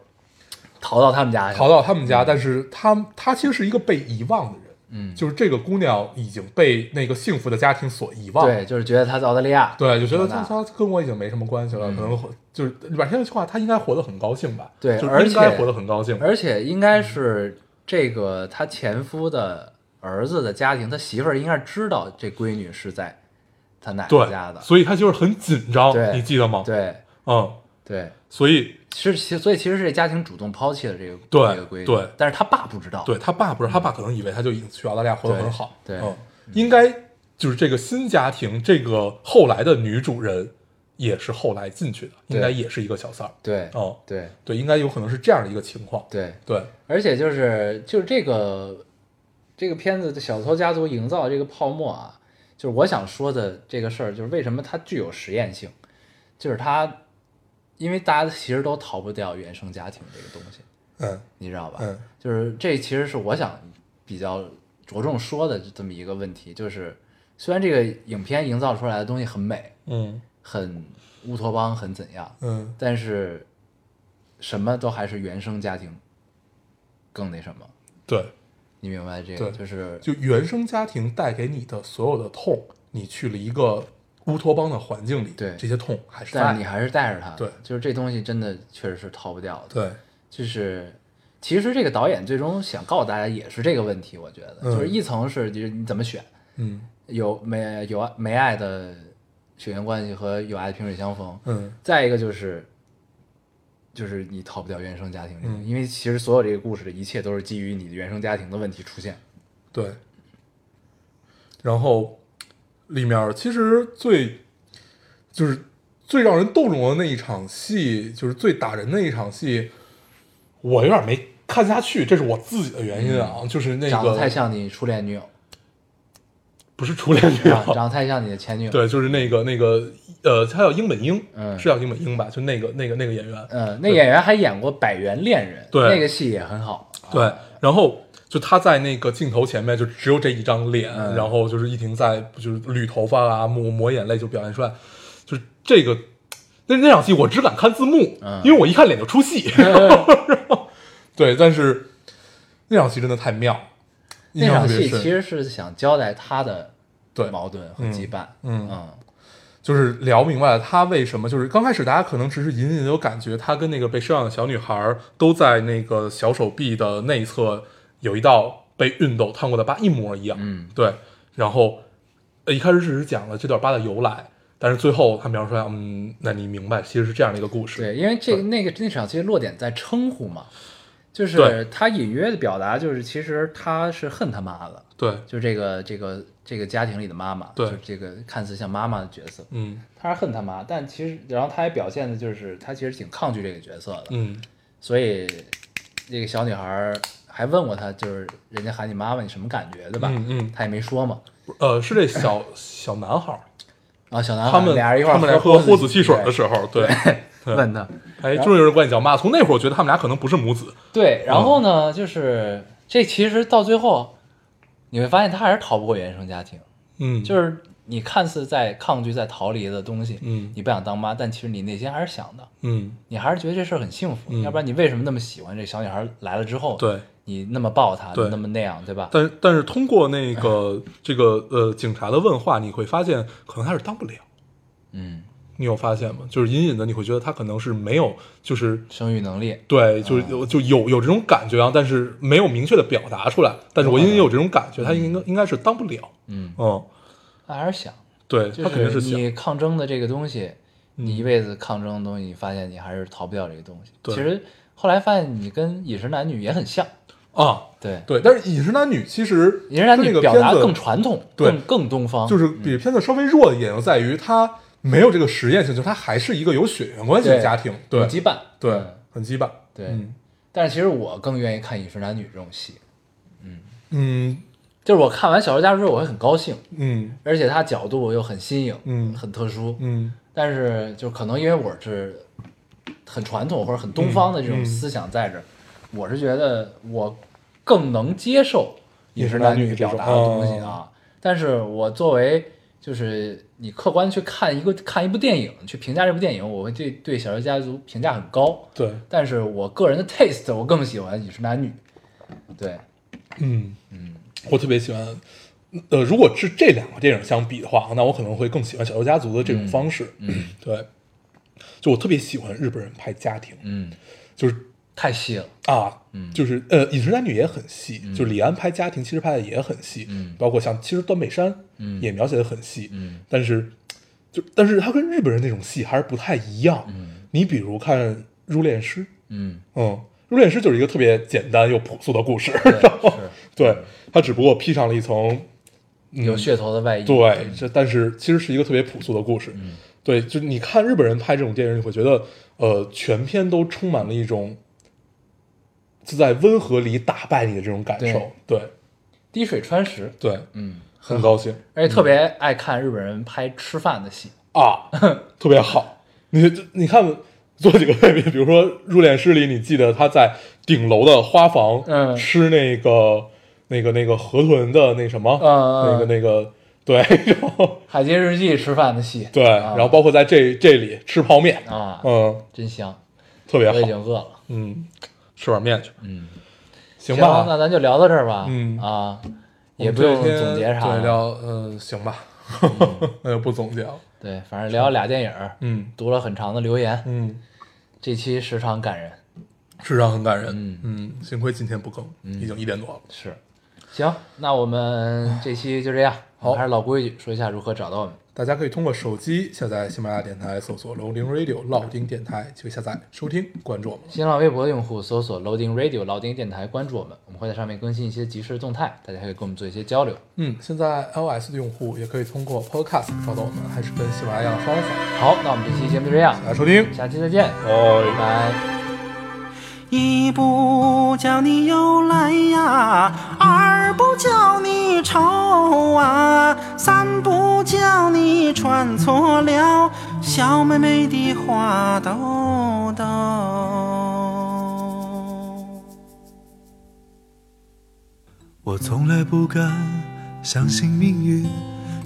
[SPEAKER 1] 逃到他们家去
[SPEAKER 2] 逃
[SPEAKER 1] 了。
[SPEAKER 2] 到他们家，但是他他其实是一个被遗忘的人，
[SPEAKER 1] 嗯
[SPEAKER 2] 就是这个姑娘已经被那个幸福的家庭所遗忘，
[SPEAKER 1] 对，就是觉得他在澳大利亚。
[SPEAKER 2] 对，就觉得
[SPEAKER 1] 长
[SPEAKER 2] 他
[SPEAKER 1] 大嗯
[SPEAKER 2] 他跟我已经没什么关系了，可能就是软天的话，他应该活得很高兴吧？
[SPEAKER 1] 对
[SPEAKER 2] 就是
[SPEAKER 1] 而
[SPEAKER 2] 应该
[SPEAKER 1] 且
[SPEAKER 2] 活得很高兴。
[SPEAKER 1] 而且应该是这个他前夫的儿子的家庭，他媳妇儿应该是知道这闺女是在他奶奶
[SPEAKER 2] 对
[SPEAKER 1] 家的。
[SPEAKER 2] 所以他就是很紧张，
[SPEAKER 1] 对
[SPEAKER 2] 你记得吗？，
[SPEAKER 1] 对
[SPEAKER 2] 嗯，
[SPEAKER 1] 对，
[SPEAKER 2] 所以
[SPEAKER 1] 是其所以其实是这家庭主动抛弃了这个
[SPEAKER 2] 对
[SPEAKER 1] 这个闺女，
[SPEAKER 2] 对
[SPEAKER 1] 但是他爸不知道。
[SPEAKER 2] 对他爸不是他爸，可能以为他就已经去澳大利亚活得
[SPEAKER 1] 对
[SPEAKER 2] 很好，
[SPEAKER 1] 对
[SPEAKER 2] 嗯，应该就是这个新家庭，这个后来的女主人也是后来进去的，
[SPEAKER 1] 对
[SPEAKER 2] 应该也是一个小三儿，
[SPEAKER 1] 对
[SPEAKER 2] 哦，
[SPEAKER 1] 对
[SPEAKER 2] 对，应该有可能是这样的一个情况，
[SPEAKER 1] 对，
[SPEAKER 2] 对，
[SPEAKER 1] 而且就是就是这个这个片子的小偷家族营造的这个泡沫啊，就是我想说的这个事儿，就是为什么它具有实验性，就是它，因为大家其实都逃不掉原生家庭这个东西，
[SPEAKER 2] 嗯
[SPEAKER 1] 你知道吧？
[SPEAKER 2] 嗯
[SPEAKER 1] 就是这其实是我想比较着重说的这么一个问题，就是虽然这个影片营造出来的东西很美，
[SPEAKER 2] 嗯
[SPEAKER 1] 很乌托邦，很怎样，
[SPEAKER 2] 嗯，
[SPEAKER 1] 但是什么都还是原生家庭更那什么，
[SPEAKER 2] 对，
[SPEAKER 1] 你明白这个？
[SPEAKER 2] 对
[SPEAKER 1] 就是
[SPEAKER 2] 就原生家庭带给你的所有的痛，你去了一个乌托邦的环境里，
[SPEAKER 1] 对
[SPEAKER 2] 这些痛还是
[SPEAKER 1] 但
[SPEAKER 2] 在
[SPEAKER 1] 是你还是带着他，
[SPEAKER 2] 对
[SPEAKER 1] 就是这东西真的确实是逃不掉的。，
[SPEAKER 2] 对
[SPEAKER 1] 就是其实这个导演最终想告诉大家也是这个问题，我觉得、
[SPEAKER 2] 嗯
[SPEAKER 1] 就是一层是就是你怎么选，
[SPEAKER 2] 嗯
[SPEAKER 1] 有没有没爱的血缘关系和有爱的萍水相逢，
[SPEAKER 2] 嗯
[SPEAKER 1] 再一个就是。就是你逃不掉原生家庭这个，
[SPEAKER 2] 嗯
[SPEAKER 1] 因为其实所有这个故事的一切都是基于你的原生家庭的问题出现。
[SPEAKER 2] 对，然后里面其实最就是最让人动容的那一场戏，就是最打人的一场戏，我有点没看下去，这是我自己的原因啊，就是那
[SPEAKER 1] 嗯长得太
[SPEAKER 2] 个
[SPEAKER 1] 像你初恋女友，
[SPEAKER 2] 不是初恋女
[SPEAKER 1] 啊
[SPEAKER 2] 友，
[SPEAKER 1] 长得太像你的前女友。，
[SPEAKER 2] 对，就是那个那个呃，他叫英本英，
[SPEAKER 1] 嗯
[SPEAKER 2] 是叫英本英吧？就那个那个那个演员，
[SPEAKER 1] 嗯，那演员还演过《百元恋人》，
[SPEAKER 2] 对
[SPEAKER 1] 那个戏也很好。
[SPEAKER 2] 对，然后就他在那个镜头前面就只有这一张脸，
[SPEAKER 1] 嗯
[SPEAKER 2] 然后就是一婷在就是捋头发啊、抹抹眼泪，就表现出来，就是这个那那场戏我只敢看字幕，
[SPEAKER 1] 嗯
[SPEAKER 2] 因为我一看脸就 出戏。然后对，但是那场戏真的太妙，印
[SPEAKER 1] 那场
[SPEAKER 2] 象特别
[SPEAKER 1] 戏
[SPEAKER 2] 深
[SPEAKER 1] 其实是想交代他的
[SPEAKER 2] 对
[SPEAKER 1] 矛盾和羁绊。
[SPEAKER 2] 嗯
[SPEAKER 1] 嗯
[SPEAKER 2] 就是聊明白了他为什么，就是刚开始大家可能只是隐隐有感觉，他跟那个被收养的小女孩儿都在那个小手臂的内侧有一道被熨斗烫过的疤一模一样。
[SPEAKER 1] 嗯
[SPEAKER 2] 对，然后呃一开始只是讲了这段疤的由来，但是最后他描述出来，嗯，那你明白其实是这样的一个故事。
[SPEAKER 1] 对，因为这那个那场戏落点在称呼嘛，就是
[SPEAKER 2] 对
[SPEAKER 1] 他隐约的表达就是，其实他是恨他妈的，
[SPEAKER 2] 对，
[SPEAKER 1] 就这个这个这个家庭里的妈妈，
[SPEAKER 2] 对
[SPEAKER 1] 就这个看似像妈妈的角色，
[SPEAKER 2] 嗯
[SPEAKER 1] 他是恨他妈，但其实然后他还表现的就是他其实挺抗拒这个角色的，
[SPEAKER 2] 嗯
[SPEAKER 1] 所以这个小女孩儿还问过他，就是人家喊你妈妈，你什么感觉，对吧？
[SPEAKER 2] 嗯嗯
[SPEAKER 1] 他也没说嘛。
[SPEAKER 2] 呃，是这小小男孩儿，
[SPEAKER 1] 然后小男孩
[SPEAKER 2] 他们
[SPEAKER 1] 嗯俩人一块
[SPEAKER 2] 他
[SPEAKER 1] 儿
[SPEAKER 2] 们俩
[SPEAKER 1] 喝
[SPEAKER 2] 喝
[SPEAKER 1] 霍
[SPEAKER 2] 霍子汽水的时候，对，
[SPEAKER 1] 候，问他，
[SPEAKER 2] 哎，终于有人管你叫妈。从那会儿我觉得他们俩可能不是母子，
[SPEAKER 1] 对，然后呢，就是这其实到最后你会发现他还是逃不过原生家庭，
[SPEAKER 2] 嗯，
[SPEAKER 1] 就是你看似在抗拒、在逃离的东西，
[SPEAKER 2] 嗯
[SPEAKER 1] 你不想当妈，但其实你内心还是想的，
[SPEAKER 2] 嗯，
[SPEAKER 1] 你还是觉得这事儿很幸福，
[SPEAKER 2] 嗯
[SPEAKER 1] 要不然你为什么那么喜欢这小女孩来了之后，
[SPEAKER 2] 对。
[SPEAKER 1] 你那么抱她，
[SPEAKER 2] 对
[SPEAKER 1] 那么那样，对吧？
[SPEAKER 2] 但但是通过那个这个呃警察的问话，你会发现可能他是当不了。
[SPEAKER 1] 嗯，
[SPEAKER 2] 你有发现吗？就是隐隐的你会觉得他可能是没有，就是
[SPEAKER 1] 生育能力，
[SPEAKER 2] 对，就是
[SPEAKER 1] 哦
[SPEAKER 2] 有就有有这种感觉啊，但是没有明确的表达出来。但是我隐隐有这种感觉，他应该应该是当不了。
[SPEAKER 1] 嗯，
[SPEAKER 2] 嗯，
[SPEAKER 1] 那还是想，
[SPEAKER 2] 对
[SPEAKER 1] 就
[SPEAKER 2] 他肯定是想，
[SPEAKER 1] 你抗争的这个东西，你一
[SPEAKER 2] 嗯
[SPEAKER 1] 辈子抗争的东西，你发现你还是逃不掉这个东西。
[SPEAKER 2] 对
[SPEAKER 1] 其实后来发现你跟饮食男女也很像，
[SPEAKER 2] 啊，
[SPEAKER 1] 对，
[SPEAKER 2] 对。但是饮食男女其实
[SPEAKER 1] 饮食男
[SPEAKER 2] 跟这
[SPEAKER 1] 女
[SPEAKER 2] 个
[SPEAKER 1] 表达
[SPEAKER 2] 片子
[SPEAKER 1] 更嗯传统，
[SPEAKER 2] 对
[SPEAKER 1] 更更东方，
[SPEAKER 2] 就是比片子稍微弱的一点，就在于它没有这个实验性，就是它还是一个有血缘关系的
[SPEAKER 1] 对
[SPEAKER 2] 家庭，对
[SPEAKER 1] 很羁绊，
[SPEAKER 2] 对
[SPEAKER 1] 嗯，
[SPEAKER 2] 很羁绊，
[SPEAKER 1] 对
[SPEAKER 2] 嗯
[SPEAKER 1] 但是其实我更愿意看《饮食男女》这种戏，
[SPEAKER 2] 嗯
[SPEAKER 1] 就是我看完《小说家》之后，我会很高兴，
[SPEAKER 2] 嗯
[SPEAKER 1] 而且它角度又很新颖，
[SPEAKER 2] 嗯
[SPEAKER 1] 很特殊，
[SPEAKER 2] 嗯
[SPEAKER 1] 但是就可能因为我是很传统或者很东方的这种思想在这儿，我是觉得我更能接受饮食男女表达的东西
[SPEAKER 2] 饮食男女这种
[SPEAKER 1] 啊。但是我作为就是你客观去看一个看一部电影，去评价这部电影，我会对对《小说家族》评价很高，
[SPEAKER 2] 对，
[SPEAKER 1] 但是我个人的 taste 我更喜欢饮食男女，对，
[SPEAKER 2] 嗯嗯，我特别喜欢。呃，如果是这两个电影相比的话，那我可能会更喜欢《小偷家族》的这种方式。嗯，对，就我特别喜欢日本人拍家庭，
[SPEAKER 1] 嗯，
[SPEAKER 2] 就是
[SPEAKER 1] 太细了，
[SPEAKER 2] 啊，
[SPEAKER 1] 嗯
[SPEAKER 2] 就是呃，《饮食男女》也很细，就是李安拍家庭，其实拍的也很细，
[SPEAKER 1] 嗯
[SPEAKER 2] 包括像其实断背山，
[SPEAKER 1] 嗯
[SPEAKER 2] 也描写的很细，
[SPEAKER 1] 嗯，
[SPEAKER 2] 但是就但是他跟日本人那种戏还是不太一样，嗯，你比如看《入殓师》，
[SPEAKER 1] 嗯，
[SPEAKER 2] 嗯，《入殓师》就是一个特别简单又朴素的故事，
[SPEAKER 1] 对，
[SPEAKER 2] 然后
[SPEAKER 1] 是嗯
[SPEAKER 2] 对他只不过披上了一层
[SPEAKER 1] 有噱头的外衣，
[SPEAKER 2] 对，这但是其实是一个特别朴素的故事。
[SPEAKER 1] 嗯
[SPEAKER 2] 对，就是你看日本人拍这种电影，你会觉得，呃，全片都充满了一种就在温和里打败你的这种感受。对
[SPEAKER 1] 滴水穿石，
[SPEAKER 2] 对
[SPEAKER 1] 嗯，
[SPEAKER 2] 很高兴
[SPEAKER 1] 而且特别爱看日本人拍吃饭的戏，
[SPEAKER 2] 啊，特别好。你这你看，做几个对比，比如说《入殓师》里，你记得他在顶楼的花房，
[SPEAKER 1] 嗯
[SPEAKER 2] 吃那个那个那个河豚的那什么，
[SPEAKER 1] 嗯
[SPEAKER 2] 那个
[SPEAKER 1] 嗯
[SPEAKER 2] 那个，对， 然后
[SPEAKER 1] 海街日记》吃饭的戏，
[SPEAKER 2] 对，
[SPEAKER 1] 啊
[SPEAKER 2] 然后包括在这这里吃泡面，
[SPEAKER 1] 啊，
[SPEAKER 2] 嗯。
[SPEAKER 1] 真香，
[SPEAKER 2] 特别
[SPEAKER 1] 我已经
[SPEAKER 2] 好，
[SPEAKER 1] 饿了。
[SPEAKER 2] 嗯，吃碗面去，
[SPEAKER 1] 嗯，
[SPEAKER 2] 行
[SPEAKER 1] 那
[SPEAKER 2] 吧，
[SPEAKER 1] 咱就聊到这儿吧。
[SPEAKER 2] 嗯
[SPEAKER 1] 啊，也不用总结啥
[SPEAKER 2] 对，
[SPEAKER 1] 了，嗯
[SPEAKER 2] 聊，嗯，行吧， 那就不总结了，
[SPEAKER 1] 对，反正聊俩电影，
[SPEAKER 2] 嗯
[SPEAKER 1] 读了很长的留言，
[SPEAKER 2] 嗯，
[SPEAKER 1] 这期时长感人，
[SPEAKER 2] 智商很感人，
[SPEAKER 1] 嗯
[SPEAKER 2] 嗯，幸亏今天不更，已经一点多了，
[SPEAKER 1] 是。行，那我们这期就这样。
[SPEAKER 2] 好
[SPEAKER 1] 还是老规矩，说一下如何找到我们。
[SPEAKER 2] 大家可以通过手机下载喜马拉雅电台，搜索 Loading Radio 老丁电台，就可以下载收听，关注我们了，
[SPEAKER 1] 新浪微博的用户搜索 Loading Radio 老丁电台，关注我们，我们会在上面更新一些即时动态，大家可以跟我们做一些交流。
[SPEAKER 2] 嗯，现在 iOS 的用户也可以通过 Podcast 找到我们，还是跟喜马拉雅的方法，
[SPEAKER 1] 好，那我们这期节目就这样，
[SPEAKER 2] 大家收听，
[SPEAKER 1] 下期再见，
[SPEAKER 2] 哦
[SPEAKER 1] 拜拜。
[SPEAKER 3] 一不叫你又来呀，二不叫你愁啊，三不叫你穿错了小妹妹的花兜兜。
[SPEAKER 4] 我从来不敢相信命运，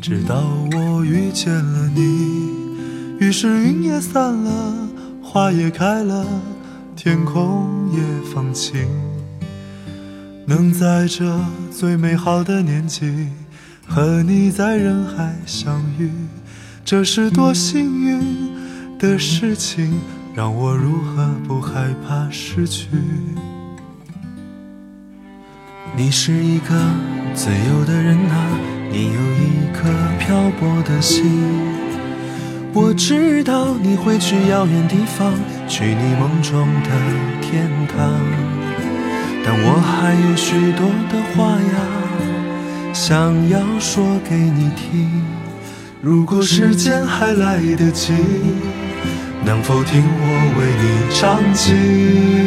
[SPEAKER 4] 直到我遇见了你。于是云也散了，花也开了，天空也放晴。能在这最美好的年纪和你在人海相遇，这是多幸运的事情，让我如何不害怕失去？你是一个自由的人啊，你有一颗漂泊的心。我知道你会去遥远地方，去你梦中的天堂。但我还有许多的话呀，想要说给你听。如果时间还来得及，能否听我为你唱起？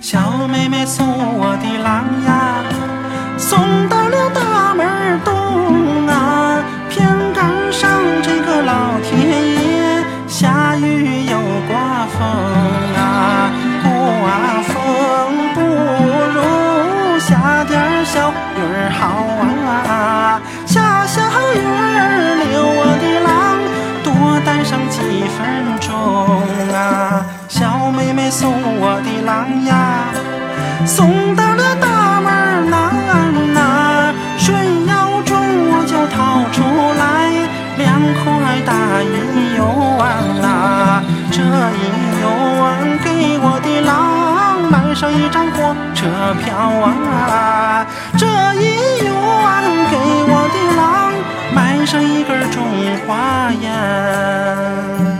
[SPEAKER 3] 小妹妹送我的郎呀，送到了大门儿东啊，偏赶上这个老天爷下雨又刮风啊，刮风不如下点儿小雨儿好啊，下啊着一张火车票啊，这一元给我的郎买上一根中华烟。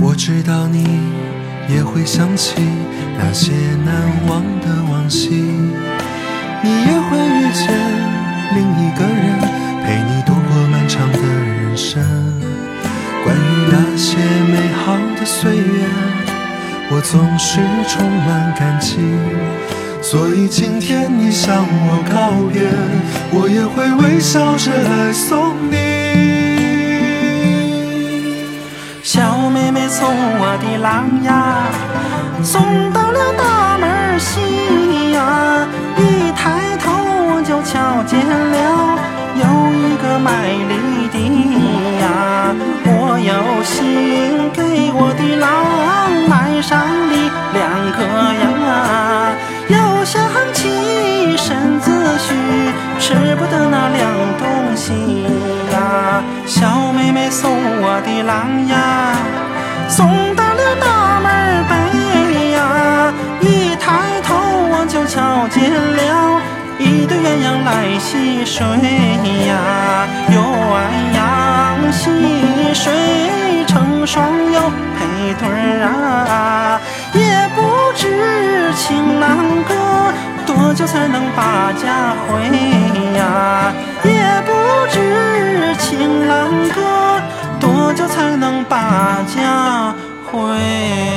[SPEAKER 4] 我知道你也会想起那些难忘的往昔，你也会遇见另一个人，陪你度过漫长的人生。关于那些美好的岁月，我总是充满感激。所以今天你向我告别，我也会微笑着来送你。
[SPEAKER 3] 小妹妹送我的郎呀，送到了大门西呀。一抬头我就瞧见了有一个卖梨的呀，我有心给我的郎买上梨两个呀，又想起身子虚，吃不得那两东西呀。小妹妹送我的郎呀，送到了大门北呀，一抬头我就瞧见了一对鸳鸯来戏水呀，鸳鸯戏水成双又配对儿啊，也不知情郎哥多久才能把家回呀，也不知情郎哥多久才能把家回。